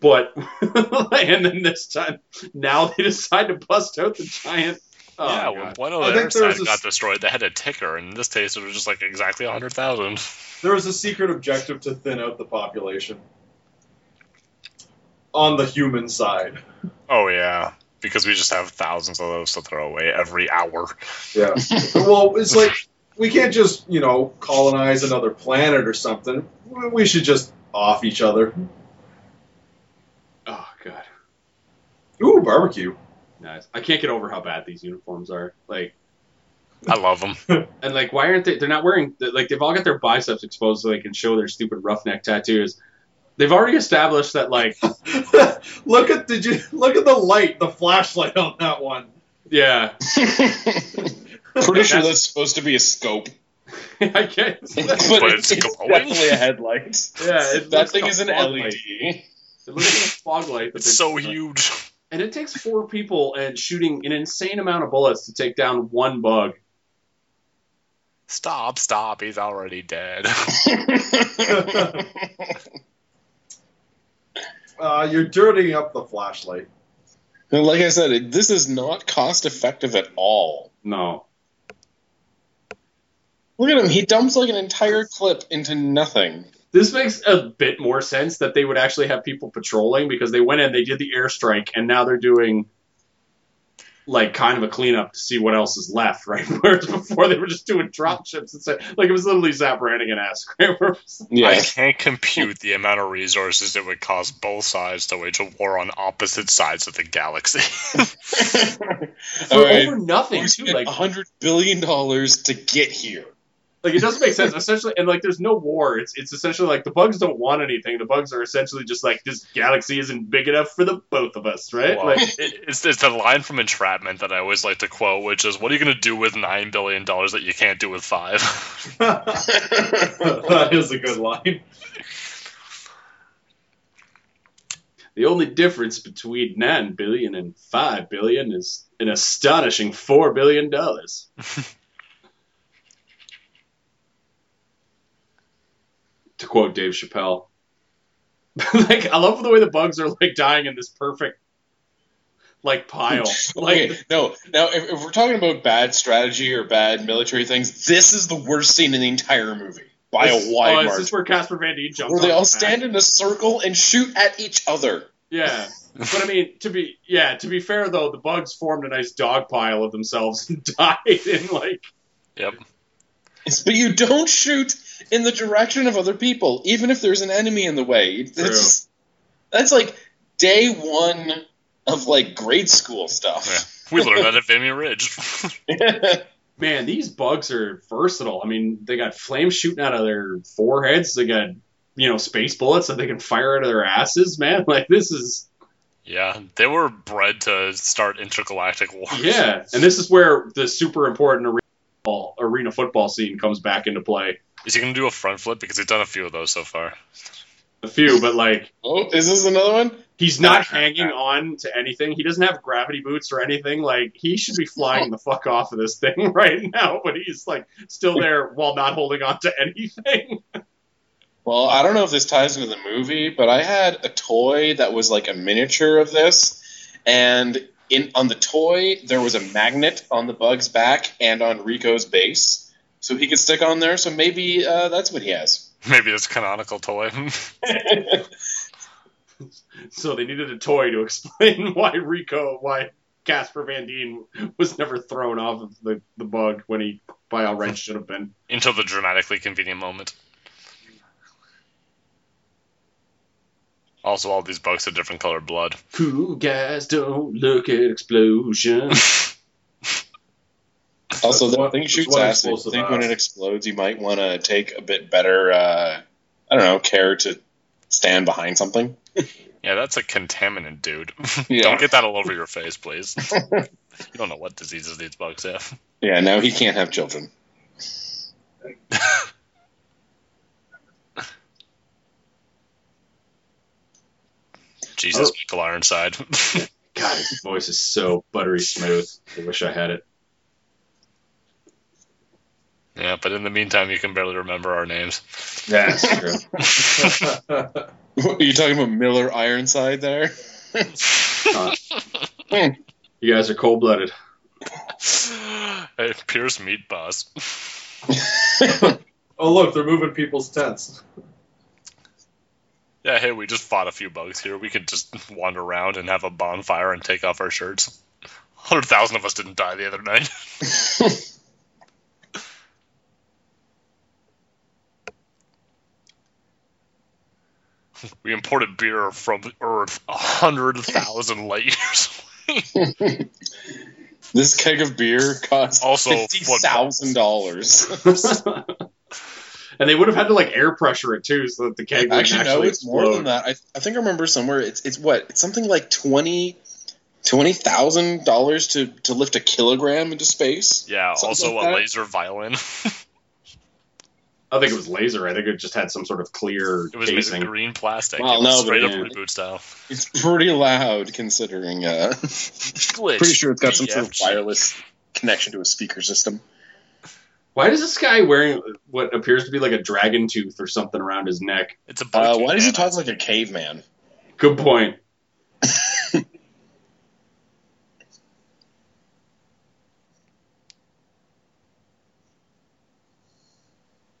[SPEAKER 2] But and then this time, now they decide to bust out the giant. Oh,
[SPEAKER 4] yeah,
[SPEAKER 5] Uh,
[SPEAKER 2] God.
[SPEAKER 4] when one
[SPEAKER 5] I
[SPEAKER 4] on
[SPEAKER 5] think
[SPEAKER 4] their
[SPEAKER 5] there was
[SPEAKER 4] side
[SPEAKER 5] a
[SPEAKER 4] got
[SPEAKER 5] s-
[SPEAKER 4] destroyed, they had a ticker, and in this case, it was just like exactly 100,000.
[SPEAKER 5] There was a secret objective to thin out the population. On the human side.
[SPEAKER 4] Oh, yeah. Because we just have thousands of those to throw away every hour.
[SPEAKER 5] Yeah. well, it's like we can't just, you know, colonize another planet or something. We- We should just off each other.
[SPEAKER 2] oh god.
[SPEAKER 5] Ooh, barbecue.
[SPEAKER 2] Nice. I can't get over how bad these uniforms are. Like,
[SPEAKER 4] I love them.
[SPEAKER 2] and like, why aren't they? They're not wearing. Like, they've all got their biceps exposed so they can show their stupid roughneck tattoos. They've already established that, like,
[SPEAKER 5] look at did you look at the light, the flashlight on that one.
[SPEAKER 2] yeah,
[SPEAKER 3] Pretty sure
[SPEAKER 2] That's-
[SPEAKER 3] that's supposed to be a scope,
[SPEAKER 2] I guess.
[SPEAKER 3] but,
[SPEAKER 4] But
[SPEAKER 3] it's,
[SPEAKER 4] it's
[SPEAKER 3] it's
[SPEAKER 4] glowing.
[SPEAKER 3] definitely a headlight.
[SPEAKER 2] Yeah, it
[SPEAKER 3] that
[SPEAKER 2] looks
[SPEAKER 3] thing
[SPEAKER 2] like
[SPEAKER 3] is an E
[SPEAKER 2] a fog light.
[SPEAKER 3] LED.
[SPEAKER 2] It looks like a fog light. that
[SPEAKER 4] It's
[SPEAKER 2] they-
[SPEAKER 4] so huge.
[SPEAKER 2] And it takes four people and shooting an insane amount of bullets to take down one bug.
[SPEAKER 4] Stop, stop, he's already dead.
[SPEAKER 5] Uh, you're dirtying up the flashlight.
[SPEAKER 3] And like I said, it, this is not cost effective at all.
[SPEAKER 2] No.
[SPEAKER 3] Look at him. He dumps like an entire clip into nothing.
[SPEAKER 2] This makes a bit more sense that they would actually have people patrolling because they went in, they did the airstrike, and now they're doing like kind of a cleanup to see what else is left, right? Whereas before they were just doing drop ships and stuff. Like it was literally Zap Brannigan ass scraper.
[SPEAKER 4] I
[SPEAKER 3] Yeah.
[SPEAKER 4] can't compute the amount of resources it would cost both sides to wage a war on opposite sides of the galaxy.
[SPEAKER 2] For
[SPEAKER 3] all right.
[SPEAKER 2] over nothing
[SPEAKER 3] We
[SPEAKER 2] too.
[SPEAKER 3] spent
[SPEAKER 2] Like
[SPEAKER 3] a hundred billion dollars to get here.
[SPEAKER 2] like it doesn't make sense. Essentially and like there's no war. It's it's essentially like the bugs don't want anything. The bugs are essentially just like this galaxy isn't big enough for the both of us, right?
[SPEAKER 4] Well,
[SPEAKER 2] Like
[SPEAKER 4] it, it's, it's a line from Entrapment that I always like to quote, which is, "What are you going to do with nine billion dollars that you can't do with five?
[SPEAKER 5] that is a good line.
[SPEAKER 2] The only difference between nine billion and five billion is an astonishing four billion dollars. to quote Dave Chappelle. like I love the way the bugs are like dying in this perfect like pile. Like
[SPEAKER 3] okay, no. Now, if, if we're talking about bad strategy or bad military things, this is the worst scene in the entire movie by
[SPEAKER 2] this-
[SPEAKER 3] a wide
[SPEAKER 2] oh, Is
[SPEAKER 3] margin.
[SPEAKER 2] this where Casper Van Dien jumps?
[SPEAKER 3] where
[SPEAKER 2] on
[SPEAKER 3] they all
[SPEAKER 2] his back?
[SPEAKER 3] stand in a circle and shoot at each other.
[SPEAKER 2] Yeah, but I mean to be yeah to be fair though, the bugs formed a nice dog pile of themselves and died in like
[SPEAKER 4] yep.
[SPEAKER 3] But you don't shoot in the direction of other people, even if there's an enemy in the way. That's,
[SPEAKER 2] True.
[SPEAKER 3] that's like day one of like grade school stuff.
[SPEAKER 4] We learned that at Vimy Ridge.
[SPEAKER 2] Man, these bugs are versatile. I mean, they got flames shooting out of their foreheads. They got you know space bullets that they can fire out of their asses. Man, like this is
[SPEAKER 4] yeah, they were bred to start intergalactic wars.
[SPEAKER 2] yeah. And this is where the super important arena football, arena football scene comes back into play.
[SPEAKER 4] Is he going to do a front flip? Because he's done a few of those so far.
[SPEAKER 2] A few, but like
[SPEAKER 3] oh, is this another one?
[SPEAKER 2] he's not hanging on to anything. He doesn't have gravity boots or anything. Like he should be flying the fuck off of this thing right now, but he's like still there while not holding on to anything.
[SPEAKER 3] Well, I don't know if this ties into the movie, but I had a toy that was like a miniature of this, and in on the toy there was a magnet on the bug's back and on Rico's base, so he could stick on there. So maybe uh, that's what he has.
[SPEAKER 4] Maybe it's a canonical toy.
[SPEAKER 2] So they needed a toy to explain why Rico, why Casper Van Dien was never thrown off of the, the bug when he, by all rights, should have been.
[SPEAKER 4] Until the dramatically convenient moment. Also, all these bugs have different colored blood.
[SPEAKER 2] Cool guys don't look at explosions.
[SPEAKER 3] Also,
[SPEAKER 5] That's
[SPEAKER 3] that
[SPEAKER 5] one-
[SPEAKER 3] thing
[SPEAKER 5] that's
[SPEAKER 3] shoots
[SPEAKER 5] one
[SPEAKER 3] acid. I
[SPEAKER 5] explosive
[SPEAKER 3] think when it
[SPEAKER 5] acid.
[SPEAKER 3] explodes, you might want to take a bit better, uh, I don't know, care to stand behind something.
[SPEAKER 4] Yeah, that's a contaminant, dude.
[SPEAKER 3] Yeah.
[SPEAKER 4] Don't get that all over your face, please. you don't know what diseases these bugs have.
[SPEAKER 3] Yeah, now he can't have children.
[SPEAKER 4] Jesus,
[SPEAKER 2] Oh.
[SPEAKER 4] Michael Ironside.
[SPEAKER 2] God, his voice is so buttery smooth. I wish I had it.
[SPEAKER 4] yeah, but in the meantime, you can barely remember our names.
[SPEAKER 2] That's true.
[SPEAKER 3] Are you talking about Miller Ironside there?
[SPEAKER 2] You guys are cold blooded.
[SPEAKER 4] hey, Pierce Meat Boss.
[SPEAKER 5] oh, look, they're moving people's tents.
[SPEAKER 4] Yeah, hey, we just fought a few bugs here. We could just wander around and have a bonfire and take off our shirts. 100,000 of us didn't die the other night. we imported beer from Earth 100,000 light years.
[SPEAKER 3] this keg of beer costs
[SPEAKER 4] Also,
[SPEAKER 3] $50,000.
[SPEAKER 2] and they would have had to like air pressure it too, so that the keg would actually,
[SPEAKER 3] Actually, no, it's more than
[SPEAKER 2] explode.
[SPEAKER 3] that. I, I think I remember somewhere it's it's what? It's something like 20 $20,000 to, to lift a kilogram into space.
[SPEAKER 4] Yeah,
[SPEAKER 3] Something
[SPEAKER 4] also
[SPEAKER 3] like
[SPEAKER 4] a
[SPEAKER 3] that.
[SPEAKER 4] laser violin.
[SPEAKER 2] I think it was laser. I think it just had some sort of clear
[SPEAKER 4] It was made of
[SPEAKER 2] casing.
[SPEAKER 4] green plastic.
[SPEAKER 3] Well,
[SPEAKER 4] it was
[SPEAKER 3] no, but
[SPEAKER 4] straight up
[SPEAKER 2] yeah.
[SPEAKER 4] reboot style.
[SPEAKER 3] It's pretty loud considering. Uh,
[SPEAKER 4] Glitch.
[SPEAKER 3] pretty sure it's got some sort of
[SPEAKER 4] BFG.
[SPEAKER 3] wireless connection to a speaker system.
[SPEAKER 2] Why is this guy wearing what appears to be like a dragon tooth or something around his neck?
[SPEAKER 4] It's a bug
[SPEAKER 3] Uh,
[SPEAKER 4] tooth,
[SPEAKER 3] why does he
[SPEAKER 4] man.
[SPEAKER 3] talk like a caveman?
[SPEAKER 2] Good point.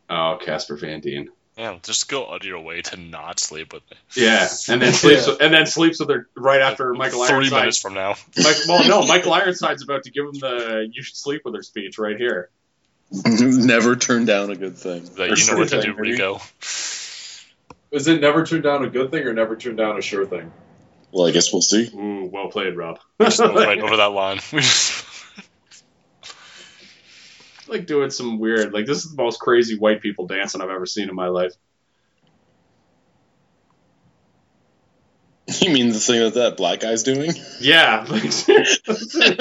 [SPEAKER 2] oh, Casper Van Dien.
[SPEAKER 4] Yeah, just go out of your way to not sleep with me.
[SPEAKER 2] Yeah, and then sleeps and then sleeps with her right after Michael
[SPEAKER 4] Three
[SPEAKER 2] Ironside.
[SPEAKER 4] minutes from now.
[SPEAKER 2] Mike, well, no, Michael Ironside's about to give him the "you should sleep with her" speech right here.
[SPEAKER 3] Never turn down a good thing.
[SPEAKER 4] That
[SPEAKER 3] Or
[SPEAKER 4] you know what to do,
[SPEAKER 3] something.
[SPEAKER 4] Rico.
[SPEAKER 5] Is it never turn down a good thing or never turn down a sure thing?
[SPEAKER 3] Well, I guess we'll see.
[SPEAKER 2] Ooh, well played, Rob.
[SPEAKER 4] We just went right over that line. We just-
[SPEAKER 2] like doing some weird like this is the most crazy white people dancing I've ever seen in my life.
[SPEAKER 3] You mean the thing that that black guy's doing?
[SPEAKER 2] Yeah, like seriously.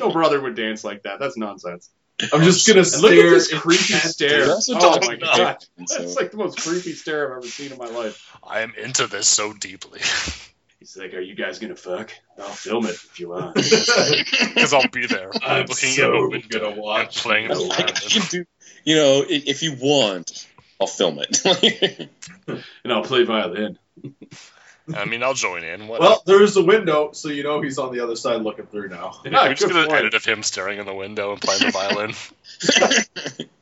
[SPEAKER 2] no brother would dance like that. That's nonsense.
[SPEAKER 5] I'm just gonna
[SPEAKER 2] And look at
[SPEAKER 5] stare.
[SPEAKER 2] this
[SPEAKER 5] in
[SPEAKER 2] creepy
[SPEAKER 5] chat.
[SPEAKER 2] stare.
[SPEAKER 3] Dude, that's a
[SPEAKER 2] oh
[SPEAKER 3] dog
[SPEAKER 2] my
[SPEAKER 3] nut.
[SPEAKER 2] god,
[SPEAKER 3] And
[SPEAKER 2] that's
[SPEAKER 3] so,
[SPEAKER 2] like the most creepy stare I've ever seen in my life.
[SPEAKER 4] I am into this so deeply.
[SPEAKER 2] He's like, "Are you guys gonna fuck? I'll film it if you want."
[SPEAKER 4] Because I'll be there.
[SPEAKER 5] I'm
[SPEAKER 4] looking
[SPEAKER 5] so
[SPEAKER 4] at a
[SPEAKER 5] gonna
[SPEAKER 4] window and
[SPEAKER 5] watch
[SPEAKER 4] playing
[SPEAKER 2] this.
[SPEAKER 4] the
[SPEAKER 3] like, I
[SPEAKER 4] violin.
[SPEAKER 3] can do, you know, i- if you want, I'll film it.
[SPEAKER 2] and I'll play violin.
[SPEAKER 4] I mean, I'll join in. What?
[SPEAKER 5] Well, there's a window, so you know he's on the other side looking through now.
[SPEAKER 2] Yeah,
[SPEAKER 4] I'm just
[SPEAKER 2] ah, good
[SPEAKER 4] gonna
[SPEAKER 2] point.
[SPEAKER 4] edit of him staring in the window and playing the violin.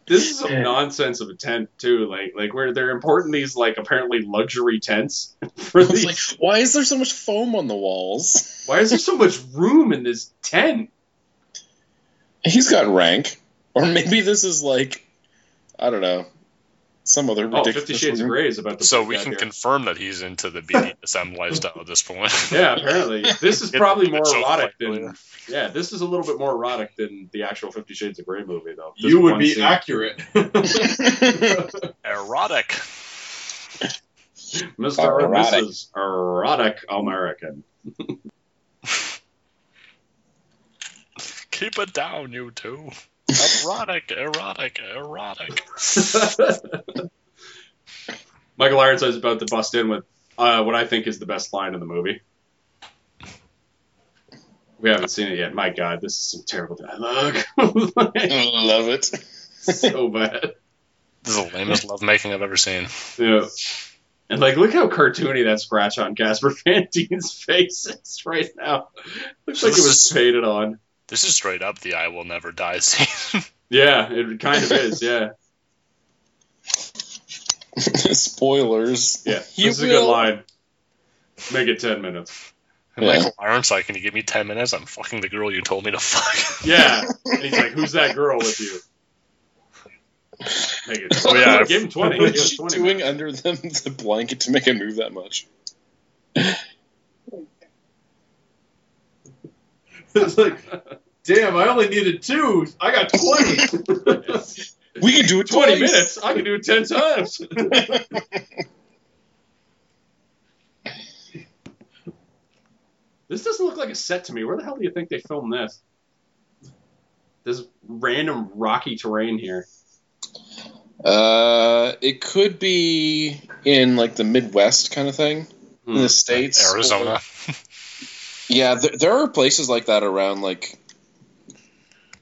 [SPEAKER 2] This is
[SPEAKER 3] Yeah.
[SPEAKER 2] some nonsense of a tent too. Like, like where they're importing these like apparently luxury tents for
[SPEAKER 3] It's
[SPEAKER 2] these.
[SPEAKER 3] like, why is there so much foam on the walls?
[SPEAKER 2] Why is there so much room in this tent?
[SPEAKER 3] He's got rank, or maybe this is like, I don't know, some other
[SPEAKER 2] Oh,
[SPEAKER 3] ridiculous.
[SPEAKER 2] Fifty Shades of
[SPEAKER 3] room.
[SPEAKER 2] Grey is about to.
[SPEAKER 4] So
[SPEAKER 2] break
[SPEAKER 4] we
[SPEAKER 2] out
[SPEAKER 4] can
[SPEAKER 2] here.
[SPEAKER 4] confirm that he's into the BDSM lifestyle at this point.
[SPEAKER 2] Yeah, apparently this is probably more
[SPEAKER 4] It's so
[SPEAKER 2] erotic
[SPEAKER 4] fun, yeah.
[SPEAKER 2] than. Yeah, this is a little bit more erotic than the actual Fifty Shades of Grey movie, though. This
[SPEAKER 5] you would
[SPEAKER 2] one
[SPEAKER 5] be
[SPEAKER 2] scene.
[SPEAKER 5] accurate.
[SPEAKER 4] Erotic.
[SPEAKER 2] Mr. and
[SPEAKER 3] Erotic.
[SPEAKER 2] Mrs. Erotic American.
[SPEAKER 4] Keep it down, you two. Erotic, erotic, erotic.
[SPEAKER 2] Michael Ironside's about to bust in with uh, what I think is the best line in the movie. We haven't seen it yet. My God, this is some terrible dialogue. Like,
[SPEAKER 3] Love it.
[SPEAKER 2] so bad.
[SPEAKER 4] This is the lamest lovemaking I've ever seen.
[SPEAKER 2] Yeah. And like, look how cartoony that scratch on Casper Van Dien's face is right now. Looks like it was painted on.
[SPEAKER 4] This is straight up the I will never die scene.
[SPEAKER 2] Yeah, it kind of is. Yeah,
[SPEAKER 3] Spoilers.
[SPEAKER 2] yeah. This
[SPEAKER 3] You
[SPEAKER 2] is a good
[SPEAKER 3] will.
[SPEAKER 2] line. Make it ten minutes.
[SPEAKER 4] And
[SPEAKER 3] Yeah.
[SPEAKER 4] Michael Ironside, can you give me 10 minutes? I'm fucking the girl you told me to fuck.
[SPEAKER 2] Yeah. And he's like, "Who's that girl with you?" Make it.
[SPEAKER 3] Oh, yeah.
[SPEAKER 2] Give him twenty.
[SPEAKER 3] What
[SPEAKER 2] Give
[SPEAKER 3] is
[SPEAKER 2] him
[SPEAKER 3] she
[SPEAKER 2] twenty.
[SPEAKER 3] doing under the, the blanket to make it move that much?
[SPEAKER 5] it's like, damn, I only needed two. I got twenty.
[SPEAKER 3] We can do it
[SPEAKER 2] Twenty
[SPEAKER 3] twice.
[SPEAKER 2] minutes. I can do it ten times. this doesn't look like a set to me. Where the hell do you think they filmed this? This random rocky terrain here.
[SPEAKER 3] Uh, it could be in like the Midwest kind of thing in
[SPEAKER 2] Hmm.
[SPEAKER 3] the states.
[SPEAKER 4] Arizona.
[SPEAKER 3] Yeah, there, there are places like that around like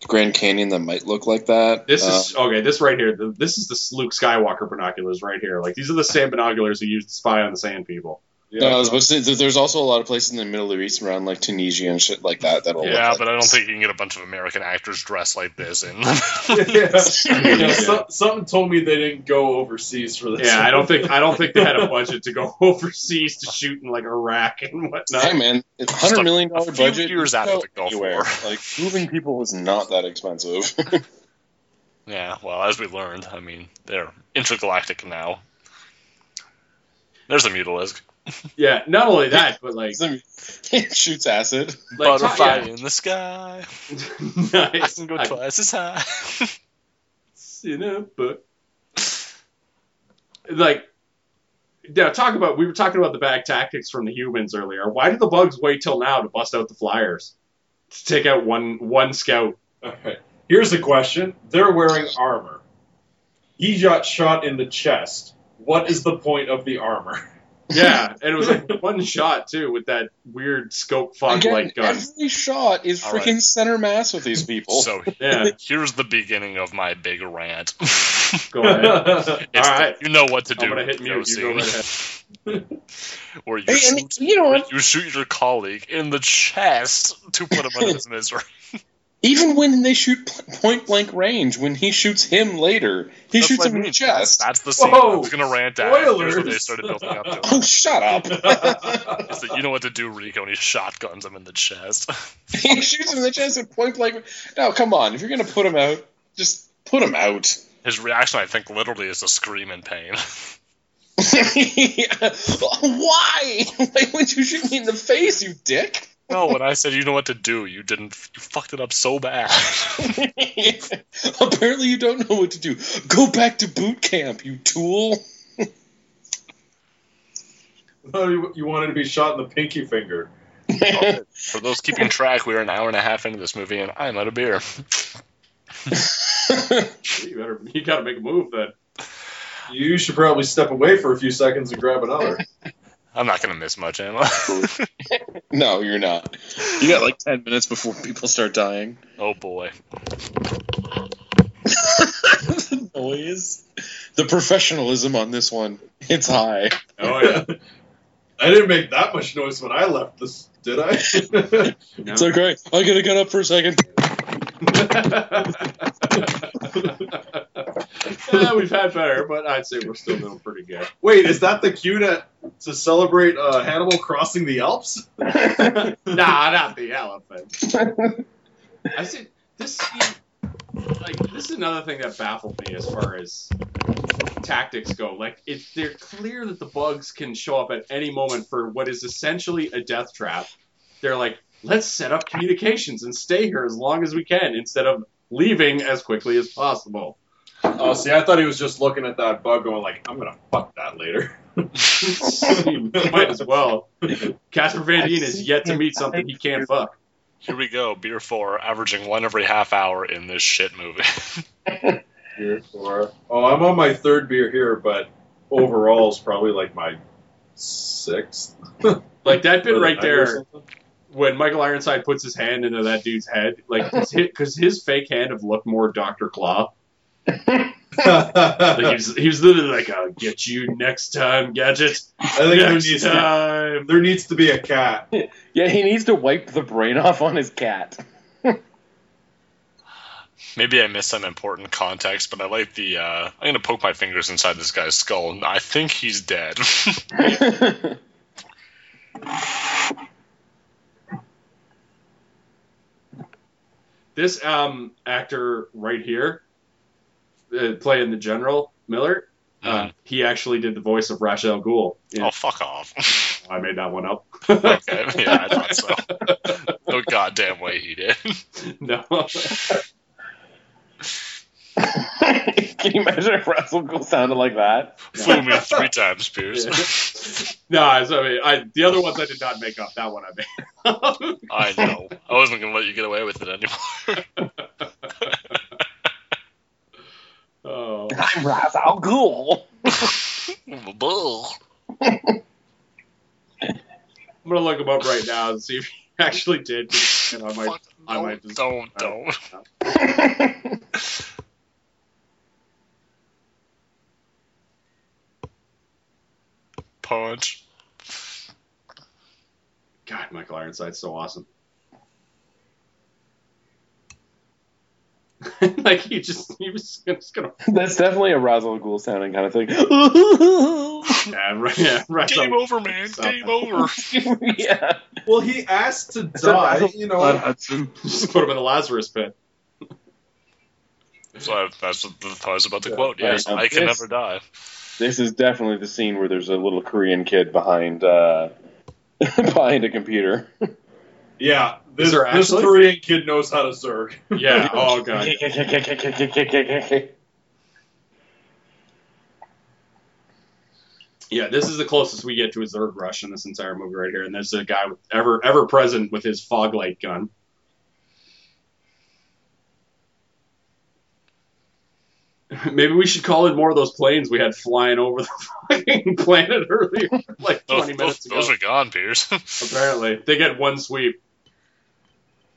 [SPEAKER 3] Grand Canyon that might look like that.
[SPEAKER 2] This
[SPEAKER 3] Uh,
[SPEAKER 2] is okay. This right here. th- This is the Luke Skywalker binoculars right here. Like these are the sand binoculars he used to spy on the sand people.
[SPEAKER 3] no, I was supposed to, there- there's also a lot of places in the Middle East around like Tunisia and shit like that. That'll look
[SPEAKER 4] Yeah,
[SPEAKER 3] like
[SPEAKER 4] but I don't
[SPEAKER 3] this.
[SPEAKER 4] think you can get a bunch of American actors dressed like this. And
[SPEAKER 5] yeah. Yeah, so- something told me they didn't go overseas for this.
[SPEAKER 2] Yeah, I don't think I don't think they had a budget to go overseas to shoot in like Iraq and
[SPEAKER 3] Hey
[SPEAKER 2] whatnot.
[SPEAKER 3] man, it's a hundred million dollar
[SPEAKER 4] a few
[SPEAKER 3] budget.
[SPEAKER 4] years
[SPEAKER 3] you
[SPEAKER 4] out of
[SPEAKER 3] go
[SPEAKER 4] the Gulf
[SPEAKER 3] anywhere.
[SPEAKER 4] War.
[SPEAKER 3] like moving people was not that expensive.
[SPEAKER 4] yeah, well, as we learned, I mean, they're intergalactic now. There's a mutalisk.
[SPEAKER 2] Yeah, not only that, but like,
[SPEAKER 3] it shoots acid.
[SPEAKER 2] like
[SPEAKER 4] Butterfly
[SPEAKER 2] yeah.
[SPEAKER 4] in the sky. I
[SPEAKER 2] nice.
[SPEAKER 4] can go
[SPEAKER 2] I-
[SPEAKER 4] twice as high.
[SPEAKER 2] in a book. Like, now talk about we were talking about the bad tactics from the humans earlier. Why did the bugs wait till now to bust out the flyers to take out one one scout?
[SPEAKER 5] All right. Here's a question. They're wearing armor. he got shot in the chest. What is the point of the armor?
[SPEAKER 2] Yeah, and it was like one shot too with that weird scope fog
[SPEAKER 3] Again,
[SPEAKER 2] light gun.
[SPEAKER 3] every shot is
[SPEAKER 4] uh, All
[SPEAKER 3] freaking center mass with these
[SPEAKER 2] Oh.
[SPEAKER 3] people.
[SPEAKER 4] So
[SPEAKER 2] Yeah,
[SPEAKER 4] here's the beginning of my big rant.
[SPEAKER 2] go ahead.
[SPEAKER 4] It's
[SPEAKER 2] All
[SPEAKER 4] the-
[SPEAKER 2] right.
[SPEAKER 4] you know what to do.
[SPEAKER 2] I'm gonna hit
[SPEAKER 4] with
[SPEAKER 2] mute. You
[SPEAKER 4] the
[SPEAKER 2] go
[SPEAKER 4] OC.
[SPEAKER 2] right ahead.
[SPEAKER 4] Where you
[SPEAKER 3] Hey,
[SPEAKER 4] shoot,
[SPEAKER 3] and you know what?
[SPEAKER 4] you shoot your colleague in the chest to put him under his misery.
[SPEAKER 3] Even when they shoot pl- point blank range, when he shoots him later, he
[SPEAKER 4] That's
[SPEAKER 3] shoots
[SPEAKER 4] what I
[SPEAKER 3] him in the
[SPEAKER 4] mean.
[SPEAKER 3] chest.
[SPEAKER 4] That's the scene I
[SPEAKER 5] Whoa,
[SPEAKER 4] was gonna rant at. Here's what they
[SPEAKER 5] spoilers.
[SPEAKER 4] started building up to.
[SPEAKER 3] Oh, shut up!
[SPEAKER 4] It's that you know what to do, Rico, and he shotguns him in the chest.
[SPEAKER 3] he shoots him in the chest at point blank. No, come on. If you're gonna put him out, just put him out.
[SPEAKER 4] His reaction, I think, literally is a scream in pain.
[SPEAKER 3] Why? Why would you shoot me in the face, you dick?
[SPEAKER 4] no, when I said you know what to do, you didn't. You fucked it up so bad.
[SPEAKER 3] Apparently, you don't know what to do. Go back to boot camp, you tool.
[SPEAKER 5] No, Oh, you, you wanted to be shot in the pinky finger.
[SPEAKER 4] For those keeping track, we are an hour and a half into this movie, and I'm out of beer.
[SPEAKER 2] You better. You gotta make a move then.
[SPEAKER 5] You should probably step away for a few seconds and grab another.
[SPEAKER 4] I'm not gonna miss much, am I?
[SPEAKER 3] no, you're not. You got like 10 minutes before people start dying.
[SPEAKER 4] oh boy.
[SPEAKER 3] the noise. The professionalism on this one, it's high.
[SPEAKER 2] Oh yeah.
[SPEAKER 5] I didn't make that much noise when I left this, did I?
[SPEAKER 3] It's like, right, I gotta get up for a second.
[SPEAKER 2] yeah, we've had better, but I'd say we're still doing pretty good.
[SPEAKER 5] Wait, is that the cue to, to celebrate uh, Hannibal crossing the Alps?
[SPEAKER 2] nah, not the elephant. I said this. Like this is another thing that baffled me as far as tactics go. Like it, they're clear that the bugs can show up at any moment for what is essentially a death trap. They're like, let's set up communications and stay here as long as we can instead of leaving as quickly as possible.
[SPEAKER 5] Oh, see, I thought he was just looking at that bug going like, I'm gonna fuck that later.
[SPEAKER 2] You Might as well. Casper Van Dien is yet to meet something he can't fuck.
[SPEAKER 4] Here we go, beer four, averaging one every half hour in this shit movie.
[SPEAKER 5] Beer four. Oh, I'm on my third beer here, but overall's probably like my sixth.
[SPEAKER 2] Like that bit
[SPEAKER 5] Or
[SPEAKER 2] right
[SPEAKER 5] ninth or
[SPEAKER 2] there
[SPEAKER 5] something.
[SPEAKER 2] when Michael Ironside puts his hand into that dude's head, like because his fake hand of looked more Doctor Claw. Like, he, was, he was literally like, "I'll get you next time, Gadget.
[SPEAKER 5] I think there
[SPEAKER 2] Next
[SPEAKER 5] needs, to,
[SPEAKER 2] time."
[SPEAKER 5] there needs to be a cat.
[SPEAKER 3] Yeah, he needs to wipe the brain off on his cat.
[SPEAKER 4] Maybe I missed some important context, but I like the. Uh, I'm gonna poke my fingers inside this guy's skull, and I think he's dead.
[SPEAKER 2] This um actor right here, uh, playing the General Miller,
[SPEAKER 5] Uh-huh.
[SPEAKER 2] uh, he actually did the voice of Ra's al Ghul. in-
[SPEAKER 4] Oh, fuck off.
[SPEAKER 2] I made that one up.
[SPEAKER 4] okay, yeah, I thought so. No goddamn way he did.
[SPEAKER 2] no,
[SPEAKER 3] Can you imagine if Russell Gould sounded like that?
[SPEAKER 4] Fool me three times, Pierce.
[SPEAKER 2] no. I, so, I mean, I, the other ones I did not make up. That one I made. up.
[SPEAKER 4] I know. I wasn't gonna let you get away with it anymore.
[SPEAKER 2] oh.
[SPEAKER 3] I'm Russell Gould.
[SPEAKER 4] Bull.
[SPEAKER 2] I'm gonna look him up right now and see if he actually did. And I might.
[SPEAKER 4] Fuck,
[SPEAKER 2] I
[SPEAKER 4] no,
[SPEAKER 2] might just-
[SPEAKER 4] don't, don't. Punch.
[SPEAKER 2] God, Michael Ironside's so awesome. like he just he was just gonna
[SPEAKER 3] That's definitely a Russell Gould sounding kind of thing.
[SPEAKER 2] yeah right yeah right
[SPEAKER 4] Game over, man.
[SPEAKER 2] Stop.
[SPEAKER 4] Game over.
[SPEAKER 3] yeah.
[SPEAKER 5] Well, he asked to
[SPEAKER 3] that
[SPEAKER 5] die.
[SPEAKER 3] Basil-
[SPEAKER 5] You know,
[SPEAKER 2] Uh,
[SPEAKER 3] Hudson.
[SPEAKER 2] just put him in the Lazarus pit.
[SPEAKER 4] So I, that's what I was about to
[SPEAKER 5] Yeah,
[SPEAKER 4] quote.
[SPEAKER 3] I
[SPEAKER 4] Yes,
[SPEAKER 3] know.
[SPEAKER 4] I can
[SPEAKER 3] Yes.
[SPEAKER 4] never die.
[SPEAKER 3] This is definitely the scene where there's a little Korean kid behind uh, behind a computer.
[SPEAKER 5] yeah. This,
[SPEAKER 2] Is there
[SPEAKER 5] this
[SPEAKER 2] actually-
[SPEAKER 5] Korean kid knows how to zerg.
[SPEAKER 2] Yeah. Oh god. Yeah. This is the closest we get to a Zerg rush in this entire movie right here. And there's a guy with ever ever present with his fog light gun. Maybe we should call in more of those planes we had flying over the fucking planet earlier, like
[SPEAKER 4] Those,
[SPEAKER 2] 20
[SPEAKER 4] those,
[SPEAKER 2] minutes ago.
[SPEAKER 4] those are gone, Piers.
[SPEAKER 2] Apparently, they get one sweep.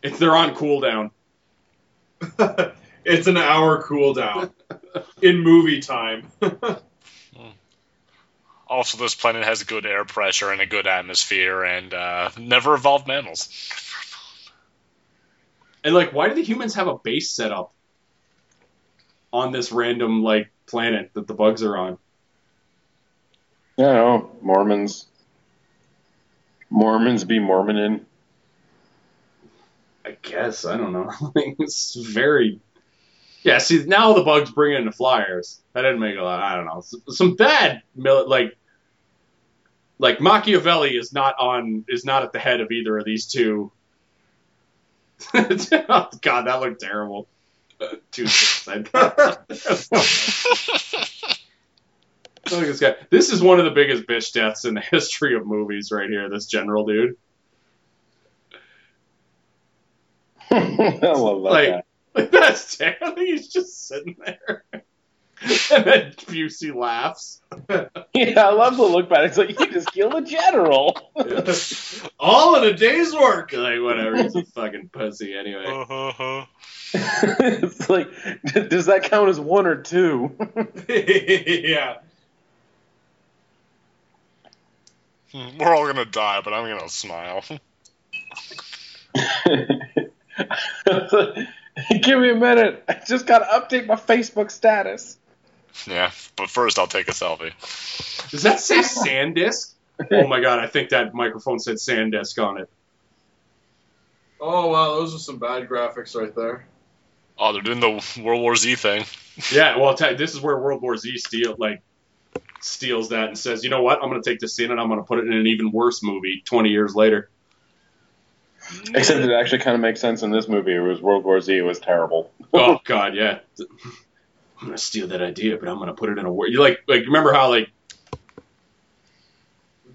[SPEAKER 2] If they're on cooldown,
[SPEAKER 5] it's an hour cooldown in movie time.
[SPEAKER 4] also, this planet has good air pressure and a good atmosphere and uh, never evolved mammals.
[SPEAKER 2] and like, why do the humans have a base set up on this random like planet that the bugs are on?
[SPEAKER 3] Yeah, no, Mormons. Mormons be Mormonin.
[SPEAKER 2] I guess I don't know. it's very. Yeah, see now the bugs bring in the flyers. That didn't make a lot. I don't know. S- Some bad mil- like like Machiavelli is not on is not at the head of either of these two. God, that looked terrible. Uh, Two six. I Look at this guy. This is one of the biggest bitch deaths in the history of movies, right here. This general dude.
[SPEAKER 3] I love that.
[SPEAKER 2] Like-
[SPEAKER 3] guy.
[SPEAKER 2] Like that's terrible. He's just sitting there. and then Busey laughs.
[SPEAKER 3] Yeah, I love the look back. It's like you just killed a general.
[SPEAKER 5] All in a day's work.
[SPEAKER 2] Like whatever, he's a fucking pussy anyway.
[SPEAKER 4] Uh-huh.
[SPEAKER 3] it's like, d- does that count as one or two?
[SPEAKER 5] yeah.
[SPEAKER 4] We're all gonna die, but I'm gonna smile.
[SPEAKER 3] Give me a minute. I just gotta update my Facebook status.
[SPEAKER 4] yeah, but first I'll take a selfie.
[SPEAKER 2] Does that say SanDisk? Oh my god, I think that microphone said SanDisk on it.
[SPEAKER 5] Oh wow, those are some bad graphics right there.
[SPEAKER 4] Oh, they're doing the World War Z thing.
[SPEAKER 2] Yeah, well, t- this is where World War Z steal like steals that and says, you know what, I'm gonna take this in and I'm gonna put it in an even worse movie 20 years later.
[SPEAKER 3] Except it actually kind of makes sense in this movie. It was World War Z. It was terrible.
[SPEAKER 2] Oh god, yeah. I'm gonna steal that idea, but I'm gonna put it in a word. You like like remember how like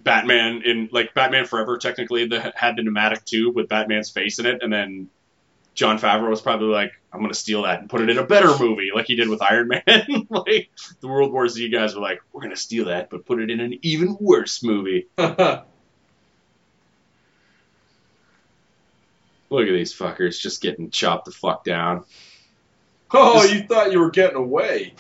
[SPEAKER 2] Batman in like Batman Forever technically the, had the pneumatic tube with Batman's face in it, and then John Favreau was probably like, I'm gonna steal that and put it in a better movie, like he did with Iron Man. like the World War Z guys were like, we're gonna steal that, but put it in an even worse movie. Look at these fuckers just getting chopped the fuck down.
[SPEAKER 5] oh, you thought you were getting away.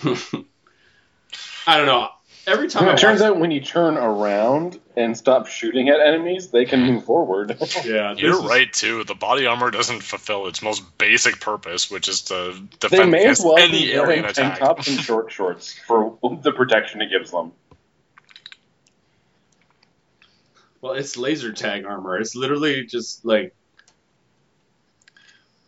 [SPEAKER 2] I don't know. Every time I
[SPEAKER 3] it turns
[SPEAKER 2] watch,
[SPEAKER 3] out when you turn around and stop shooting at enemies, they can move forward.
[SPEAKER 2] yeah, this
[SPEAKER 4] You're
[SPEAKER 2] is-
[SPEAKER 4] right too. The body armor doesn't fulfill its most basic purpose, which is to
[SPEAKER 3] they
[SPEAKER 4] defend
[SPEAKER 3] may as
[SPEAKER 4] against
[SPEAKER 3] well
[SPEAKER 4] any
[SPEAKER 3] be wearing
[SPEAKER 4] alien
[SPEAKER 3] tank
[SPEAKER 4] attack.
[SPEAKER 3] tops and short shorts for the protection it gives them.
[SPEAKER 2] Well, it's laser tag armor. It's literally just like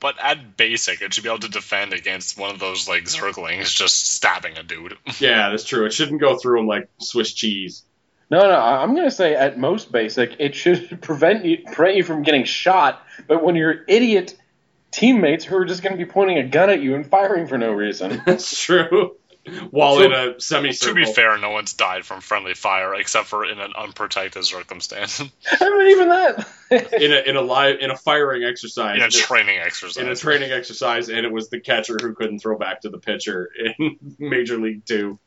[SPEAKER 4] But at basic, it should be able to defend against one of those like zerglings just stabbing a dude.
[SPEAKER 2] yeah, that's true. It shouldn't go through them like Swiss cheese.
[SPEAKER 3] No, no, I- I'm going to say at most basic, it should prevent you prevent you from getting shot. But when your idiot teammates who are just going to be pointing a gun at you and firing for no reason,
[SPEAKER 2] That's true. While
[SPEAKER 3] So-
[SPEAKER 2] in a
[SPEAKER 4] to
[SPEAKER 2] semicircle.
[SPEAKER 4] be fair, no one's died from friendly fire except for in an unprotected circumstance in
[SPEAKER 3] I mean, even that.
[SPEAKER 2] in a in a live in a firing exercise.
[SPEAKER 4] a training exercise.
[SPEAKER 2] in a training exercise, and it was the catcher who couldn't throw back to the pitcher in Major League Two.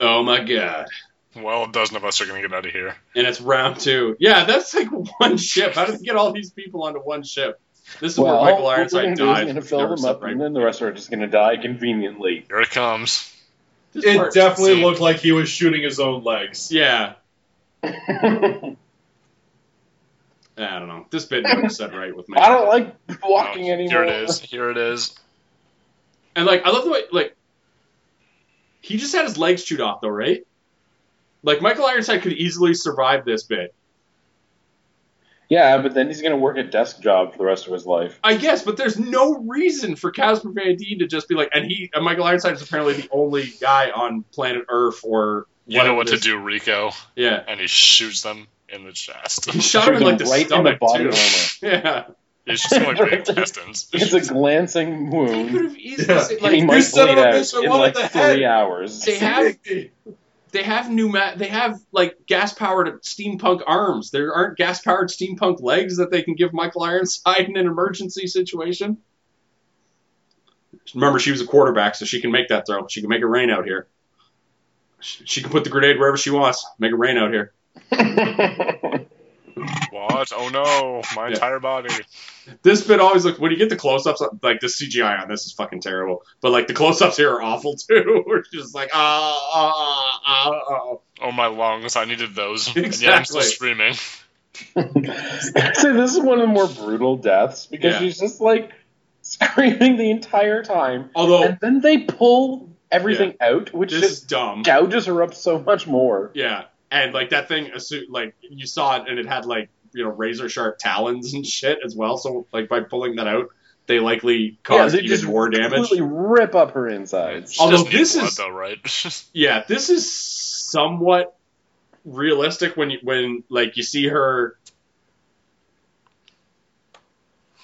[SPEAKER 2] Oh my god.
[SPEAKER 4] well, a dozen of us are gonna get out of here.
[SPEAKER 2] and it's round two. Yeah, that's like one ship. How did they get all these people onto one ship? This is
[SPEAKER 3] well,
[SPEAKER 2] where Michael
[SPEAKER 3] what we're
[SPEAKER 2] Ironside
[SPEAKER 3] going to do is
[SPEAKER 2] died.
[SPEAKER 3] going to
[SPEAKER 2] They
[SPEAKER 3] fill
[SPEAKER 2] were
[SPEAKER 3] them up,
[SPEAKER 2] separated.
[SPEAKER 3] and then the rest are just going to die conveniently.
[SPEAKER 4] Here it comes.
[SPEAKER 2] This
[SPEAKER 5] It
[SPEAKER 2] part-
[SPEAKER 5] definitely
[SPEAKER 4] see.
[SPEAKER 5] looked like he was shooting his own legs.
[SPEAKER 2] Yeah,
[SPEAKER 3] I
[SPEAKER 2] I don't know. This bit never set right with me.
[SPEAKER 3] don't like walking
[SPEAKER 4] No,
[SPEAKER 3] anymore.
[SPEAKER 4] Oh, Here it is. Here it is.
[SPEAKER 2] And like, I love the way like he just had his legs chewed off, though, right? Like Michael Ironside could easily survive this bit,
[SPEAKER 3] Yeah, but then he's going to work a desk job for the rest of his life.
[SPEAKER 2] I guess. But there's no reason for Casper Van Dien to just be like, and he and Michael Ironside is apparently the only guy on planet Earth, or
[SPEAKER 4] You know what
[SPEAKER 2] it
[SPEAKER 4] to
[SPEAKER 2] is.
[SPEAKER 4] do, Rico.
[SPEAKER 2] Yeah,
[SPEAKER 4] And he shoots them in the chest.
[SPEAKER 2] he shot him in like the
[SPEAKER 3] right in the
[SPEAKER 2] stomach
[SPEAKER 3] body
[SPEAKER 2] too.
[SPEAKER 3] armor.
[SPEAKER 2] Yeah.
[SPEAKER 4] He's just like the intestines.
[SPEAKER 3] It's a glancing
[SPEAKER 2] They
[SPEAKER 3] wound.
[SPEAKER 2] could have easily
[SPEAKER 5] Yeah.
[SPEAKER 2] said,
[SPEAKER 3] he
[SPEAKER 2] like
[SPEAKER 3] might
[SPEAKER 5] you son
[SPEAKER 3] bleed
[SPEAKER 5] of a
[SPEAKER 3] out
[SPEAKER 5] bitch, I
[SPEAKER 3] in
[SPEAKER 5] wanted
[SPEAKER 3] like
[SPEAKER 5] the
[SPEAKER 3] three
[SPEAKER 5] head.
[SPEAKER 3] hours.
[SPEAKER 2] they have they have new ma- they have like gas powered steampunk arms. There aren't gas powered steampunk legs that they can give Michael Ironside in an emergency situation. Remember, she was a quarterback, so she can make that throw. She can make it rain out here. She she can put the grenade wherever she wants. Make it rain out here.
[SPEAKER 4] What? Oh no, my
[SPEAKER 2] Yeah.
[SPEAKER 4] entire body.
[SPEAKER 2] This bit always looks when you get the close ups like the CGI on this is fucking terrible. But like the close ups here are awful too. We're just like ah ah ah ah, ah.
[SPEAKER 4] Oh my lungs, I needed those. And yet I'm still
[SPEAKER 2] Exactly.
[SPEAKER 4] screaming.
[SPEAKER 3] See, this is one of the more brutal deaths because
[SPEAKER 2] Yeah.
[SPEAKER 3] she's just like screaming the entire time,
[SPEAKER 2] Although
[SPEAKER 3] and then they pull everything out, which
[SPEAKER 2] this is
[SPEAKER 3] just
[SPEAKER 2] dumb.
[SPEAKER 3] gouges her up so much more.
[SPEAKER 2] Yeah, and like that thing, assu- like you saw it, and it had like you know razor sharp talons and shit as well. So like by pulling that out, they likely caused
[SPEAKER 3] they
[SPEAKER 2] even more damage.
[SPEAKER 3] Completely rip up her insides.
[SPEAKER 4] She
[SPEAKER 2] Although
[SPEAKER 4] doesn't need
[SPEAKER 2] this
[SPEAKER 4] blood,
[SPEAKER 2] is-
[SPEAKER 4] though, right?
[SPEAKER 2] Yeah, this is somewhat realistic when you, when like you see her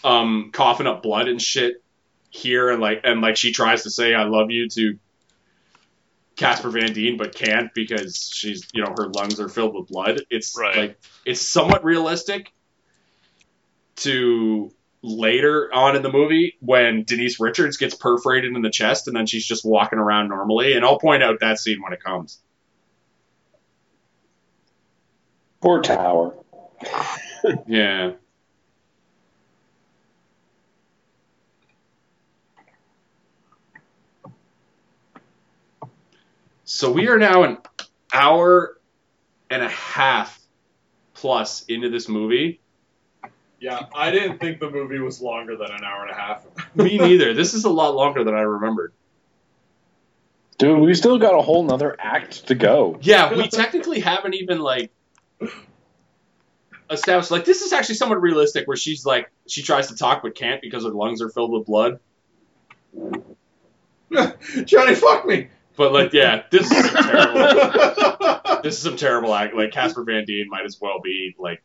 [SPEAKER 2] um coughing up blood and shit here and like and like she tries to say I love you to Casper Van Dien but can't because she's you know her lungs are filled with blood. It's
[SPEAKER 4] Right.
[SPEAKER 2] like it's somewhat realistic to later on in the movie when Denise Richards gets perforated in the chest and then she's just walking around normally. And I'll point out that scene when it comes.
[SPEAKER 3] Poor Tower.
[SPEAKER 2] Yeah. So we are now an hour and a half plus into this movie.
[SPEAKER 5] Yeah, I didn't think the movie was longer than an hour and a half.
[SPEAKER 2] Me neither. this is a lot longer than I remembered.
[SPEAKER 3] Dude, we still got a whole nother act to go.
[SPEAKER 2] Yeah, we technically haven't even like established like this is actually somewhat realistic where she's like she tries to talk but can't because her lungs are filled with blood.
[SPEAKER 5] Johnny, fuck me.
[SPEAKER 2] But like yeah, this is some terrible
[SPEAKER 5] yeah,
[SPEAKER 2] this is some terrible act like Casper Van Dien might as well be like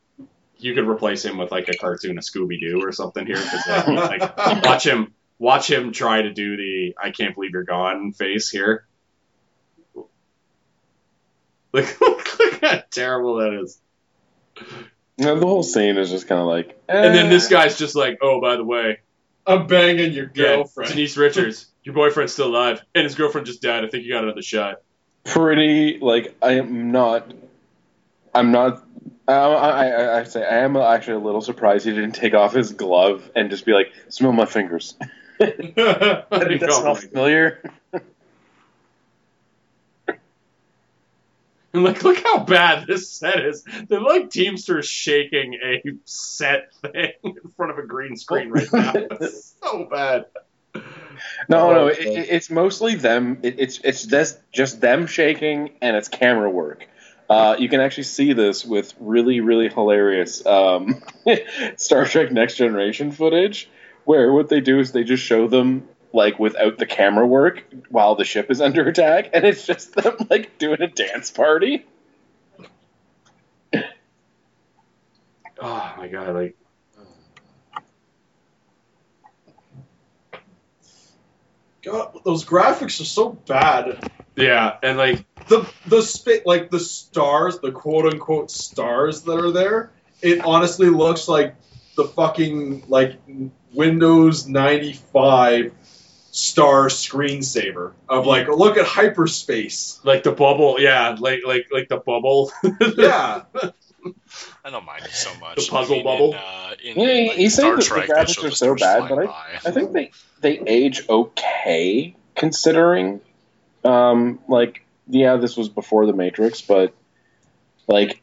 [SPEAKER 2] you could replace him with like a cartoon of Scooby Doo or something here 'cause, like, like watch him watch him try to do the I can't believe you're gone face here. Like look how terrible that is.
[SPEAKER 3] Yeah, the whole scene is just kind of like.
[SPEAKER 2] And then this guy's just like, oh, by the way,
[SPEAKER 5] I'm banging your
[SPEAKER 2] yeah,
[SPEAKER 5] girlfriend.
[SPEAKER 2] Denise Richards, your boyfriend's still alive, and his girlfriend just died. I think you got another shot.
[SPEAKER 3] pretty like I am not. I'm not. I, I, I- I say I am actually a little surprised he didn't take off his glove and just be like, "Smell my fingers."
[SPEAKER 2] I
[SPEAKER 3] That
[SPEAKER 2] think
[SPEAKER 3] smell
[SPEAKER 2] probably.
[SPEAKER 3] familiar.
[SPEAKER 2] And like, look how bad this set is. They're like Teamsters shaking a set thing in front of a green screen right now. It's so bad.
[SPEAKER 3] No,
[SPEAKER 2] Oh,
[SPEAKER 3] no, it,
[SPEAKER 2] okay.
[SPEAKER 3] it- it's mostly them. It, it's it's this, just them shaking, and it's camera work. Uh, you can actually see this with really, really hilarious um, Star Trek Next Generation footage, where what they do is they just show them like without the camera work while the ship is under attack, and it's just them like doing a dance party.
[SPEAKER 2] Oh my god, like.
[SPEAKER 5] God, those graphics are so bad.
[SPEAKER 2] Yeah, and like,
[SPEAKER 5] The the spit like the stars, the quote unquote stars that are there. It honestly looks like the fucking like Windows ninety five star screensaver of like look at hyperspace.
[SPEAKER 2] like the bubble, yeah, like like like the bubble.
[SPEAKER 5] Yeah,
[SPEAKER 4] I don't mind it so much.
[SPEAKER 2] The puzzle
[SPEAKER 4] I mean,
[SPEAKER 2] bubble?
[SPEAKER 4] In, uh, in,
[SPEAKER 3] Yeah, you-
[SPEAKER 4] like,
[SPEAKER 3] you say
[SPEAKER 4] Star
[SPEAKER 3] that the
[SPEAKER 4] Trek,
[SPEAKER 3] graphics
[SPEAKER 4] they show
[SPEAKER 3] are
[SPEAKER 4] the
[SPEAKER 3] so
[SPEAKER 4] stars
[SPEAKER 3] bad,
[SPEAKER 4] flying
[SPEAKER 3] but
[SPEAKER 4] by.
[SPEAKER 3] I think they they age okay considering. Um, like yeah, this was before the Matrix, but like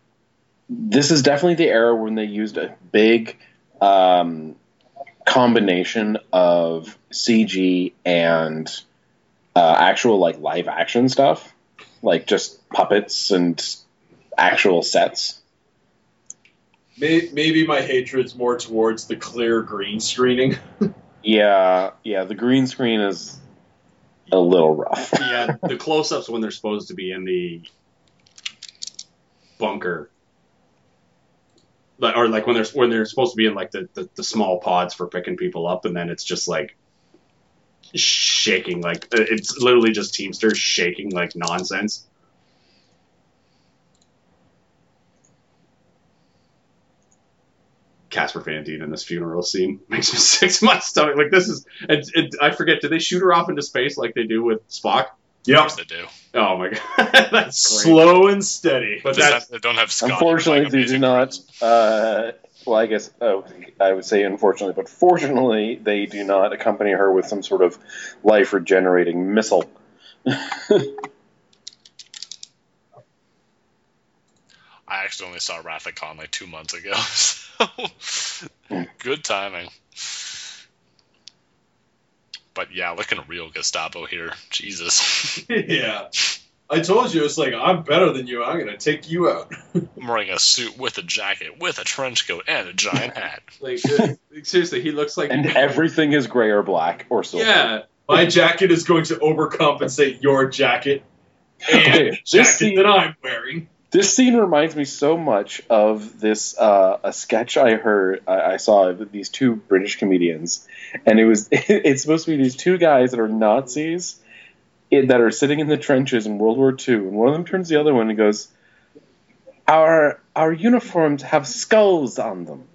[SPEAKER 3] this is definitely the era when they used a big um, combination of CG and uh, actual like live action stuff, like just puppets and actual sets.
[SPEAKER 5] May- maybe my hatred's more towards the clear green screening.
[SPEAKER 3] Yeah, yeah, the green screen is a little rough.
[SPEAKER 2] yeah, the close-ups when they're supposed to be in the bunker, Like- or like when they're when they're supposed to be in like the, the, the small pods for picking people up, and then it's just like uh, shaking, like it's literally just Teamsters shaking like nonsense. Casper Van Dien in this funeral scene makes me sick to my stomach. Like this is, and, and I forget. Do they shoot her off into space like they do with Spock?
[SPEAKER 4] Of
[SPEAKER 5] Yep.
[SPEAKER 4] course they do.
[SPEAKER 2] Oh my god, that's great.
[SPEAKER 5] Slow and steady.
[SPEAKER 2] But
[SPEAKER 4] Just
[SPEAKER 2] that's
[SPEAKER 4] have- they don't have Scott.
[SPEAKER 3] Unfortunately,
[SPEAKER 4] like,
[SPEAKER 3] they do
[SPEAKER 4] amazing-
[SPEAKER 3] not. Uh, well, I guess oh, I would say unfortunately, but fortunately, they do not accompany her with some sort of life regenerating missile.
[SPEAKER 4] I actually only saw Wrath of Khan like two months ago. So good timing. But yeah, looking real Gestapo here. Jesus.
[SPEAKER 5] yeah. I told you, it's like, I'm better than you. I'm going to take you out.
[SPEAKER 4] I'm wearing a suit with a jacket, with a trench coat, and a giant hat.
[SPEAKER 2] like, uh, seriously, he looks like
[SPEAKER 3] And everything is gray or black or silver.
[SPEAKER 2] yeah.
[SPEAKER 5] My jacket is going to overcompensate your jacket and
[SPEAKER 3] Okay,
[SPEAKER 5] the
[SPEAKER 3] this
[SPEAKER 5] jacket
[SPEAKER 3] scene-
[SPEAKER 5] that I'm wearing.
[SPEAKER 3] This scene reminds me so much of this uh, a sketch I heard I, I saw of these two British comedians, and it was it's supposed to be these two guys that are Nazis eh, that are sitting in the trenches in World War II, and one of them turns to the other one and goes, "Our our uniforms have skulls on them."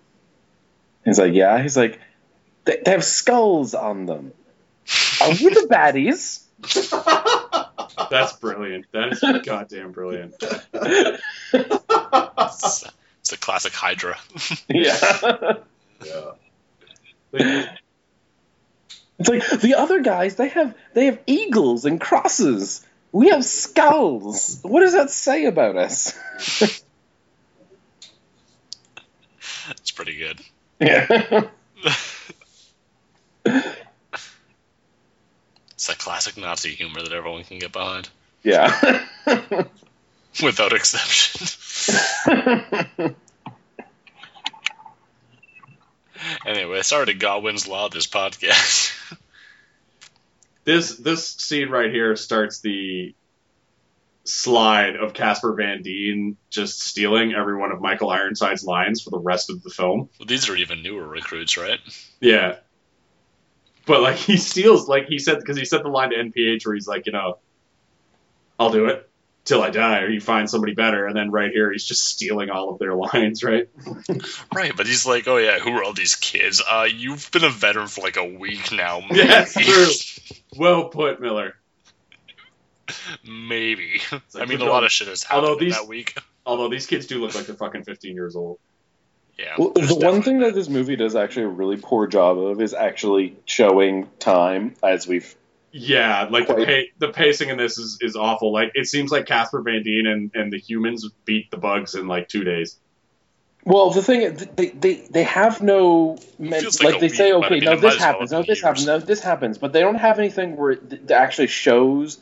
[SPEAKER 3] He's like, "Yeah." He's like, "They, they have skulls on them." Are we the baddies?
[SPEAKER 2] That's brilliant. That is goddamn brilliant.
[SPEAKER 4] It's, it's a classic Hydra.
[SPEAKER 3] Yeah.
[SPEAKER 5] Yeah.
[SPEAKER 2] Like,
[SPEAKER 3] It's like the other guys they have they have eagles and crosses. We have skulls. What does that say about us?
[SPEAKER 4] It's pretty good.
[SPEAKER 3] Yeah.
[SPEAKER 4] It's that classic Nazi humor that everyone can get behind,
[SPEAKER 3] Yeah.
[SPEAKER 4] without exception. anyway, sorry to Godwin's Law, this podcast.
[SPEAKER 2] this this scene right here starts the slide of Casper Van Dien just stealing every one of Michael Ironside's lines for the rest of the film.
[SPEAKER 4] well, these are even newer recruits, right?
[SPEAKER 2] Yeah. But like he steals, like he said, because he said the line to NPH where he's like, you know, I'll do it till I die, or you find somebody better. And then right here, he's just stealing all of their lines, right?
[SPEAKER 4] Right, but he's like, oh yeah, who are all these kids? Uh, you've been a veteran for like a week now. Maybe.
[SPEAKER 2] Yes, true. Well put, Miller.
[SPEAKER 4] maybe.
[SPEAKER 2] like,
[SPEAKER 4] I mean, a
[SPEAKER 2] although-
[SPEAKER 4] lot of shit has happened
[SPEAKER 2] although
[SPEAKER 4] in
[SPEAKER 2] these-
[SPEAKER 4] that week.
[SPEAKER 2] Although these kids do look like they're fucking 15 years old.
[SPEAKER 4] Yeah.
[SPEAKER 3] well,
[SPEAKER 4] there's
[SPEAKER 3] the one
[SPEAKER 4] definitely-
[SPEAKER 3] thing that this movie does actually a really poor job of is actually showing time as we've
[SPEAKER 2] Yeah, like the,
[SPEAKER 3] Quite.
[SPEAKER 2] pa- the pacing in this is, is awful. Like it seems like Casper Van Dien and, and the humans beat the bugs in like two days.
[SPEAKER 3] Well, the thing is, they they, they have no men-
[SPEAKER 4] feels
[SPEAKER 3] like,
[SPEAKER 4] like a
[SPEAKER 3] they say,
[SPEAKER 4] week, but I
[SPEAKER 3] okay,
[SPEAKER 4] mean,
[SPEAKER 3] no,
[SPEAKER 4] it might
[SPEAKER 3] this
[SPEAKER 4] as well
[SPEAKER 3] happens,
[SPEAKER 4] have
[SPEAKER 3] no,
[SPEAKER 4] been
[SPEAKER 3] this happens, no, this happens, but they don't have anything where th- that actually shows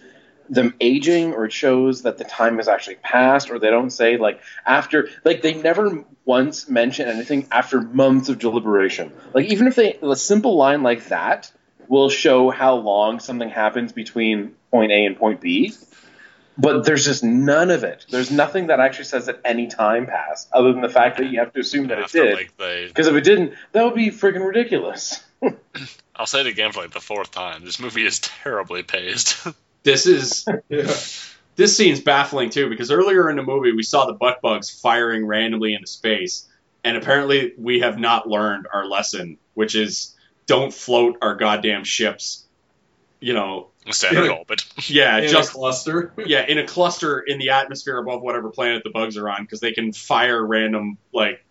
[SPEAKER 3] them aging or it shows that the time has actually passed, or they don't say like after like they never once mention anything after months of deliberation. Like even if they a simple line like that will show how long something happens between point A and point B. But there's just none of it. There's nothing that actually says that any time passed, other than the fact that you have to assume that it
[SPEAKER 4] After,
[SPEAKER 3] did.
[SPEAKER 4] like, they
[SPEAKER 3] Because if it didn't, that would be freaking ridiculous.
[SPEAKER 4] I'll say it again for like the fourth time. This movie is terribly paced.
[SPEAKER 2] This is
[SPEAKER 5] Yeah.
[SPEAKER 2] this scene's baffling too because earlier in the movie we saw the butt bugs firing randomly into space, and apparently we have not learned our lesson, which is don't float our goddamn ships. You know,
[SPEAKER 4] Standard
[SPEAKER 5] Yeah.
[SPEAKER 4] orbit.
[SPEAKER 2] yeah,
[SPEAKER 5] In a
[SPEAKER 2] just
[SPEAKER 5] cluster.
[SPEAKER 2] yeah, in a cluster in the atmosphere above whatever planet the bugs are on, because they can fire random like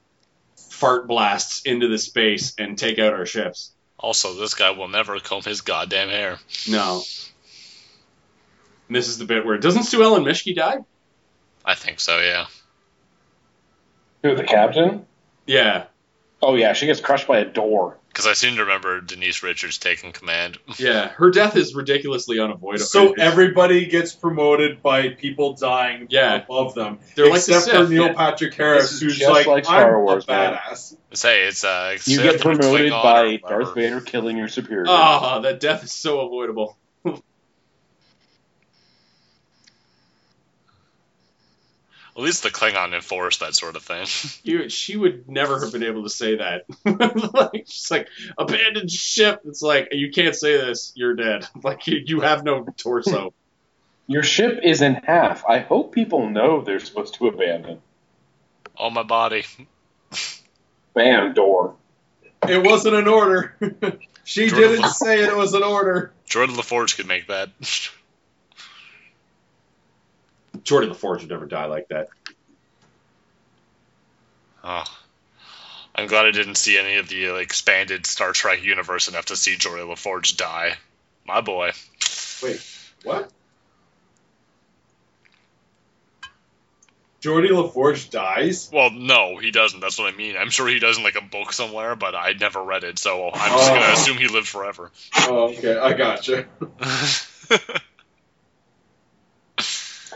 [SPEAKER 2] fart blasts into the space and take out our ships.
[SPEAKER 4] Also, this guy will never comb his goddamn hair.
[SPEAKER 2] No. And this is the bit where doesn't Sue Ellen Mishke die?
[SPEAKER 4] I think so, yeah.
[SPEAKER 3] Who, the captain?
[SPEAKER 2] Yeah,
[SPEAKER 3] Oh, yeah, she gets crushed by a door.
[SPEAKER 4] Because I seem to remember Denise Richards taking command.
[SPEAKER 2] yeah. Her death is ridiculously unavoidable.
[SPEAKER 5] So
[SPEAKER 2] It's-
[SPEAKER 5] everybody gets promoted by people dying
[SPEAKER 2] Yeah.
[SPEAKER 5] above them.
[SPEAKER 2] They're like the
[SPEAKER 5] except for
[SPEAKER 2] Sith,
[SPEAKER 5] Neil
[SPEAKER 2] yeah.
[SPEAKER 5] Patrick Harris,
[SPEAKER 3] This is
[SPEAKER 5] who's
[SPEAKER 3] just
[SPEAKER 5] like,
[SPEAKER 3] like Star
[SPEAKER 5] I'm
[SPEAKER 3] Wars,
[SPEAKER 5] a
[SPEAKER 3] man.
[SPEAKER 5] badass.
[SPEAKER 4] Say it's uh,
[SPEAKER 3] You
[SPEAKER 4] Sith
[SPEAKER 3] get
[SPEAKER 4] or
[SPEAKER 3] promoted
[SPEAKER 4] Klingon
[SPEAKER 3] by
[SPEAKER 4] or
[SPEAKER 3] Darth
[SPEAKER 4] whatever.
[SPEAKER 3] Vader killing your superior.
[SPEAKER 2] Ah, that death is so avoidable.
[SPEAKER 4] At least the Klingon enforced that sort of thing.
[SPEAKER 2] You, she would never have been able to say that. like, she's like abandoned ship. It's like you can't say this. You're dead. Like you, you have no torso.
[SPEAKER 3] Your ship is in half. I
[SPEAKER 4] Oh,
[SPEAKER 3] hope people know they're supposed to abandon.
[SPEAKER 4] On my body.
[SPEAKER 3] Bam, door.
[SPEAKER 5] It wasn't an order. she
[SPEAKER 4] Jordan
[SPEAKER 5] didn't
[SPEAKER 4] was-
[SPEAKER 5] say it was an order.
[SPEAKER 4] Jordan LaForge could make that.
[SPEAKER 2] Jordan LaForge would never die like that.
[SPEAKER 4] Oh. I'm glad I didn't see any of the like, expanded Star Trek universe enough to see Jordan LaForge die. My boy.
[SPEAKER 5] What? Jordy LaForge dies?
[SPEAKER 4] Well, no, he doesn't. That's what I mean. I'm sure he does in like a book somewhere, but I never read it, so I'm just
[SPEAKER 5] Oh.
[SPEAKER 4] gonna assume he lived forever.
[SPEAKER 5] Oh, okay. I gotcha.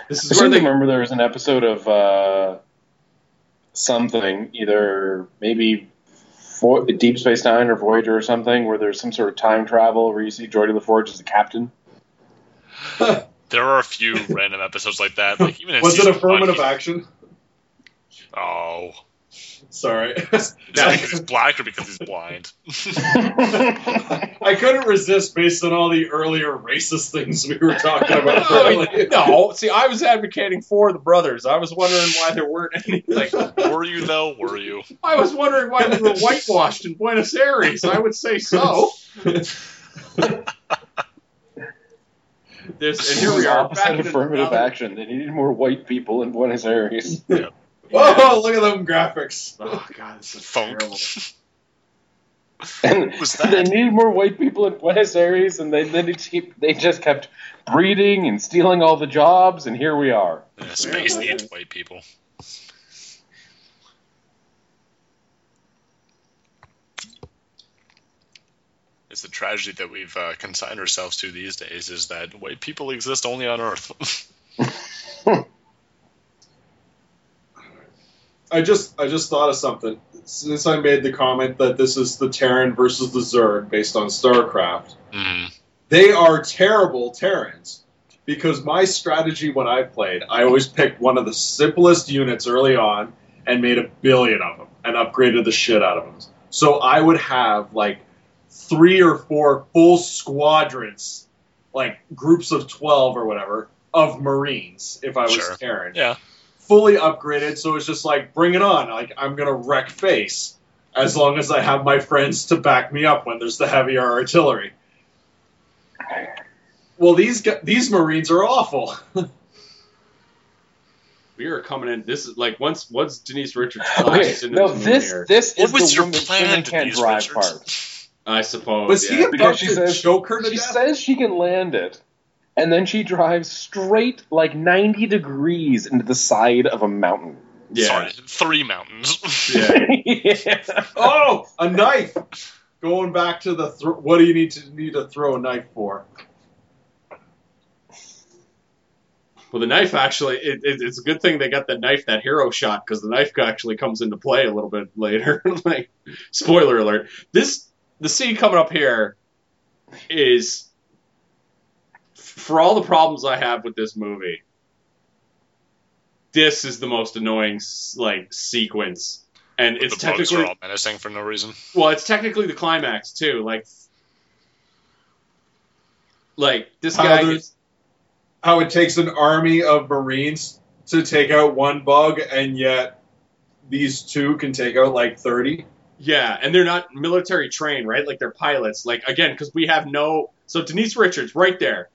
[SPEAKER 2] This is
[SPEAKER 3] I
[SPEAKER 2] where
[SPEAKER 3] seem to
[SPEAKER 2] they
[SPEAKER 3] remember there was an episode of uh, something, either maybe Vo- Deep Space Nine or Voyager or something, where there's some sort of time travel where you see Geordi LaForge as the captain.
[SPEAKER 4] there are a few random episodes like that. Like even in
[SPEAKER 5] Was it
[SPEAKER 4] season
[SPEAKER 5] affirmative
[SPEAKER 4] one, he-
[SPEAKER 5] action?
[SPEAKER 4] Oh,
[SPEAKER 5] Sorry.
[SPEAKER 4] is that because he's black or because he's blind?
[SPEAKER 5] I couldn't resist based on all the earlier racist things we were talking about
[SPEAKER 2] No, I
[SPEAKER 5] earlier.
[SPEAKER 2] mean, no, see, I was advocating for the brothers. I was wondering why there weren't any. Like,
[SPEAKER 4] Were you though? Were you?
[SPEAKER 2] I was wondering why they were whitewashed in Buenos Aires. I would say so. This, and here we are.
[SPEAKER 3] Opposite
[SPEAKER 2] Back in
[SPEAKER 3] affirmative
[SPEAKER 2] another-
[SPEAKER 3] action. They needed more white people in Buenos Aires.
[SPEAKER 5] Oh, look at them graphics.
[SPEAKER 2] Oh, God, this is
[SPEAKER 4] Funk.
[SPEAKER 2] terrible.
[SPEAKER 3] And
[SPEAKER 4] was
[SPEAKER 3] they
[SPEAKER 4] that?
[SPEAKER 3] needed more white people in Buenos Aires, and they they just, keep, they just kept breeding and stealing all the jobs, and here we are.
[SPEAKER 4] Yeah, space needs white people. It's the tragedy that we've uh, consigned ourselves to these days is that white people exist only on Earth.
[SPEAKER 5] I just I just thought of something. Since I made the comment that this is the Terran versus the Zerg based on StarCraft,
[SPEAKER 2] Mm-hmm.
[SPEAKER 4] Mhm.
[SPEAKER 5] they are terrible Terrans. Because my strategy when I played, I always picked one of the simplest units early on and made a billion of them and upgraded the shit out of them. So I would have like three or four full squadrons, like groups of 12 or whatever, of Marines if I was
[SPEAKER 4] Sure.
[SPEAKER 5] Terran
[SPEAKER 4] Yeah.
[SPEAKER 5] fully upgraded, so it's just like, bring it on. Like, I'm going to wreck face as long as I have my friends to back me up when there's the heavier artillery. Well, these gu- these Marines are awful.
[SPEAKER 3] Oh,
[SPEAKER 2] We are coming in. This is like once once Denise Richards
[SPEAKER 3] Okay,
[SPEAKER 2] flashes into
[SPEAKER 3] now
[SPEAKER 2] this,
[SPEAKER 3] this
[SPEAKER 2] here,
[SPEAKER 3] this
[SPEAKER 4] What
[SPEAKER 3] is
[SPEAKER 4] was
[SPEAKER 3] the
[SPEAKER 4] your
[SPEAKER 3] woman-
[SPEAKER 4] plan,
[SPEAKER 3] women can't
[SPEAKER 4] Denise
[SPEAKER 3] drive
[SPEAKER 4] Richards?
[SPEAKER 3] part.
[SPEAKER 2] I suppose.
[SPEAKER 5] Was
[SPEAKER 2] yeah.
[SPEAKER 5] he about
[SPEAKER 3] because she
[SPEAKER 5] to
[SPEAKER 3] says-
[SPEAKER 5] choke her to
[SPEAKER 3] She
[SPEAKER 5] death?
[SPEAKER 3] says she can land it, and then she drives straight like 90 degrees into the side of a mountain.
[SPEAKER 2] yeah.
[SPEAKER 4] Sorry, three mountains.
[SPEAKER 2] Yeah.
[SPEAKER 3] Yeah.
[SPEAKER 5] oh, a knife! Going back to the thr what do you need to need to throw a knife for?
[SPEAKER 2] Well, the knife actually, it, it, it's a good thing they got the knife that hero shot because the knife actually comes into play a little bit later. like, spoiler alert. This, the scene coming up here is, for all the problems I have with this movie, this is the most annoying, s- like, sequence. And it's
[SPEAKER 4] the bugs
[SPEAKER 2] technically,
[SPEAKER 4] are all menacing for no reason.
[SPEAKER 2] well, it's technically the climax too. Like, like this
[SPEAKER 5] How
[SPEAKER 2] guy
[SPEAKER 5] there's-
[SPEAKER 2] gets-
[SPEAKER 5] How it takes an army of Marines to take out one bug, and yet these two can take out like thirty.
[SPEAKER 2] Yeah, and they're not military trained, right? Like they're pilots. Like again, because we have no. So Denise Richards, right there,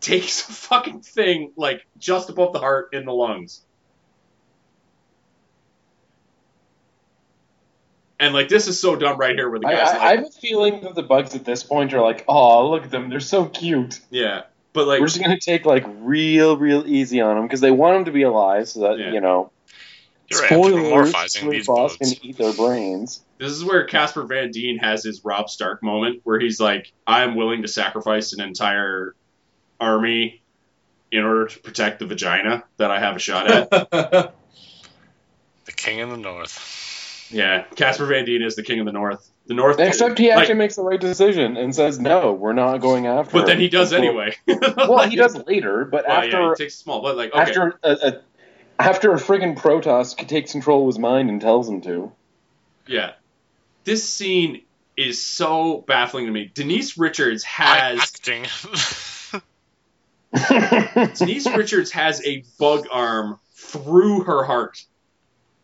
[SPEAKER 2] takes a fucking thing like just above the heart in the lungs, and like this is so dumb right here where the
[SPEAKER 3] I,
[SPEAKER 2] guy's
[SPEAKER 3] I,
[SPEAKER 2] like,
[SPEAKER 3] I have a feeling that the bugs at this point are like, oh, look at them, they're so cute.
[SPEAKER 2] yeah, but like
[SPEAKER 3] We're just gonna take like real, real easy on them because they want them to be alive, so that
[SPEAKER 2] Yeah.
[SPEAKER 3] you know.
[SPEAKER 4] You're
[SPEAKER 3] spoilers,
[SPEAKER 4] anthropomorphizing
[SPEAKER 3] Sweet
[SPEAKER 4] these
[SPEAKER 3] Boss
[SPEAKER 4] bugs.
[SPEAKER 3] can eat their brains.
[SPEAKER 2] this is where Casper Van Dien has his Rob Stark moment where he's like, I am willing to sacrifice an entire army in order to protect the vagina that I have a shot at.
[SPEAKER 4] The king in the north.
[SPEAKER 2] Yeah, Casper Van Dien is the king of the North. The North,
[SPEAKER 3] Except he
[SPEAKER 2] like,
[SPEAKER 3] actually makes the right decision and says, "No, we're not going after."
[SPEAKER 2] but then
[SPEAKER 3] him."
[SPEAKER 2] he does
[SPEAKER 3] Well-
[SPEAKER 2] anyway.
[SPEAKER 3] Well, he does later, but
[SPEAKER 2] Well,
[SPEAKER 3] after
[SPEAKER 2] yeah, he takes a small, but like okay,
[SPEAKER 3] after a, a after a friggin' Protoss c- takes control of his mind and tells him to.
[SPEAKER 2] yeah. This scene is so baffling to me. Denise Richards
[SPEAKER 4] I'm
[SPEAKER 2] has
[SPEAKER 4] acting.
[SPEAKER 2] Denise Richards has a bug arm through her heart.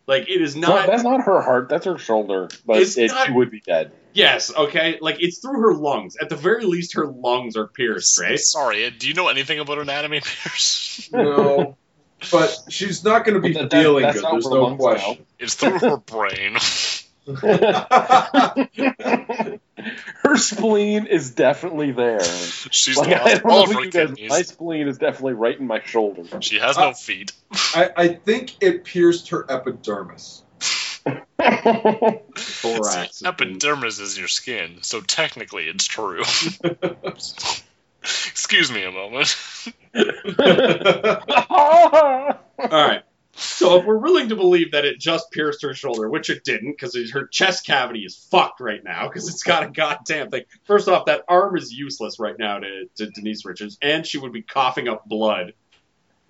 [SPEAKER 2] Like it is
[SPEAKER 3] No,
[SPEAKER 2] not.
[SPEAKER 3] that's not her heart. That's her shoulder. But
[SPEAKER 2] It's
[SPEAKER 3] it,
[SPEAKER 2] not-
[SPEAKER 3] she would be dead.
[SPEAKER 2] yes, okay. Like it's through her lungs. At the very least, her lungs are pierced, right?
[SPEAKER 4] Sorry, do you know anything about anatomy, Pierce?
[SPEAKER 5] No, but she's not going to be
[SPEAKER 3] But that- that-
[SPEAKER 5] feeling
[SPEAKER 3] that's
[SPEAKER 5] good.
[SPEAKER 3] not
[SPEAKER 5] There's
[SPEAKER 3] her
[SPEAKER 5] no
[SPEAKER 3] lungs
[SPEAKER 5] question.
[SPEAKER 4] It's through her brain.
[SPEAKER 3] her spleen is definitely there.
[SPEAKER 4] She's
[SPEAKER 3] like I
[SPEAKER 4] lost
[SPEAKER 3] don't
[SPEAKER 4] all of
[SPEAKER 3] think
[SPEAKER 4] her
[SPEAKER 3] you guys-
[SPEAKER 4] kidneys.
[SPEAKER 3] my spleen is definitely right in my shoulder.
[SPEAKER 4] She has no feet.
[SPEAKER 5] I, I think it pierced her epidermis.
[SPEAKER 2] Thorax.
[SPEAKER 4] Epidermis is your skin, so technically it's true. Excuse me a moment.
[SPEAKER 2] All right. So if we're willing to believe that it just pierced her shoulder, which it didn't, because her chest cavity is fucked right now, because it's got a goddamn thing. First off, that arm is useless right now to, to Denise Richards, and she would be coughing up blood.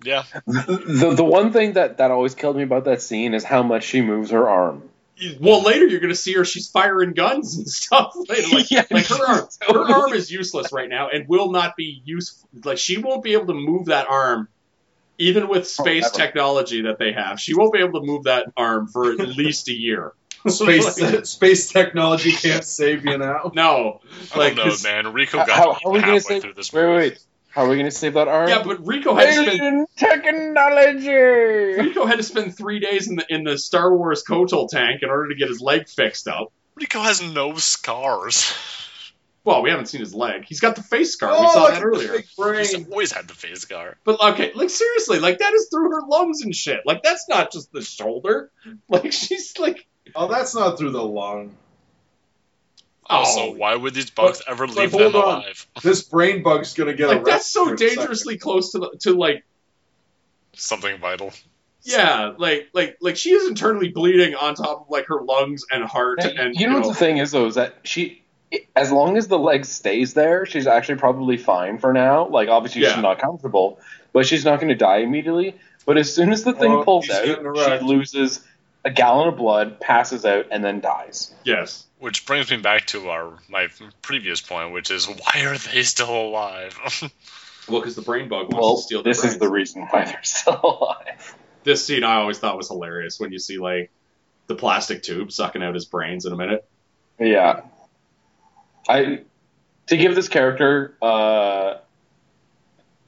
[SPEAKER 4] Yeah,
[SPEAKER 3] the the one thing that that always killed me about that scene is how much she moves her arm.
[SPEAKER 2] Well, later you're gonna see her; she's firing guns and stuff. Later, like,
[SPEAKER 3] Yeah,
[SPEAKER 2] like her arm,
[SPEAKER 3] she's
[SPEAKER 2] her
[SPEAKER 3] totally-
[SPEAKER 2] arm is useless right now, and will not be useful. Like she won't be able to move that arm, even with space
[SPEAKER 3] Forever.
[SPEAKER 2] technology that they have. She won't be able to move that arm for at least a year.
[SPEAKER 5] Space space technology can't save you now.
[SPEAKER 2] No,
[SPEAKER 4] I
[SPEAKER 2] Like,
[SPEAKER 4] don't know,
[SPEAKER 2] it's-
[SPEAKER 4] man. Rico
[SPEAKER 3] How-
[SPEAKER 4] got
[SPEAKER 3] how, how are we
[SPEAKER 4] halfway
[SPEAKER 3] gonna save?
[SPEAKER 4] through this
[SPEAKER 3] Wait, wait,
[SPEAKER 4] movie.
[SPEAKER 3] wait. How are we gonna save that arm?
[SPEAKER 2] Yeah, but Rico had to spend
[SPEAKER 3] Alien technology.
[SPEAKER 2] Rico had to spend three days in the in the Star Wars Kotal tank in order to get his leg fixed up.
[SPEAKER 4] Rico has no scars.
[SPEAKER 2] Well, we haven't seen his leg. He's got the face scar. we saw
[SPEAKER 5] Oh, look
[SPEAKER 2] that
[SPEAKER 5] at the
[SPEAKER 2] earlier.
[SPEAKER 5] big
[SPEAKER 4] He's
[SPEAKER 5] brain.
[SPEAKER 4] always had the face scar.
[SPEAKER 2] But okay, like seriously, like that is through her lungs and shit. Like that's not just the shoulder. Like she's like
[SPEAKER 5] Oh, that's not through the lung.
[SPEAKER 2] Oh.
[SPEAKER 4] Also, why would these bugs ever
[SPEAKER 5] but
[SPEAKER 4] leave
[SPEAKER 5] hold
[SPEAKER 4] them
[SPEAKER 5] on.
[SPEAKER 4] alive?
[SPEAKER 5] This brain bug's gonna get
[SPEAKER 2] like
[SPEAKER 5] arrested
[SPEAKER 2] that's so
[SPEAKER 5] for a second.
[SPEAKER 2] dangerously close to the, to like
[SPEAKER 4] Something vital.
[SPEAKER 2] yeah like like like she is internally bleeding on top of like her lungs and heart and
[SPEAKER 3] you know what the thing is though is that she, as long as the leg stays there, she's actually probably fine for now. Like obviously
[SPEAKER 2] Yeah.
[SPEAKER 3] she's not comfortable, but she's not going to die immediately. But as soon as the thing
[SPEAKER 5] Well,
[SPEAKER 3] pulls
[SPEAKER 5] she's
[SPEAKER 3] out,
[SPEAKER 5] getting
[SPEAKER 3] she
[SPEAKER 5] erect.
[SPEAKER 3] loses a gallon of blood, passes out, and then dies.
[SPEAKER 2] yes
[SPEAKER 4] Which brings me back to our my previous point, which is why are they still alive?
[SPEAKER 2] well because the brain bug wants
[SPEAKER 3] Well,
[SPEAKER 2] to steal the
[SPEAKER 3] this is the
[SPEAKER 2] brains.
[SPEAKER 3] reason why they're still alive.
[SPEAKER 2] this scene I always thought was hilarious when you see like the plastic tube sucking out his brains in a minute.
[SPEAKER 3] Yeah, I to give this character uh,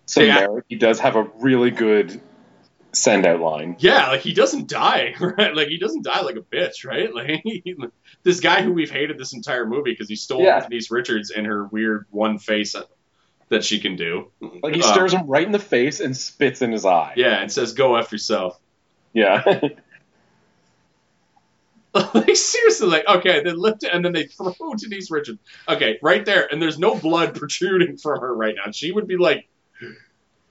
[SPEAKER 3] some
[SPEAKER 2] Yeah.
[SPEAKER 3] merit, he does have a really good send out line.
[SPEAKER 2] Yeah, like he doesn't die, right? Like he doesn't die like a bitch, right? Like he- this guy who we've hated this entire movie because he stole
[SPEAKER 3] Yeah.
[SPEAKER 2] Denise Richards and her weird one face that she can do.
[SPEAKER 3] Like he
[SPEAKER 2] Uh,
[SPEAKER 3] stares him right in the face and spits in his eye.
[SPEAKER 2] Yeah, and says go f yourself.
[SPEAKER 3] Yeah.
[SPEAKER 2] like seriously, like okay, they lift it and then they throw Denise Richards. Okay, right there, and there's no blood protruding from her right now. She would be like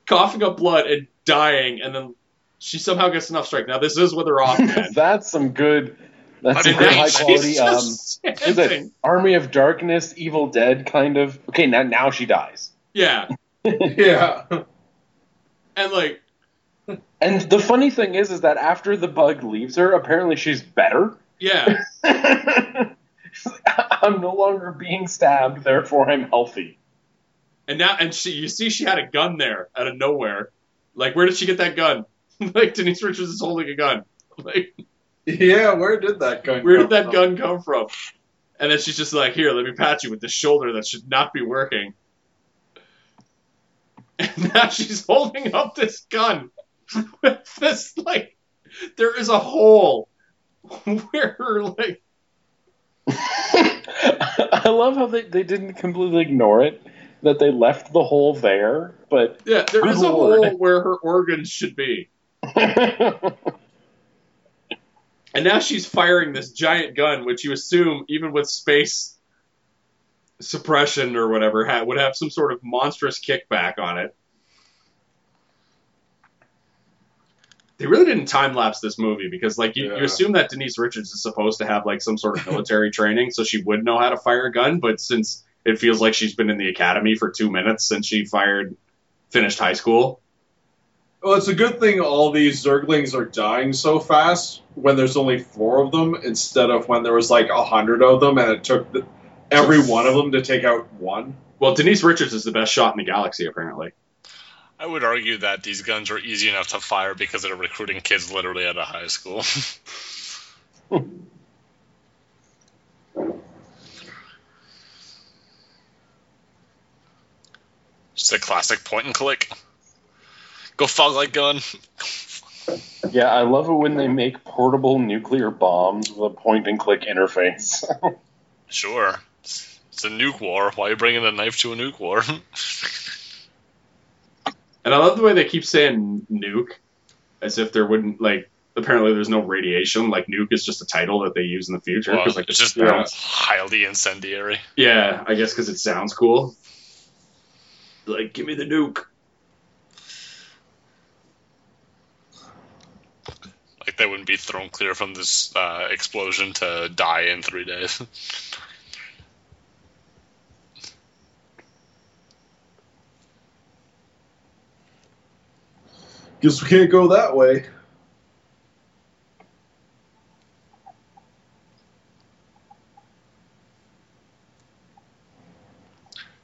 [SPEAKER 2] coughing up blood and dying, and then she somehow gets enough strike. Now this is with her off hand.
[SPEAKER 3] that's some good. That's
[SPEAKER 4] I
[SPEAKER 3] some
[SPEAKER 4] mean,
[SPEAKER 3] good
[SPEAKER 4] that-
[SPEAKER 3] high
[SPEAKER 4] she's
[SPEAKER 3] quality. Um, what is it?
[SPEAKER 2] standing.
[SPEAKER 3] Army of Darkness, Evil Dead kind of. Okay, now now she dies.
[SPEAKER 2] Yeah,
[SPEAKER 5] Yeah.
[SPEAKER 2] and like
[SPEAKER 3] And the funny thing is, is that after the bug leaves her, apparently she's better.
[SPEAKER 2] yeah,
[SPEAKER 3] She's like, I'm no longer being stabbed, therefore I'm healthy.
[SPEAKER 2] and now and she you see she had a gun there out of nowhere. Like where did she get that gun? like Denise Richards is holding a gun. Like
[SPEAKER 5] Yeah, where did that gun
[SPEAKER 2] where
[SPEAKER 5] come
[SPEAKER 2] did that
[SPEAKER 5] from?
[SPEAKER 2] gun come from? And then she's just like, here, let me pat you with this shoulder that should not be working. And now she's holding up this gun with this like there is a hole where her like
[SPEAKER 3] I love how they, they didn't completely ignore it, that they left the hole there, but
[SPEAKER 2] yeah, there is a
[SPEAKER 3] Lord.
[SPEAKER 2] hole where her organs should be. And now she's firing this giant gun, which you assume, even with space suppression or whatever, ha- would have some sort of monstrous kickback on it. They really didn't time lapse this movie because, like, you,
[SPEAKER 5] Yeah.
[SPEAKER 2] you assume that Denise Richards is supposed to have like some sort of military training, so she would know how to fire a gun. But since it feels like she's been in the academy for two minutes since she fired, finished high school,
[SPEAKER 5] Well, it's a good thing all these Zerglings are dying so fast when there's only four of them instead of when there was like a hundred of them and it took the, every one of them to take out one.
[SPEAKER 2] well, Denise Richards is the best shot in the galaxy, apparently.
[SPEAKER 4] I would argue that these guns were easy enough to fire because they're recruiting kids literally out of high school. Just a classic point and click. Go fog light gun.
[SPEAKER 3] Yeah, I love it when they make portable nuclear bombs with a point and click interface.
[SPEAKER 4] Sure. It's it's a nuke war. Why are you bringing a knife to a nuke war?
[SPEAKER 2] And I love the way they keep saying nuke, as if there wouldn't like. Apparently, there's no radiation. Like nuke is just a title that they use in the future.
[SPEAKER 4] Well,
[SPEAKER 2] 'cause, like,
[SPEAKER 4] it's just
[SPEAKER 2] yeah,
[SPEAKER 4] highly incendiary.
[SPEAKER 2] yeah, I guess because it sounds cool. Like, give me the nuke.
[SPEAKER 4] Like they wouldn't be thrown clear from this uh, explosion to die in three days.
[SPEAKER 5] Guess we can't go that way.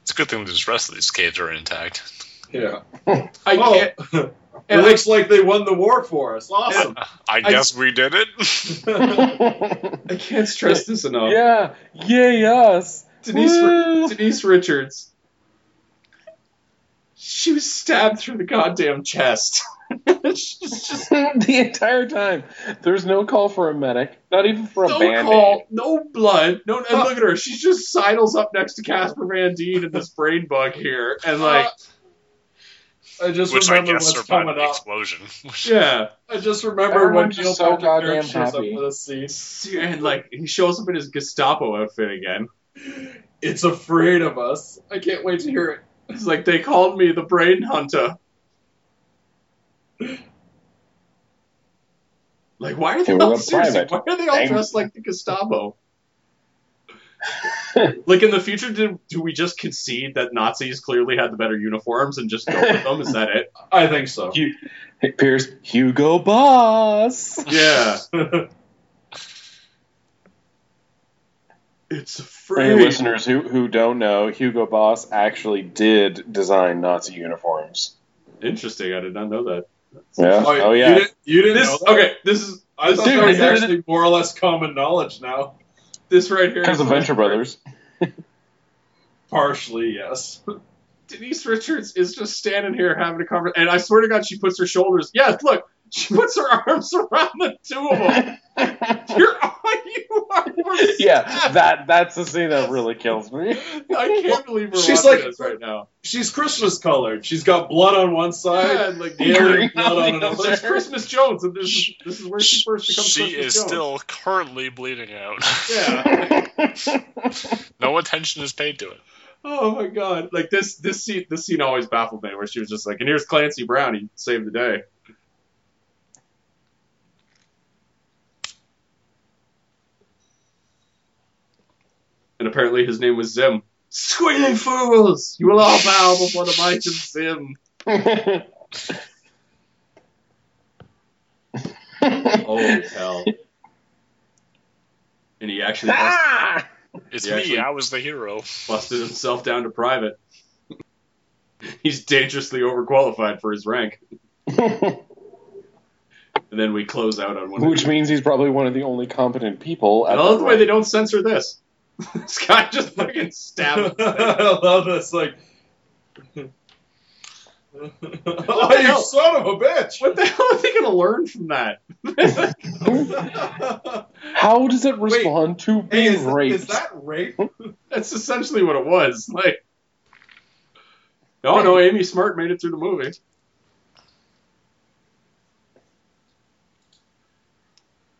[SPEAKER 4] It's a good thing the rest of these kids are intact.
[SPEAKER 5] Yeah.
[SPEAKER 2] I
[SPEAKER 5] Oh,
[SPEAKER 2] can't.
[SPEAKER 5] it
[SPEAKER 2] and, like,
[SPEAKER 5] looks like they won the war for us. Awesome.
[SPEAKER 4] I guess we did it.
[SPEAKER 2] I can't stress this enough.
[SPEAKER 3] yeah, yay us!
[SPEAKER 2] Denise,
[SPEAKER 3] Woo!
[SPEAKER 2] Denise Richards. She was stabbed through the goddamn chest. She's just
[SPEAKER 3] the entire time. There's no call for a medic, not even for a
[SPEAKER 2] no
[SPEAKER 3] band
[SPEAKER 2] call, no blood, no. And look at her; she just sidles up next to Casper Van Dien and this brain bug here, and like,
[SPEAKER 5] I just
[SPEAKER 4] Which I
[SPEAKER 5] remember
[SPEAKER 4] guess
[SPEAKER 5] what's
[SPEAKER 4] survived
[SPEAKER 5] coming
[SPEAKER 4] the
[SPEAKER 5] up.
[SPEAKER 4] explosion.
[SPEAKER 2] yeah,
[SPEAKER 5] I just remember when
[SPEAKER 3] Everyone's
[SPEAKER 5] Neil
[SPEAKER 3] just so
[SPEAKER 5] Patrick Harris
[SPEAKER 3] goddamn
[SPEAKER 5] shows up
[SPEAKER 3] happy.
[SPEAKER 5] for this scene.
[SPEAKER 2] and like he shows up in his Gestapo outfit again.
[SPEAKER 5] It's afraid of us. I can't wait to hear it.
[SPEAKER 2] It's like they called me the Brain Hunter. Like, why are they
[SPEAKER 3] They were
[SPEAKER 2] all
[SPEAKER 3] a
[SPEAKER 2] seriously?
[SPEAKER 3] private.
[SPEAKER 2] Why are they all
[SPEAKER 3] Dang.
[SPEAKER 2] dressed like the Gestapo? like in the future, do, do we just concede that Nazis clearly had the better uniforms and just go with them? Is that it?
[SPEAKER 5] I think so.
[SPEAKER 3] You- It appears Hugo Boss.
[SPEAKER 2] Yeah. It's
[SPEAKER 3] For
[SPEAKER 2] free.
[SPEAKER 3] your listeners who, who don't know, Hugo Boss actually did design Nazi uniforms.
[SPEAKER 2] Interesting. I did not know that.
[SPEAKER 3] Yeah.
[SPEAKER 5] Oh,
[SPEAKER 3] Oh
[SPEAKER 5] You
[SPEAKER 3] yeah.
[SPEAKER 5] didn't, you didn't
[SPEAKER 2] This
[SPEAKER 5] know that?
[SPEAKER 2] okay. This is
[SPEAKER 5] I thought
[SPEAKER 3] Dude,
[SPEAKER 5] that was
[SPEAKER 3] is there-
[SPEAKER 5] actually more or less common knowledge now.
[SPEAKER 2] this right here.
[SPEAKER 3] Because
[SPEAKER 2] is-
[SPEAKER 3] of Venture Brothers.
[SPEAKER 5] Partially, yes.
[SPEAKER 2] Denise Richards is just standing here having a conversation, and I swear to God, she puts her shoulders. Yes, look, she puts her arms around the two of them. You're, you are.
[SPEAKER 3] yeah, that that's the scene that really kills me.
[SPEAKER 2] I can't believe we're
[SPEAKER 5] She's
[SPEAKER 2] watching
[SPEAKER 5] like-
[SPEAKER 2] this right now.
[SPEAKER 5] She's Christmas colored. She's got blood on one
[SPEAKER 2] Yeah,
[SPEAKER 5] side.
[SPEAKER 2] and like,
[SPEAKER 5] Yeah.
[SPEAKER 3] Green
[SPEAKER 5] blood on
[SPEAKER 3] on the
[SPEAKER 5] another.
[SPEAKER 2] but it's
[SPEAKER 3] other.
[SPEAKER 2] Christmas Jones, and this is this is where she first becomes
[SPEAKER 4] she
[SPEAKER 2] Christmas
[SPEAKER 4] is
[SPEAKER 2] Jones.
[SPEAKER 4] still currently bleeding out.
[SPEAKER 2] Yeah.
[SPEAKER 4] no attention is paid to it.
[SPEAKER 2] Oh my God! Like this this scene this scene always baffled me, where she was just like, and here's Clancy Brown, he saved the day. And apparently his name was Zim. Squealing fools! You will all bow before the might of Zim. Oh hell! And he actually bust,
[SPEAKER 3] Ah!
[SPEAKER 4] It's
[SPEAKER 2] Yeah,
[SPEAKER 4] me.
[SPEAKER 2] actually-
[SPEAKER 4] I was the hero.
[SPEAKER 2] busted himself down to private. He's dangerously overqualified for his rank. And then we close out on one. of
[SPEAKER 3] Which means he's probably one of the only competent people.
[SPEAKER 2] I
[SPEAKER 3] At
[SPEAKER 2] love the way they don't censor this. this guy just fucking stabbed.
[SPEAKER 5] I love this. Like, oh,
[SPEAKER 2] the
[SPEAKER 5] you
[SPEAKER 2] hell?
[SPEAKER 5] son of a bitch!
[SPEAKER 2] What the hell are they gonna learn from that?
[SPEAKER 3] How does it respond to
[SPEAKER 5] hey,
[SPEAKER 3] being
[SPEAKER 5] is,
[SPEAKER 3] raped?
[SPEAKER 5] is that rape?
[SPEAKER 2] That's essentially what it was. Like, no, no, Amy Smart made it through the movie.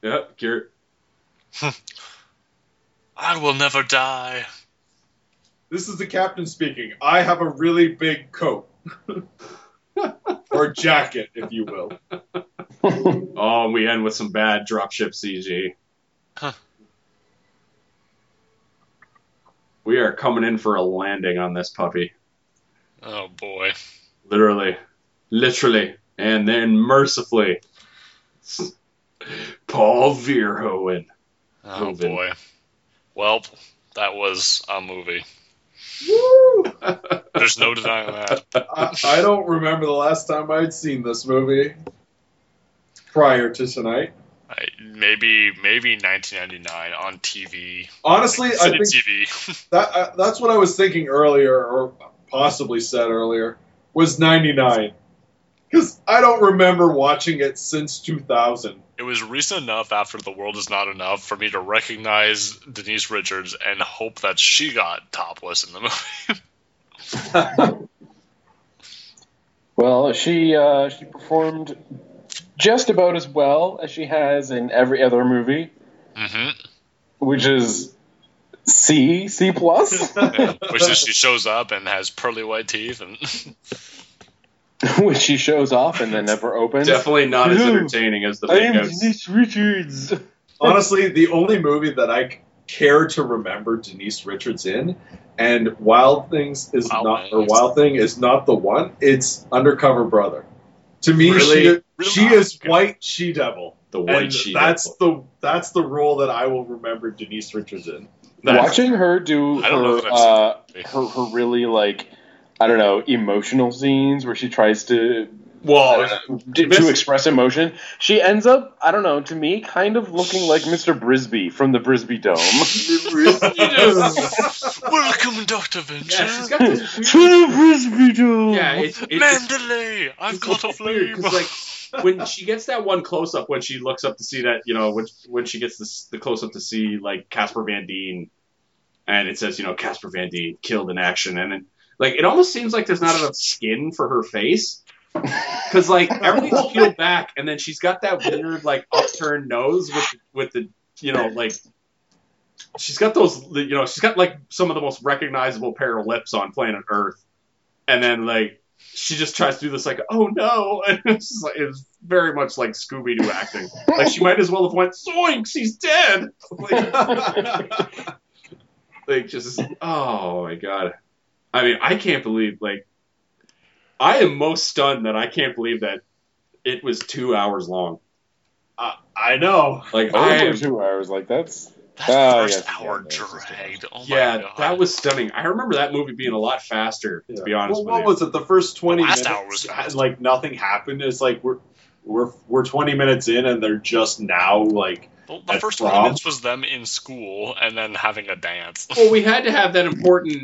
[SPEAKER 2] Yep, Garrett.
[SPEAKER 4] I will never die.
[SPEAKER 5] This is the captain speaking. I have a really big coat. or jacket, if you will.
[SPEAKER 2] Oh, and we end with some bad dropship CG.
[SPEAKER 4] Huh.
[SPEAKER 2] We are coming in for a landing on this puppy.
[SPEAKER 4] Oh boy.
[SPEAKER 2] literally, literally, and then mercifully, Paul Verhoeven.
[SPEAKER 4] Oh
[SPEAKER 2] Moving.
[SPEAKER 4] boy. Well, that was a movie.
[SPEAKER 5] Woo!
[SPEAKER 4] There's no denying that.
[SPEAKER 5] I, I don't remember the last time I'd seen this movie prior to tonight.
[SPEAKER 4] I, maybe maybe 1999 on TV.
[SPEAKER 5] Honestly, I
[SPEAKER 4] City
[SPEAKER 5] think
[SPEAKER 4] TV.
[SPEAKER 5] that uh, that's what I was thinking earlier, or possibly said earlier, was '99. Because I don't remember watching it since 2000.
[SPEAKER 4] It was recent enough after The World Is Not Enough for me to recognize Denise Richards and hope that she got topless in the movie.
[SPEAKER 1] Well, she uh, she performed just about as well as she has in every other movie,
[SPEAKER 4] hmm
[SPEAKER 1] Mm-hmm. which is C C plus,
[SPEAKER 4] Which is she shows up and has pearly white teeth and
[SPEAKER 1] which she shows off and then never opens.
[SPEAKER 2] Definitely not as
[SPEAKER 1] Ooh.
[SPEAKER 2] entertaining as the
[SPEAKER 1] I am
[SPEAKER 2] Migos.
[SPEAKER 1] Denise Richards.
[SPEAKER 5] Honestly, the only movie that I c- care to remember Denise Richards in, and Wild Things is
[SPEAKER 4] Wild
[SPEAKER 5] not, or
[SPEAKER 4] Things.
[SPEAKER 5] Wild Thing is not the one. It's Undercover Brother. To me,
[SPEAKER 2] Really?
[SPEAKER 5] she, she is white she devil.
[SPEAKER 2] The
[SPEAKER 5] And
[SPEAKER 2] white sheet.
[SPEAKER 5] that's the that's the role that I will remember Denise Richards in.
[SPEAKER 2] That's-
[SPEAKER 1] Watching her do
[SPEAKER 4] I don't know
[SPEAKER 1] her
[SPEAKER 4] if I've seen
[SPEAKER 1] uh,
[SPEAKER 4] that
[SPEAKER 1] her her really like I don't know emotional scenes where she tries to
[SPEAKER 4] Oh,
[SPEAKER 2] well,
[SPEAKER 1] to,
[SPEAKER 2] Miss-
[SPEAKER 1] to express emotion. She ends up I don't know to me kind of looking like Mr. Brisby from the Brisby Dome.
[SPEAKER 4] Welcome, Doctor Venture.
[SPEAKER 2] yeah, she's got this weird-
[SPEAKER 1] True Brisby Dome.
[SPEAKER 2] Yeah, it's, it's,
[SPEAKER 4] Mandalay, I've
[SPEAKER 2] it's
[SPEAKER 4] got a
[SPEAKER 2] just weird,
[SPEAKER 4] flame.
[SPEAKER 2] 'cause, like when she gets that one close up when she looks up to see that you know when when she gets this the close up to see like Casper Van Dien, and it says you know Casper Van Dien killed in action, and then like it almost seems like there's not enough skin for her face. Cause like everything's peeled back, and then she's got that weird like upturned nose with with the you know like she's got those you know she's got like some of the most recognizable pair of lips on planet Earth, and then like she just tries to do this like, oh no, and it's just like, it was very much like Scooby Doo acting. Like she might as well have went, "Zoinks, he's dead!" Like, like just oh my god. I mean, I can't believe like I am most stunned that I can't believe that it was two hours long.
[SPEAKER 5] I know.
[SPEAKER 2] Like I
[SPEAKER 1] Over
[SPEAKER 2] am,
[SPEAKER 1] two hours, like that's
[SPEAKER 4] that
[SPEAKER 1] Oh,
[SPEAKER 4] first
[SPEAKER 1] yes, yeah,
[SPEAKER 4] hour
[SPEAKER 1] yeah, it's just-
[SPEAKER 4] dragged. Oh my
[SPEAKER 2] yeah,
[SPEAKER 4] god.
[SPEAKER 2] that was stunning. I remember that movie being a lot faster. To be honest
[SPEAKER 5] well,
[SPEAKER 2] with
[SPEAKER 5] what
[SPEAKER 2] you,
[SPEAKER 5] was it? The first twenty
[SPEAKER 4] The last
[SPEAKER 5] minutes,
[SPEAKER 4] hour was
[SPEAKER 5] had, like nothing happened. It's like we're we're we're twenty minutes in, and they're just now like
[SPEAKER 4] Well, the
[SPEAKER 5] At
[SPEAKER 4] first
[SPEAKER 5] prom?
[SPEAKER 4] twenty minutes was them in school and then having a dance.
[SPEAKER 2] well, we had to have that important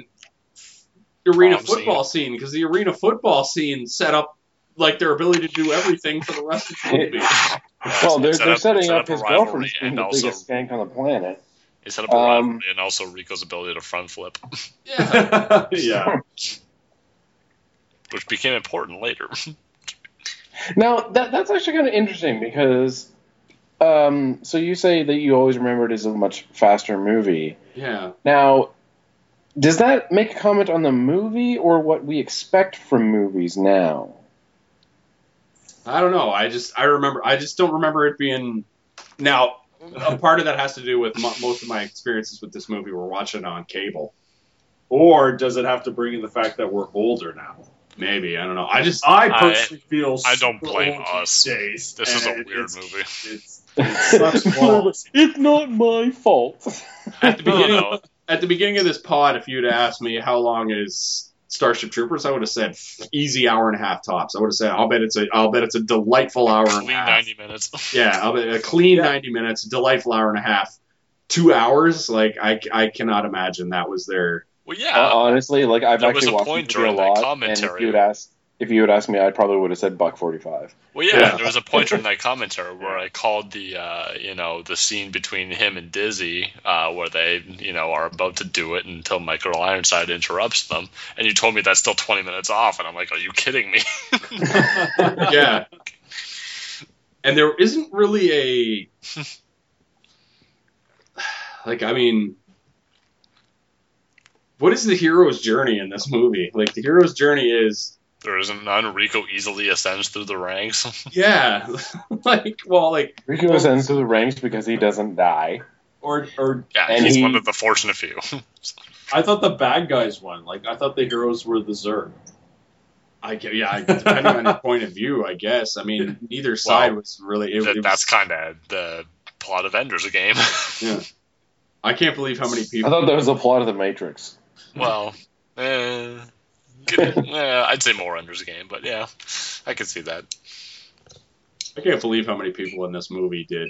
[SPEAKER 2] arena
[SPEAKER 4] Prom
[SPEAKER 2] football scene because the arena football scene set up like their ability to do everything for the rest of the movie.
[SPEAKER 1] well. They're,
[SPEAKER 4] Set
[SPEAKER 1] they're
[SPEAKER 4] up-
[SPEAKER 1] setting
[SPEAKER 4] set
[SPEAKER 1] up,
[SPEAKER 4] up a
[SPEAKER 1] his
[SPEAKER 4] rivalry
[SPEAKER 1] girlfriend's being
[SPEAKER 4] and
[SPEAKER 1] the
[SPEAKER 4] also-
[SPEAKER 1] biggest skank on the planet.
[SPEAKER 4] It set up a
[SPEAKER 1] Um,
[SPEAKER 4] rivalry and also Rico's ability to front flip,
[SPEAKER 2] Yeah,
[SPEAKER 5] yeah.
[SPEAKER 4] which became important later.
[SPEAKER 1] Now that that's actually kind of interesting because, um, so you say that you always remember it as a much faster movie.
[SPEAKER 2] yeah.
[SPEAKER 1] Now, does that make a comment on the movie or what we expect from movies now?
[SPEAKER 2] I don't know. I just I remember. I just don't remember it being. Now, a part of that has to do with mo most of my experiences with this movie were watching on cable.
[SPEAKER 5] Or does it have to bring in the fact that we're older now?
[SPEAKER 2] Maybe I don't know. I just
[SPEAKER 5] I
[SPEAKER 4] I-
[SPEAKER 5] personally feel
[SPEAKER 4] I don't
[SPEAKER 5] super
[SPEAKER 4] blame
[SPEAKER 5] old
[SPEAKER 4] us.
[SPEAKER 5] these Days,
[SPEAKER 4] This is a
[SPEAKER 5] and
[SPEAKER 4] weird
[SPEAKER 5] it's-
[SPEAKER 4] movie.
[SPEAKER 5] It's, it's such flaws.
[SPEAKER 1] it's not my fault.
[SPEAKER 2] at the beginning
[SPEAKER 4] No, no.
[SPEAKER 2] at the beginning of this pod, if you'd asked me how long is Starship Troopers, I would have said easy hour and a half tops. I would have said I'll bet it's a I'll bet it's a delightful hour and a
[SPEAKER 4] Clean
[SPEAKER 2] half.
[SPEAKER 4] ninety minutes.
[SPEAKER 2] Yeah, I'll bet a clean
[SPEAKER 5] Yeah.
[SPEAKER 2] ninety minutes, delightful hour and a half. Two hours, like I, I cannot imagine that was their.
[SPEAKER 4] Well, yeah.
[SPEAKER 1] Uh, honestly, like I've
[SPEAKER 4] There was
[SPEAKER 1] actually
[SPEAKER 4] a
[SPEAKER 1] watched
[SPEAKER 4] point
[SPEAKER 1] the movie
[SPEAKER 4] during
[SPEAKER 1] a
[SPEAKER 4] that
[SPEAKER 1] lot, and
[SPEAKER 4] commentary.
[SPEAKER 1] if you would ask, if you would ask me, I probably would have said buck forty-five.
[SPEAKER 4] Well, yeah,
[SPEAKER 2] Yeah.
[SPEAKER 4] there was a point during that commentary where I called the, uh, you know, the scene between him and Dizzy, uh, where they, you know, are about to do it until my girl Ironside interrupts them, and you told me that's still 20 minutes off, and I'm like, are you kidding me?
[SPEAKER 2] Yeah. and there isn't really a. Like, I mean. What is the hero's journey in this movie? Like, the hero's journey is
[SPEAKER 4] There isn't none. Rico easily ascends through the ranks.
[SPEAKER 2] Yeah, like well, like
[SPEAKER 1] Rico ascends to the ranks because he doesn't die.
[SPEAKER 5] Or, or
[SPEAKER 4] yeah,
[SPEAKER 1] And
[SPEAKER 4] he's
[SPEAKER 1] he-
[SPEAKER 4] one of the fortunate few.
[SPEAKER 5] I thought the bad guys won. Like I thought the heroes were the Zerg.
[SPEAKER 2] I gue- yeah, I- depending on your point of view, I guess. I mean, neither side was really. It,
[SPEAKER 4] That-
[SPEAKER 2] it was,
[SPEAKER 4] that's kind of the plot of Ender's Game.
[SPEAKER 2] I can't believe how many
[SPEAKER 1] I
[SPEAKER 2] people.
[SPEAKER 1] thought that was the plot of the Matrix.
[SPEAKER 4] well, Eh, good- eh, I'd say more Ender's Game, but yeah, I could see that.
[SPEAKER 2] I can't believe how many people in this movie did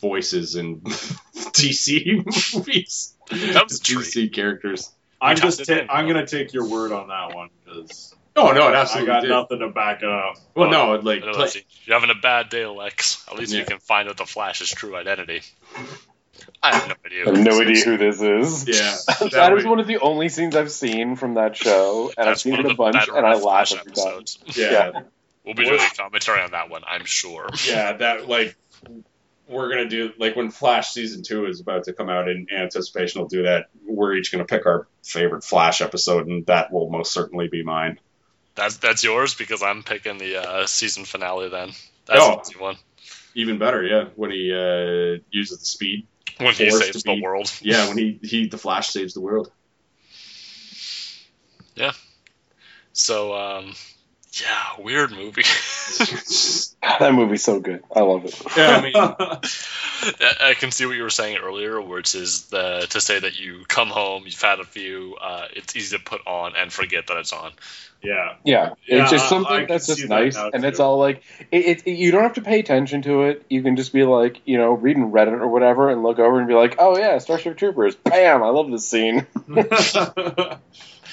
[SPEAKER 2] voices in DC movies.
[SPEAKER 4] That was a treat.
[SPEAKER 2] DC characters.
[SPEAKER 5] I'm
[SPEAKER 4] We
[SPEAKER 5] just.
[SPEAKER 4] topped it
[SPEAKER 5] Ta-
[SPEAKER 4] in.
[SPEAKER 5] I'm gonna take your word on that one because
[SPEAKER 2] Oh no, it
[SPEAKER 5] I
[SPEAKER 2] absolutely
[SPEAKER 5] got
[SPEAKER 2] did.
[SPEAKER 5] nothing to back it up.
[SPEAKER 2] Well, no, it, like
[SPEAKER 4] But
[SPEAKER 2] play-
[SPEAKER 4] let's see. You're having a bad day, Lex. At least
[SPEAKER 2] Yeah.
[SPEAKER 4] you can find out the Flash's true identity. I have no idea.
[SPEAKER 1] I have no idea who this is.
[SPEAKER 2] yeah,
[SPEAKER 1] That,
[SPEAKER 2] that
[SPEAKER 1] that is
[SPEAKER 2] way-
[SPEAKER 1] one of the only scenes I've seen from that show, and I've
[SPEAKER 4] That's
[SPEAKER 1] seen
[SPEAKER 4] one of
[SPEAKER 1] it a
[SPEAKER 4] the
[SPEAKER 1] bunch,
[SPEAKER 4] better
[SPEAKER 1] and I laugh
[SPEAKER 4] Flash
[SPEAKER 1] every time.
[SPEAKER 4] episodes.
[SPEAKER 2] yeah,
[SPEAKER 4] We'll be doing a commentary on that one, I'm sure.
[SPEAKER 2] yeah, that like we're gonna do like when Flash season two is about to come out in anticipation, we'll do that. We're each gonna pick our favorite Flash episode, and that will most certainly be mine.
[SPEAKER 4] That's that's yours because I'm picking the uh, season finale. Then that's
[SPEAKER 2] No.
[SPEAKER 1] Oh.
[SPEAKER 4] an easy one
[SPEAKER 2] Even better, yeah, when he uh, uses the speed.
[SPEAKER 4] when he
[SPEAKER 2] Forced
[SPEAKER 4] saves
[SPEAKER 2] to be-
[SPEAKER 4] the world.
[SPEAKER 2] Yeah, when he he the Flash saves the world.
[SPEAKER 4] So um, yeah, weird movie.
[SPEAKER 1] God, that movie's so good. I love it.
[SPEAKER 2] yeah, I mean,
[SPEAKER 4] I I can see what you were saying earlier, which is the to say that you come home, you've had a few, uh, it's easy to put on and forget that it's on.
[SPEAKER 5] yeah.
[SPEAKER 1] Yeah,
[SPEAKER 5] Yeah,
[SPEAKER 1] it's
[SPEAKER 5] I-
[SPEAKER 1] just
[SPEAKER 5] I
[SPEAKER 1] something
[SPEAKER 5] can
[SPEAKER 1] that's
[SPEAKER 5] see
[SPEAKER 1] just
[SPEAKER 5] that
[SPEAKER 1] nice,
[SPEAKER 5] now,
[SPEAKER 1] and
[SPEAKER 5] too.
[SPEAKER 1] it's all like it, it, You don't have to pay attention to it. You can just be like, you know, reading Reddit or whatever, and look over and be like, oh yeah, Starship Troopers. Bam! I love this scene.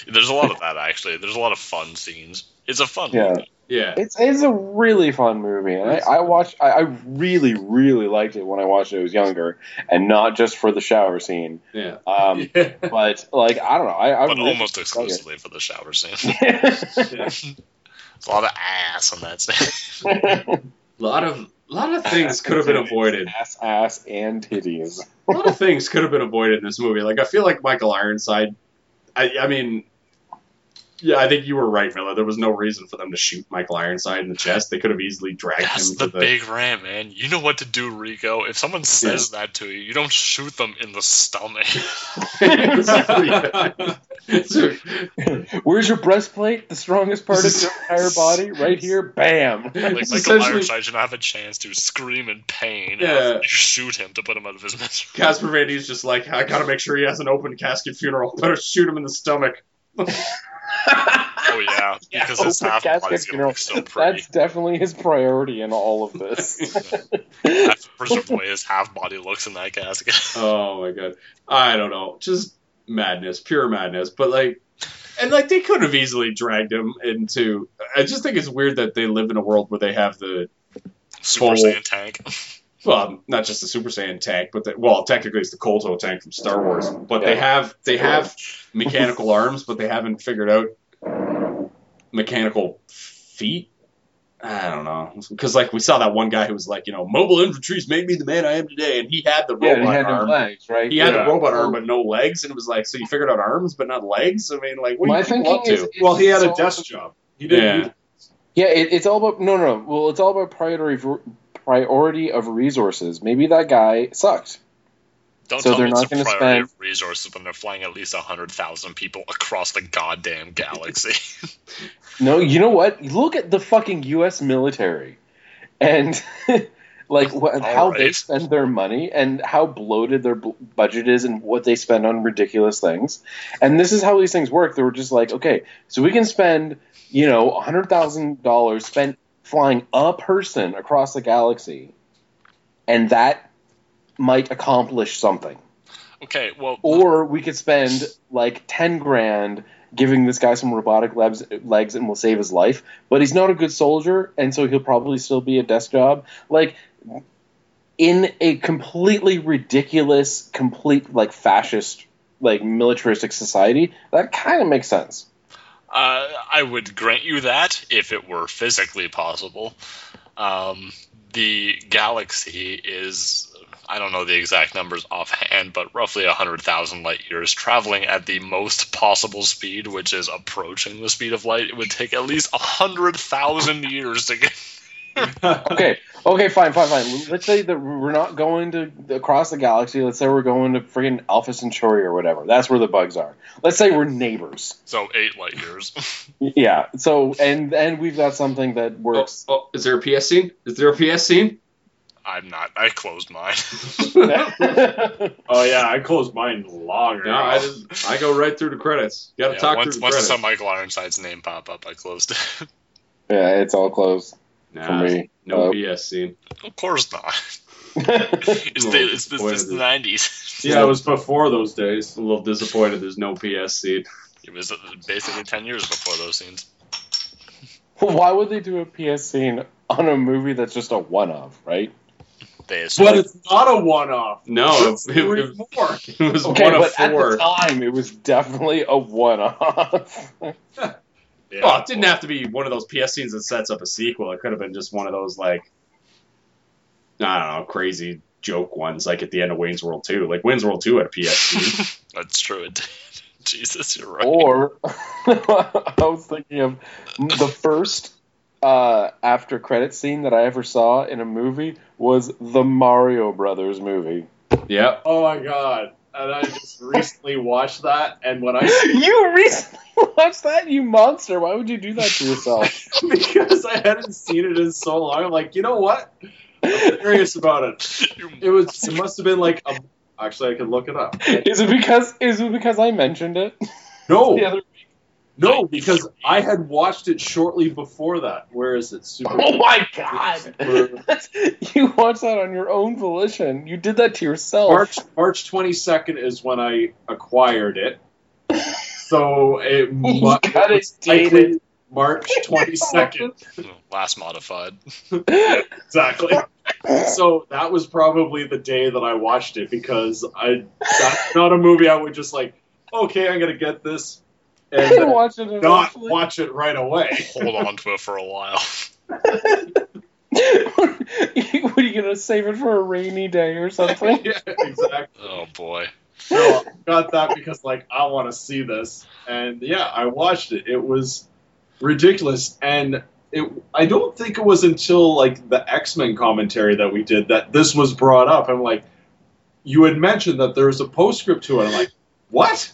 [SPEAKER 4] There's a lot of that actually. There's a lot of fun scenes. It's a fun
[SPEAKER 1] Yeah.
[SPEAKER 4] movie.
[SPEAKER 2] yeah,
[SPEAKER 1] It's it's a really fun movie, and I, I watched. I, I really really liked it when I watched it. I was younger, and not just for the shower scene.
[SPEAKER 2] yeah.
[SPEAKER 1] Um,
[SPEAKER 5] Yeah.
[SPEAKER 1] but like I don't know, I, I
[SPEAKER 4] but
[SPEAKER 1] really
[SPEAKER 4] almost
[SPEAKER 1] dug it.
[SPEAKER 4] exclusively for the shower scene. There's a lot of ass on that scene.
[SPEAKER 2] A lot of a lot of things could have been avoided.
[SPEAKER 1] Ass, ass, and titties.
[SPEAKER 2] A lot of things could have been avoided in this movie. Like I feel like Michael Ironside. I, I mean, yeah, I think you were right, Miller. There was no reason for them to shoot Michael Ironside in the chest. They could have easily dragged
[SPEAKER 4] That's
[SPEAKER 2] him
[SPEAKER 4] the
[SPEAKER 2] to the.
[SPEAKER 4] big rant, man. You know what to do, Rico. If someone says that to you, you don't shoot them in the stomach.
[SPEAKER 2] So,
[SPEAKER 1] Where's your breastplate? The strongest part of your entire body, right here. Bam.
[SPEAKER 4] Like
[SPEAKER 2] It's
[SPEAKER 4] Michael
[SPEAKER 2] essentially-
[SPEAKER 4] Ironside should not have a chance to scream in pain.
[SPEAKER 2] Yeah.
[SPEAKER 4] Yeah. You shoot him to put him out of his misery.
[SPEAKER 2] Casper Van Dien's just like, I gotta make sure he has an open casket funeral. Better shoot him in the stomach.
[SPEAKER 4] Oh yeah, because his
[SPEAKER 1] Open
[SPEAKER 4] half
[SPEAKER 1] casket
[SPEAKER 4] body's gonna
[SPEAKER 1] funeral.
[SPEAKER 4] look so pretty.
[SPEAKER 1] That's definitely his priority in all of this.
[SPEAKER 4] I have to preserve the way his half body looks in that casket.
[SPEAKER 2] Oh my god. I don't know. Just madness, pure madness. But like and like they could have easily dragged him into I just think it's weird that they live in a world where they have the
[SPEAKER 4] Super
[SPEAKER 2] Full-
[SPEAKER 4] Saiyan tank.
[SPEAKER 2] well, not just the Super Saiyan tank, but the, well, technically it's the Kolto tank from Star Wars. But they
[SPEAKER 1] Yeah.
[SPEAKER 2] have they have mechanical arms, but they haven't figured out mechanical feet. I don't know because like we saw that one guy who was like, you know, mobile infantry's made me the man I am today, and he had the
[SPEAKER 1] yeah,
[SPEAKER 2] robot
[SPEAKER 1] and he had no
[SPEAKER 2] arm.
[SPEAKER 1] legs, right?
[SPEAKER 2] He had
[SPEAKER 5] Yeah.
[SPEAKER 2] a robot arm but no legs, and it was like, so you figured out arms but not legs? I mean, like, what
[SPEAKER 1] My
[SPEAKER 2] are you people
[SPEAKER 1] thinking
[SPEAKER 2] up to?
[SPEAKER 1] is-
[SPEAKER 5] well, he had a
[SPEAKER 1] So-
[SPEAKER 5] desk job. He didn't.
[SPEAKER 2] Yeah.
[SPEAKER 1] Yeah, it, it's all about no, no. Well, it's all about priority of- priority of resources. Maybe that guy sucked.
[SPEAKER 4] Don't
[SPEAKER 1] So
[SPEAKER 4] tell
[SPEAKER 1] they're
[SPEAKER 4] me it's
[SPEAKER 1] not
[SPEAKER 4] a
[SPEAKER 1] gonna
[SPEAKER 4] priority
[SPEAKER 1] spend-
[SPEAKER 4] of resources when they're flying at least hundred thousand people across the goddamn galaxy.
[SPEAKER 1] No, you know what? Look at the fucking U.S. military, and like what,
[SPEAKER 4] All
[SPEAKER 1] how they
[SPEAKER 4] right.
[SPEAKER 1] spend their money and how bloated their b- budget is and what they spend on ridiculous things. And this is how these things work. They were just like, okay, so we can spend you know hundred thousand dollars spent flying a person across the galaxy, and that might accomplish something.
[SPEAKER 4] okay, well,
[SPEAKER 1] Or we could spend like ten grand giving this guy some robotic legs, legs and will save his life. But he's not a good soldier, and so he'll probably still be a desk job. Like in a completely ridiculous, complete like fascist, like militaristic society, that kind of makes sense.
[SPEAKER 4] Uh, I would grant you that if it were physically possible. Um, the galaxy is, I don't know the exact numbers offhand, but roughly 100,000 light years traveling at the most possible speed, which is approaching the speed of light. It would take at least 100,000 years to get.
[SPEAKER 1] Okay, okay, fine, fine, fine. Let's say that we're not going to across the galaxy. Let's say we're going to friggin' Alpha Centauri or whatever. That's where the bugs are. Let's say we're neighbors.
[SPEAKER 4] So, eight light years.
[SPEAKER 1] Yeah. So and and we've got something that
[SPEAKER 2] Oh,
[SPEAKER 1] works.
[SPEAKER 2] oh, is there a PS scene? Is there a PS scene?
[SPEAKER 4] I'm not. I closed mine.
[SPEAKER 5] oh yeah, I closed mine long
[SPEAKER 2] No, I just I go right through the credits. You got to
[SPEAKER 4] Yeah,
[SPEAKER 2] talk
[SPEAKER 4] once
[SPEAKER 2] through the
[SPEAKER 4] once I
[SPEAKER 2] credits.
[SPEAKER 4] saw Michael Ironside's name pop up, I closed it.
[SPEAKER 1] yeah, it's all closed for
[SPEAKER 2] nah,
[SPEAKER 1] me.
[SPEAKER 2] no
[SPEAKER 1] Uh,
[SPEAKER 2] BS scene.
[SPEAKER 4] of course not. It's
[SPEAKER 2] Well,
[SPEAKER 4] the, it's, the-
[SPEAKER 2] boy,
[SPEAKER 4] it's the
[SPEAKER 2] it is.
[SPEAKER 4] 90s.
[SPEAKER 6] Yeah, it was before those days.
[SPEAKER 2] A little disappointed. There's no PS scene.
[SPEAKER 4] It was uh, basically 10 years before those scenes.
[SPEAKER 1] Why would they do a PS scene on a movie that's just a one off, right?
[SPEAKER 4] They
[SPEAKER 6] But
[SPEAKER 4] assumed,
[SPEAKER 6] it's not a one-off.
[SPEAKER 1] Oh,
[SPEAKER 2] No,
[SPEAKER 6] It's
[SPEAKER 2] it,
[SPEAKER 6] three
[SPEAKER 2] it-
[SPEAKER 6] more.
[SPEAKER 2] it was
[SPEAKER 1] Okay,
[SPEAKER 2] one of
[SPEAKER 1] but at
[SPEAKER 2] four.
[SPEAKER 1] the time, it was definitely a one off.
[SPEAKER 4] yeah.
[SPEAKER 2] Oh, it didn't have to be one of those PS scenes that sets up a sequel. It could have been just one of those like I don't know, crazy joke ones like at the end of Wayne's World 2. Like Wayne's World 2 had a PS scene.
[SPEAKER 4] That's true. It did. Jesus, you're right.
[SPEAKER 1] or I was thinking of the first uh, after credit scene that I ever saw in a movie was the Mario Brothers movie.
[SPEAKER 2] yep.
[SPEAKER 5] Oh my god. And I just recently watched that, and when I
[SPEAKER 1] you recently watched that, you monster! Why would you do that to yourself?
[SPEAKER 5] because I hadn't seen it in so long, I'm like, you know what? I'm curious about it.
[SPEAKER 4] You-
[SPEAKER 5] It was. It must have been like. A, actually, I could look it up.
[SPEAKER 1] is it because is it because I mentioned it?
[SPEAKER 5] No,
[SPEAKER 1] The other-
[SPEAKER 5] no, because I had watched it shortly before that. Where is it? Super.
[SPEAKER 1] Oh my god! you watched that on your own volition. You did that to yourself.
[SPEAKER 5] March March twenty second is when I acquired it. So it mu-
[SPEAKER 1] You got it
[SPEAKER 5] likely
[SPEAKER 1] dated.
[SPEAKER 5] March twenty second
[SPEAKER 4] Last modified.
[SPEAKER 5] exactly. So that was probably the day that I watched it because I that's not a movie I would just like. Okay, I'm gonna get this
[SPEAKER 1] I didn't
[SPEAKER 5] and
[SPEAKER 1] watch it.
[SPEAKER 5] not
[SPEAKER 1] initially.
[SPEAKER 5] watch it right away.
[SPEAKER 4] Hold on to it for a while.
[SPEAKER 1] what are you gonna save it for a rainy day or something?
[SPEAKER 5] yeah, exactly.
[SPEAKER 4] Oh, boy.
[SPEAKER 5] No, I got that because like I want to see this, and yeah, I watched it. It was ridiculous, and it. I don't think it was until like the X Men commentary that we did that this was brought up. I'm like, you had mentioned that there was a postscript to it. I'm like, what?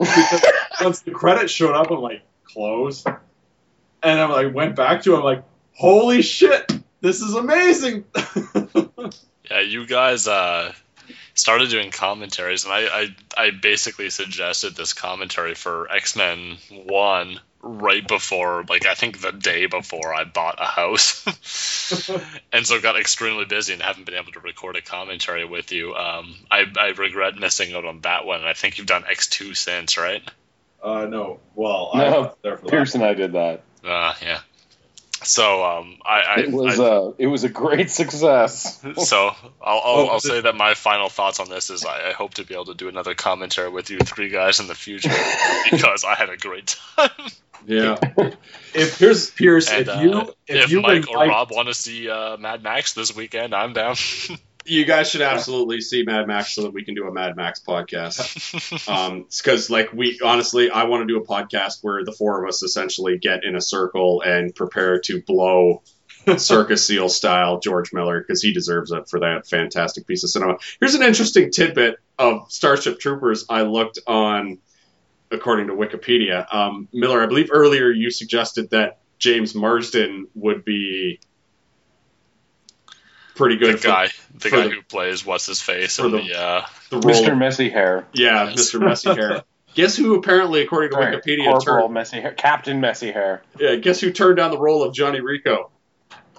[SPEAKER 5] Because once the credits showed up, I'm like, close, and I'm like, went back to. It, I'm like, holy shit, this is amazing.
[SPEAKER 4] Yeah, you guys uh, started doing commentaries, and I, I, I basically suggested this commentary for X Men 1 right before, like, I think the day before I bought a house. and so got extremely busy and haven't been able to record a commentary with you. Um, I, I regret missing out on that one, and I think you've done X2 since, right?
[SPEAKER 5] uh, no, well, I
[SPEAKER 1] No,
[SPEAKER 5] was there for that.
[SPEAKER 1] Pierce and I did that.
[SPEAKER 4] Uh, yeah. So um, I, I,
[SPEAKER 1] It was
[SPEAKER 4] I-
[SPEAKER 1] uh, it was a great success.
[SPEAKER 4] so I'll, I'll,
[SPEAKER 5] Oh,
[SPEAKER 4] I'll
[SPEAKER 5] is it-
[SPEAKER 4] say that my final thoughts on this is I, I hope to be able to do another commentary with you three guys in the future because I had a great time.
[SPEAKER 2] Yeah.
[SPEAKER 5] If here's Pierce,
[SPEAKER 4] And,
[SPEAKER 5] if
[SPEAKER 4] uh,
[SPEAKER 5] you if,
[SPEAKER 4] If,
[SPEAKER 5] you
[SPEAKER 4] Mike
[SPEAKER 5] and
[SPEAKER 4] or
[SPEAKER 5] Mike-
[SPEAKER 4] Rob want to see uh, Mad Max this weekend, I'm down.
[SPEAKER 2] You guys should absolutely see Mad Max so that we can do a Mad Max podcast. Um, because like we honestly, I want to do a podcast where the four of us essentially get in a circle and prepare to blow circus seal style George Miller because he deserves it for that fantastic piece of cinema. Here's an interesting tidbit of Starship Troopers. I looked on, according to Wikipedia, um, Miller. I believe earlier you suggested that James Marsden would be pretty
[SPEAKER 4] the
[SPEAKER 2] good for
[SPEAKER 4] guy, the
[SPEAKER 2] for
[SPEAKER 4] guy
[SPEAKER 2] the-
[SPEAKER 4] who plays what's his face
[SPEAKER 2] for
[SPEAKER 4] in
[SPEAKER 2] the-
[SPEAKER 4] the uh,
[SPEAKER 2] the role.
[SPEAKER 1] Mr. Messy Hair,
[SPEAKER 2] Yeah,
[SPEAKER 4] Yes.
[SPEAKER 2] Mr. Messy Hair. Guess who apparently, according to
[SPEAKER 1] Sorry,
[SPEAKER 2] Wikipedia,
[SPEAKER 1] Corporal
[SPEAKER 2] turned,
[SPEAKER 1] Messy Hair, Captain Messy Hair.
[SPEAKER 2] yeah, guess who turned down the role of Johnny Rico?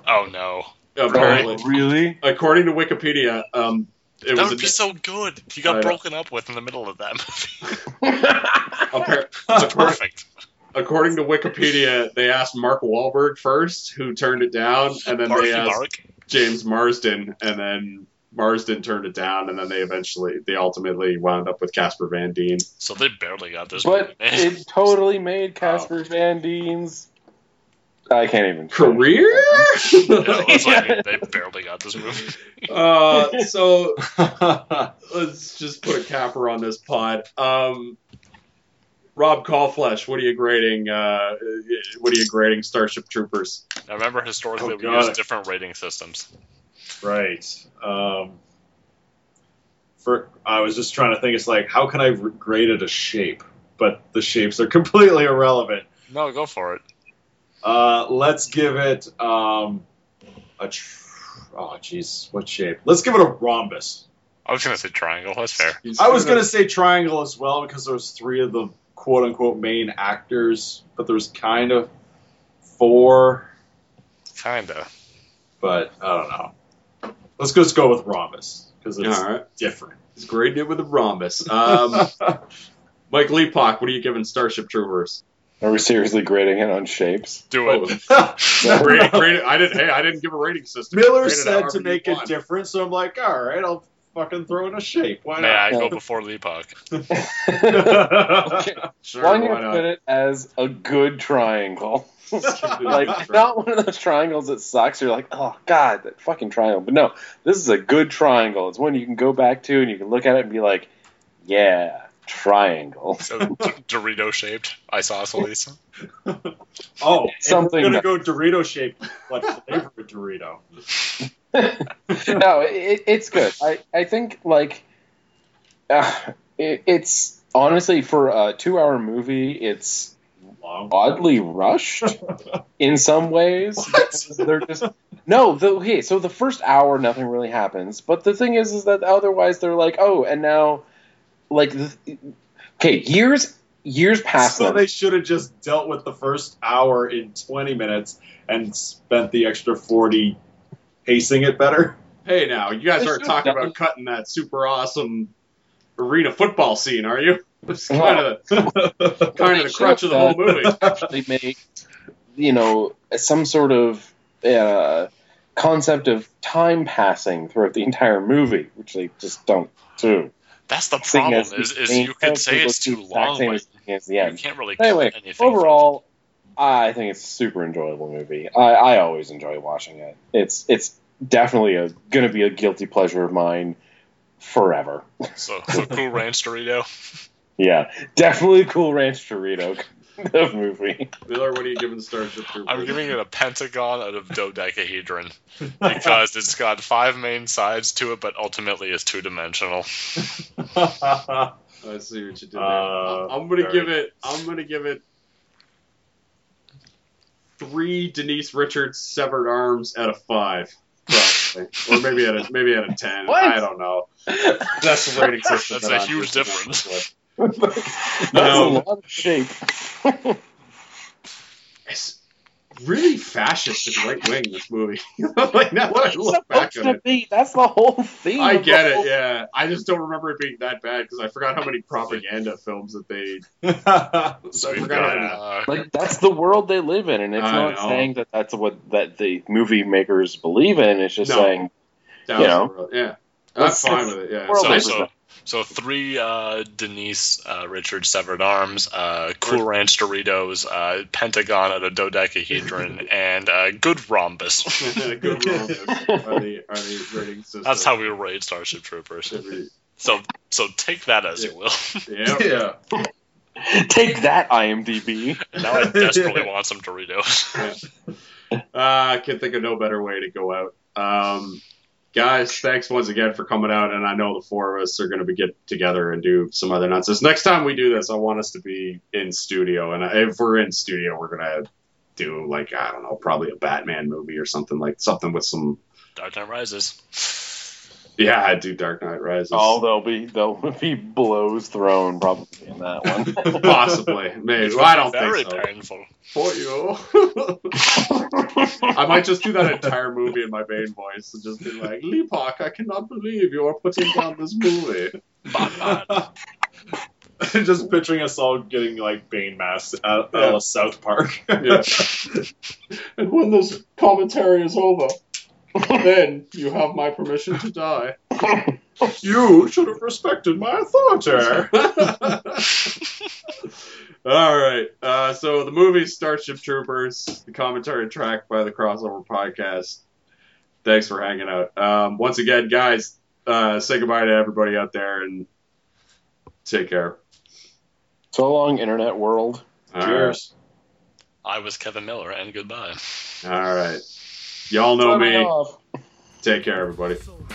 [SPEAKER 4] oh no,
[SPEAKER 2] Apparently,
[SPEAKER 1] Really?
[SPEAKER 2] according to Wikipedia, um, it
[SPEAKER 4] that
[SPEAKER 2] was
[SPEAKER 4] would
[SPEAKER 2] a,
[SPEAKER 4] be so good.
[SPEAKER 2] I
[SPEAKER 4] You got
[SPEAKER 2] know.
[SPEAKER 4] broken up with in the middle of that movie.
[SPEAKER 2] appar- appar-
[SPEAKER 4] Perfect.
[SPEAKER 2] according to Wikipedia, they asked Mark Wahlberg first, who turned it down, and then
[SPEAKER 4] Marky
[SPEAKER 2] they asked
[SPEAKER 4] Mark.
[SPEAKER 2] James Marsden, and then Marsden turned it down, and then they eventually, they ultimately wound up with Casper Van Dien.
[SPEAKER 4] So they barely got this.
[SPEAKER 1] But
[SPEAKER 4] movie made.
[SPEAKER 1] it totally made Casper Van Dien's. I can't even.
[SPEAKER 2] Career?
[SPEAKER 4] Yeah, that's what I mean. They barely got this movie.
[SPEAKER 2] Uh, so let's just put a capper on this pod. Um, Rob Callflesh, what are you grading? Uh, what are you grading Starship Troopers?
[SPEAKER 4] Now remember, historically,
[SPEAKER 5] Oh,
[SPEAKER 4] we
[SPEAKER 5] God.
[SPEAKER 4] used different rating systems.
[SPEAKER 5] Right. Um, for I was just trying to think. It's like, how can I re- grade it a shape? But the shapes are completely irrelevant.
[SPEAKER 4] No, go for it.
[SPEAKER 5] Uh, let's give it um, a. Tr- Oh, jeez, what shape? Let's give it a rhombus.
[SPEAKER 4] I was gonna say triangle. That's fair.
[SPEAKER 5] I was gonna say triangle as well because there was three of the quote unquote main actors, but there's kind of four.
[SPEAKER 4] Kinda.
[SPEAKER 5] But I don't know. Let's just go with rhombus because it's
[SPEAKER 2] All right.
[SPEAKER 5] different.
[SPEAKER 2] It's graded it with a rhombus. Um, Mike Leapock, what are you giving Starship Troopers?
[SPEAKER 1] Are we seriously grading it on shapes?
[SPEAKER 4] Do
[SPEAKER 2] Oh,
[SPEAKER 4] it.
[SPEAKER 2] grade- grade it- I didn't. Hey, I didn't give a rating system.
[SPEAKER 5] Miller
[SPEAKER 2] Grade it
[SPEAKER 5] said
[SPEAKER 2] however
[SPEAKER 5] to
[SPEAKER 2] you
[SPEAKER 5] make it
[SPEAKER 2] want.
[SPEAKER 5] different, so I'm like, all right, I'll fucking throw in a shape. Why
[SPEAKER 4] May I
[SPEAKER 5] not?
[SPEAKER 4] go before Leapock?
[SPEAKER 5] I,
[SPEAKER 2] Sure,
[SPEAKER 1] Why
[SPEAKER 2] why
[SPEAKER 1] not
[SPEAKER 2] not?
[SPEAKER 1] put it as a good triangle? like
[SPEAKER 2] Right.
[SPEAKER 1] not one of those triangles that sucks. You're like, oh god, that fucking triangle. But no, this is a good triangle. It's one you can go back to and you can look at it and be like, yeah, triangle.
[SPEAKER 4] So d- Dorito shaped isosceles.
[SPEAKER 5] oh, something.
[SPEAKER 1] Something
[SPEAKER 5] We're gonna
[SPEAKER 1] that-
[SPEAKER 5] go Dorito shape. What flavor of Dorito?
[SPEAKER 1] no, it, it's good. I, I think like uh, it, it's honestly for a two hour movie, it's
[SPEAKER 5] Long.
[SPEAKER 1] oddly rushed in some ways. because They're just no. The, okay, so the first hour, nothing really happens. But the thing is, is that otherwise they're like, oh, and now, like, the, okay, years years past
[SPEAKER 5] So
[SPEAKER 1] them.
[SPEAKER 5] they should have just dealt with the first hour in 20 minutes and spent the extra 40 pacing it better.
[SPEAKER 2] Hey, now you guys
[SPEAKER 1] They
[SPEAKER 2] aren't
[SPEAKER 1] should've
[SPEAKER 2] talking
[SPEAKER 1] done-
[SPEAKER 2] about cutting that super awesome arena football scene, are you? It's kind of the, kind of the crutch of the whole movie.
[SPEAKER 1] actually make you know some sort of uh, concept of time passing throughout the entire movie, which they just don't do.
[SPEAKER 4] That's the
[SPEAKER 1] Seeing
[SPEAKER 4] problem.
[SPEAKER 1] as
[SPEAKER 4] Is,
[SPEAKER 1] the
[SPEAKER 4] is
[SPEAKER 1] main
[SPEAKER 4] you could say
[SPEAKER 1] characters
[SPEAKER 4] it's
[SPEAKER 1] look
[SPEAKER 4] too
[SPEAKER 1] the exact
[SPEAKER 4] long,
[SPEAKER 1] same
[SPEAKER 4] but
[SPEAKER 1] as the beginning is the
[SPEAKER 4] you
[SPEAKER 1] end.
[SPEAKER 4] can't really. cut
[SPEAKER 1] Anyway,
[SPEAKER 4] anything from it.
[SPEAKER 1] overall, I think it's a super enjoyable movie. I, I always enjoy watching it. It's it's definitely a going to be a guilty pleasure of mine forever.
[SPEAKER 4] So, so cool ranch Dorito.
[SPEAKER 1] Yeah, definitely Cool Ranch Dorito kind of movie.
[SPEAKER 2] Miller, what are you giving Starship Troopers?
[SPEAKER 4] I'm giving it a pentagon out of dodecahedron because it's got five main sides to it, but ultimately is two dimensional.
[SPEAKER 5] All
[SPEAKER 2] I see what you did there.
[SPEAKER 5] Uh,
[SPEAKER 2] I'm gonna
[SPEAKER 5] very-
[SPEAKER 2] give it. I'm gonna give it three Denise Richards severed arms out of five, probably, or maybe at a maybe at a ten.
[SPEAKER 1] What?
[SPEAKER 2] I don't know. That's the rating system.
[SPEAKER 4] That's
[SPEAKER 2] that
[SPEAKER 4] a
[SPEAKER 2] I'm
[SPEAKER 4] huge
[SPEAKER 2] using on
[SPEAKER 4] difference.
[SPEAKER 2] this one.
[SPEAKER 1] That's
[SPEAKER 2] No.
[SPEAKER 1] a lot of shape.
[SPEAKER 2] It's really fascist and right wing. This movie. like now that I look back on it.
[SPEAKER 1] be? That's the whole theme.
[SPEAKER 2] I
[SPEAKER 1] of the
[SPEAKER 2] get it,
[SPEAKER 1] whole-
[SPEAKER 2] yeah. I just don't remember it being that bad because I forgot how many propaganda films that they.
[SPEAKER 4] So
[SPEAKER 2] I
[SPEAKER 4] we've
[SPEAKER 2] forgot
[SPEAKER 4] got
[SPEAKER 2] how many-
[SPEAKER 4] uh,
[SPEAKER 1] Like that's the world they live in, and it's
[SPEAKER 2] I
[SPEAKER 1] not
[SPEAKER 2] know.
[SPEAKER 1] saying that that's what that the movie makers believe in. It's just
[SPEAKER 2] No.
[SPEAKER 1] saying
[SPEAKER 2] that
[SPEAKER 1] You
[SPEAKER 2] was
[SPEAKER 1] know.
[SPEAKER 2] the real- yeah. I'm
[SPEAKER 1] That's-
[SPEAKER 2] fine with it, yeah.
[SPEAKER 1] World
[SPEAKER 2] So I
[SPEAKER 4] so,
[SPEAKER 1] Labor
[SPEAKER 4] so,
[SPEAKER 1] Day.
[SPEAKER 4] so three uh, Denise uh, Richards severed arms, uh, Cool Ranch Doritos, uh, Pentagon out of dodecahedron, and uh, Good Rhombus.
[SPEAKER 2] good roll are the, are the rating system.
[SPEAKER 4] That's how we rate Starship Troopers.
[SPEAKER 2] Every-
[SPEAKER 4] So so take that as you will.
[SPEAKER 2] Yeah.
[SPEAKER 5] yeah.
[SPEAKER 1] take that IMDb.
[SPEAKER 4] now I desperately want some Doritos.
[SPEAKER 2] Uh, I can't think of no better way to go out. Um, guys, thanks once again for coming out, and I know the four of us are going to be get together and do some other nonsense. Next time we do this, I want us to be in studio, and if we're in studio, we're going to do like I don't know, probably a Batman movie or something like something with some.
[SPEAKER 4] Dark Knight Rises.
[SPEAKER 2] Yeah, I do Dark Knight Rises.
[SPEAKER 1] Oh, there'll be there'll be blows thrown probably in that one.
[SPEAKER 2] Possibly, maybe. Well, I don't
[SPEAKER 4] Very
[SPEAKER 2] think so.
[SPEAKER 4] painful.
[SPEAKER 2] For you. I might just do that entire movie in my main voice and just be like, Leapock, I cannot believe you are putting down this movie.
[SPEAKER 5] just picturing us all getting like Bane masks out, out
[SPEAKER 2] Yeah.
[SPEAKER 5] of South Park.
[SPEAKER 2] Yeah. and when this commentary is over, then you have my permission to die.
[SPEAKER 5] you should have respected my authority.
[SPEAKER 2] All right. Uh, so the movie Starship Troopers, the commentary track by the Crossover Podcast. Thanks for hanging out. Um, once again, guys, uh, say goodbye to everybody out there and take care.
[SPEAKER 1] so long, internet world.
[SPEAKER 2] All right.
[SPEAKER 5] Cheers.
[SPEAKER 4] I was Kevin Miller, and goodbye.
[SPEAKER 2] All right. Y'all know
[SPEAKER 1] Signing
[SPEAKER 2] me.
[SPEAKER 1] off.
[SPEAKER 2] Take care, everybody.
[SPEAKER 7] So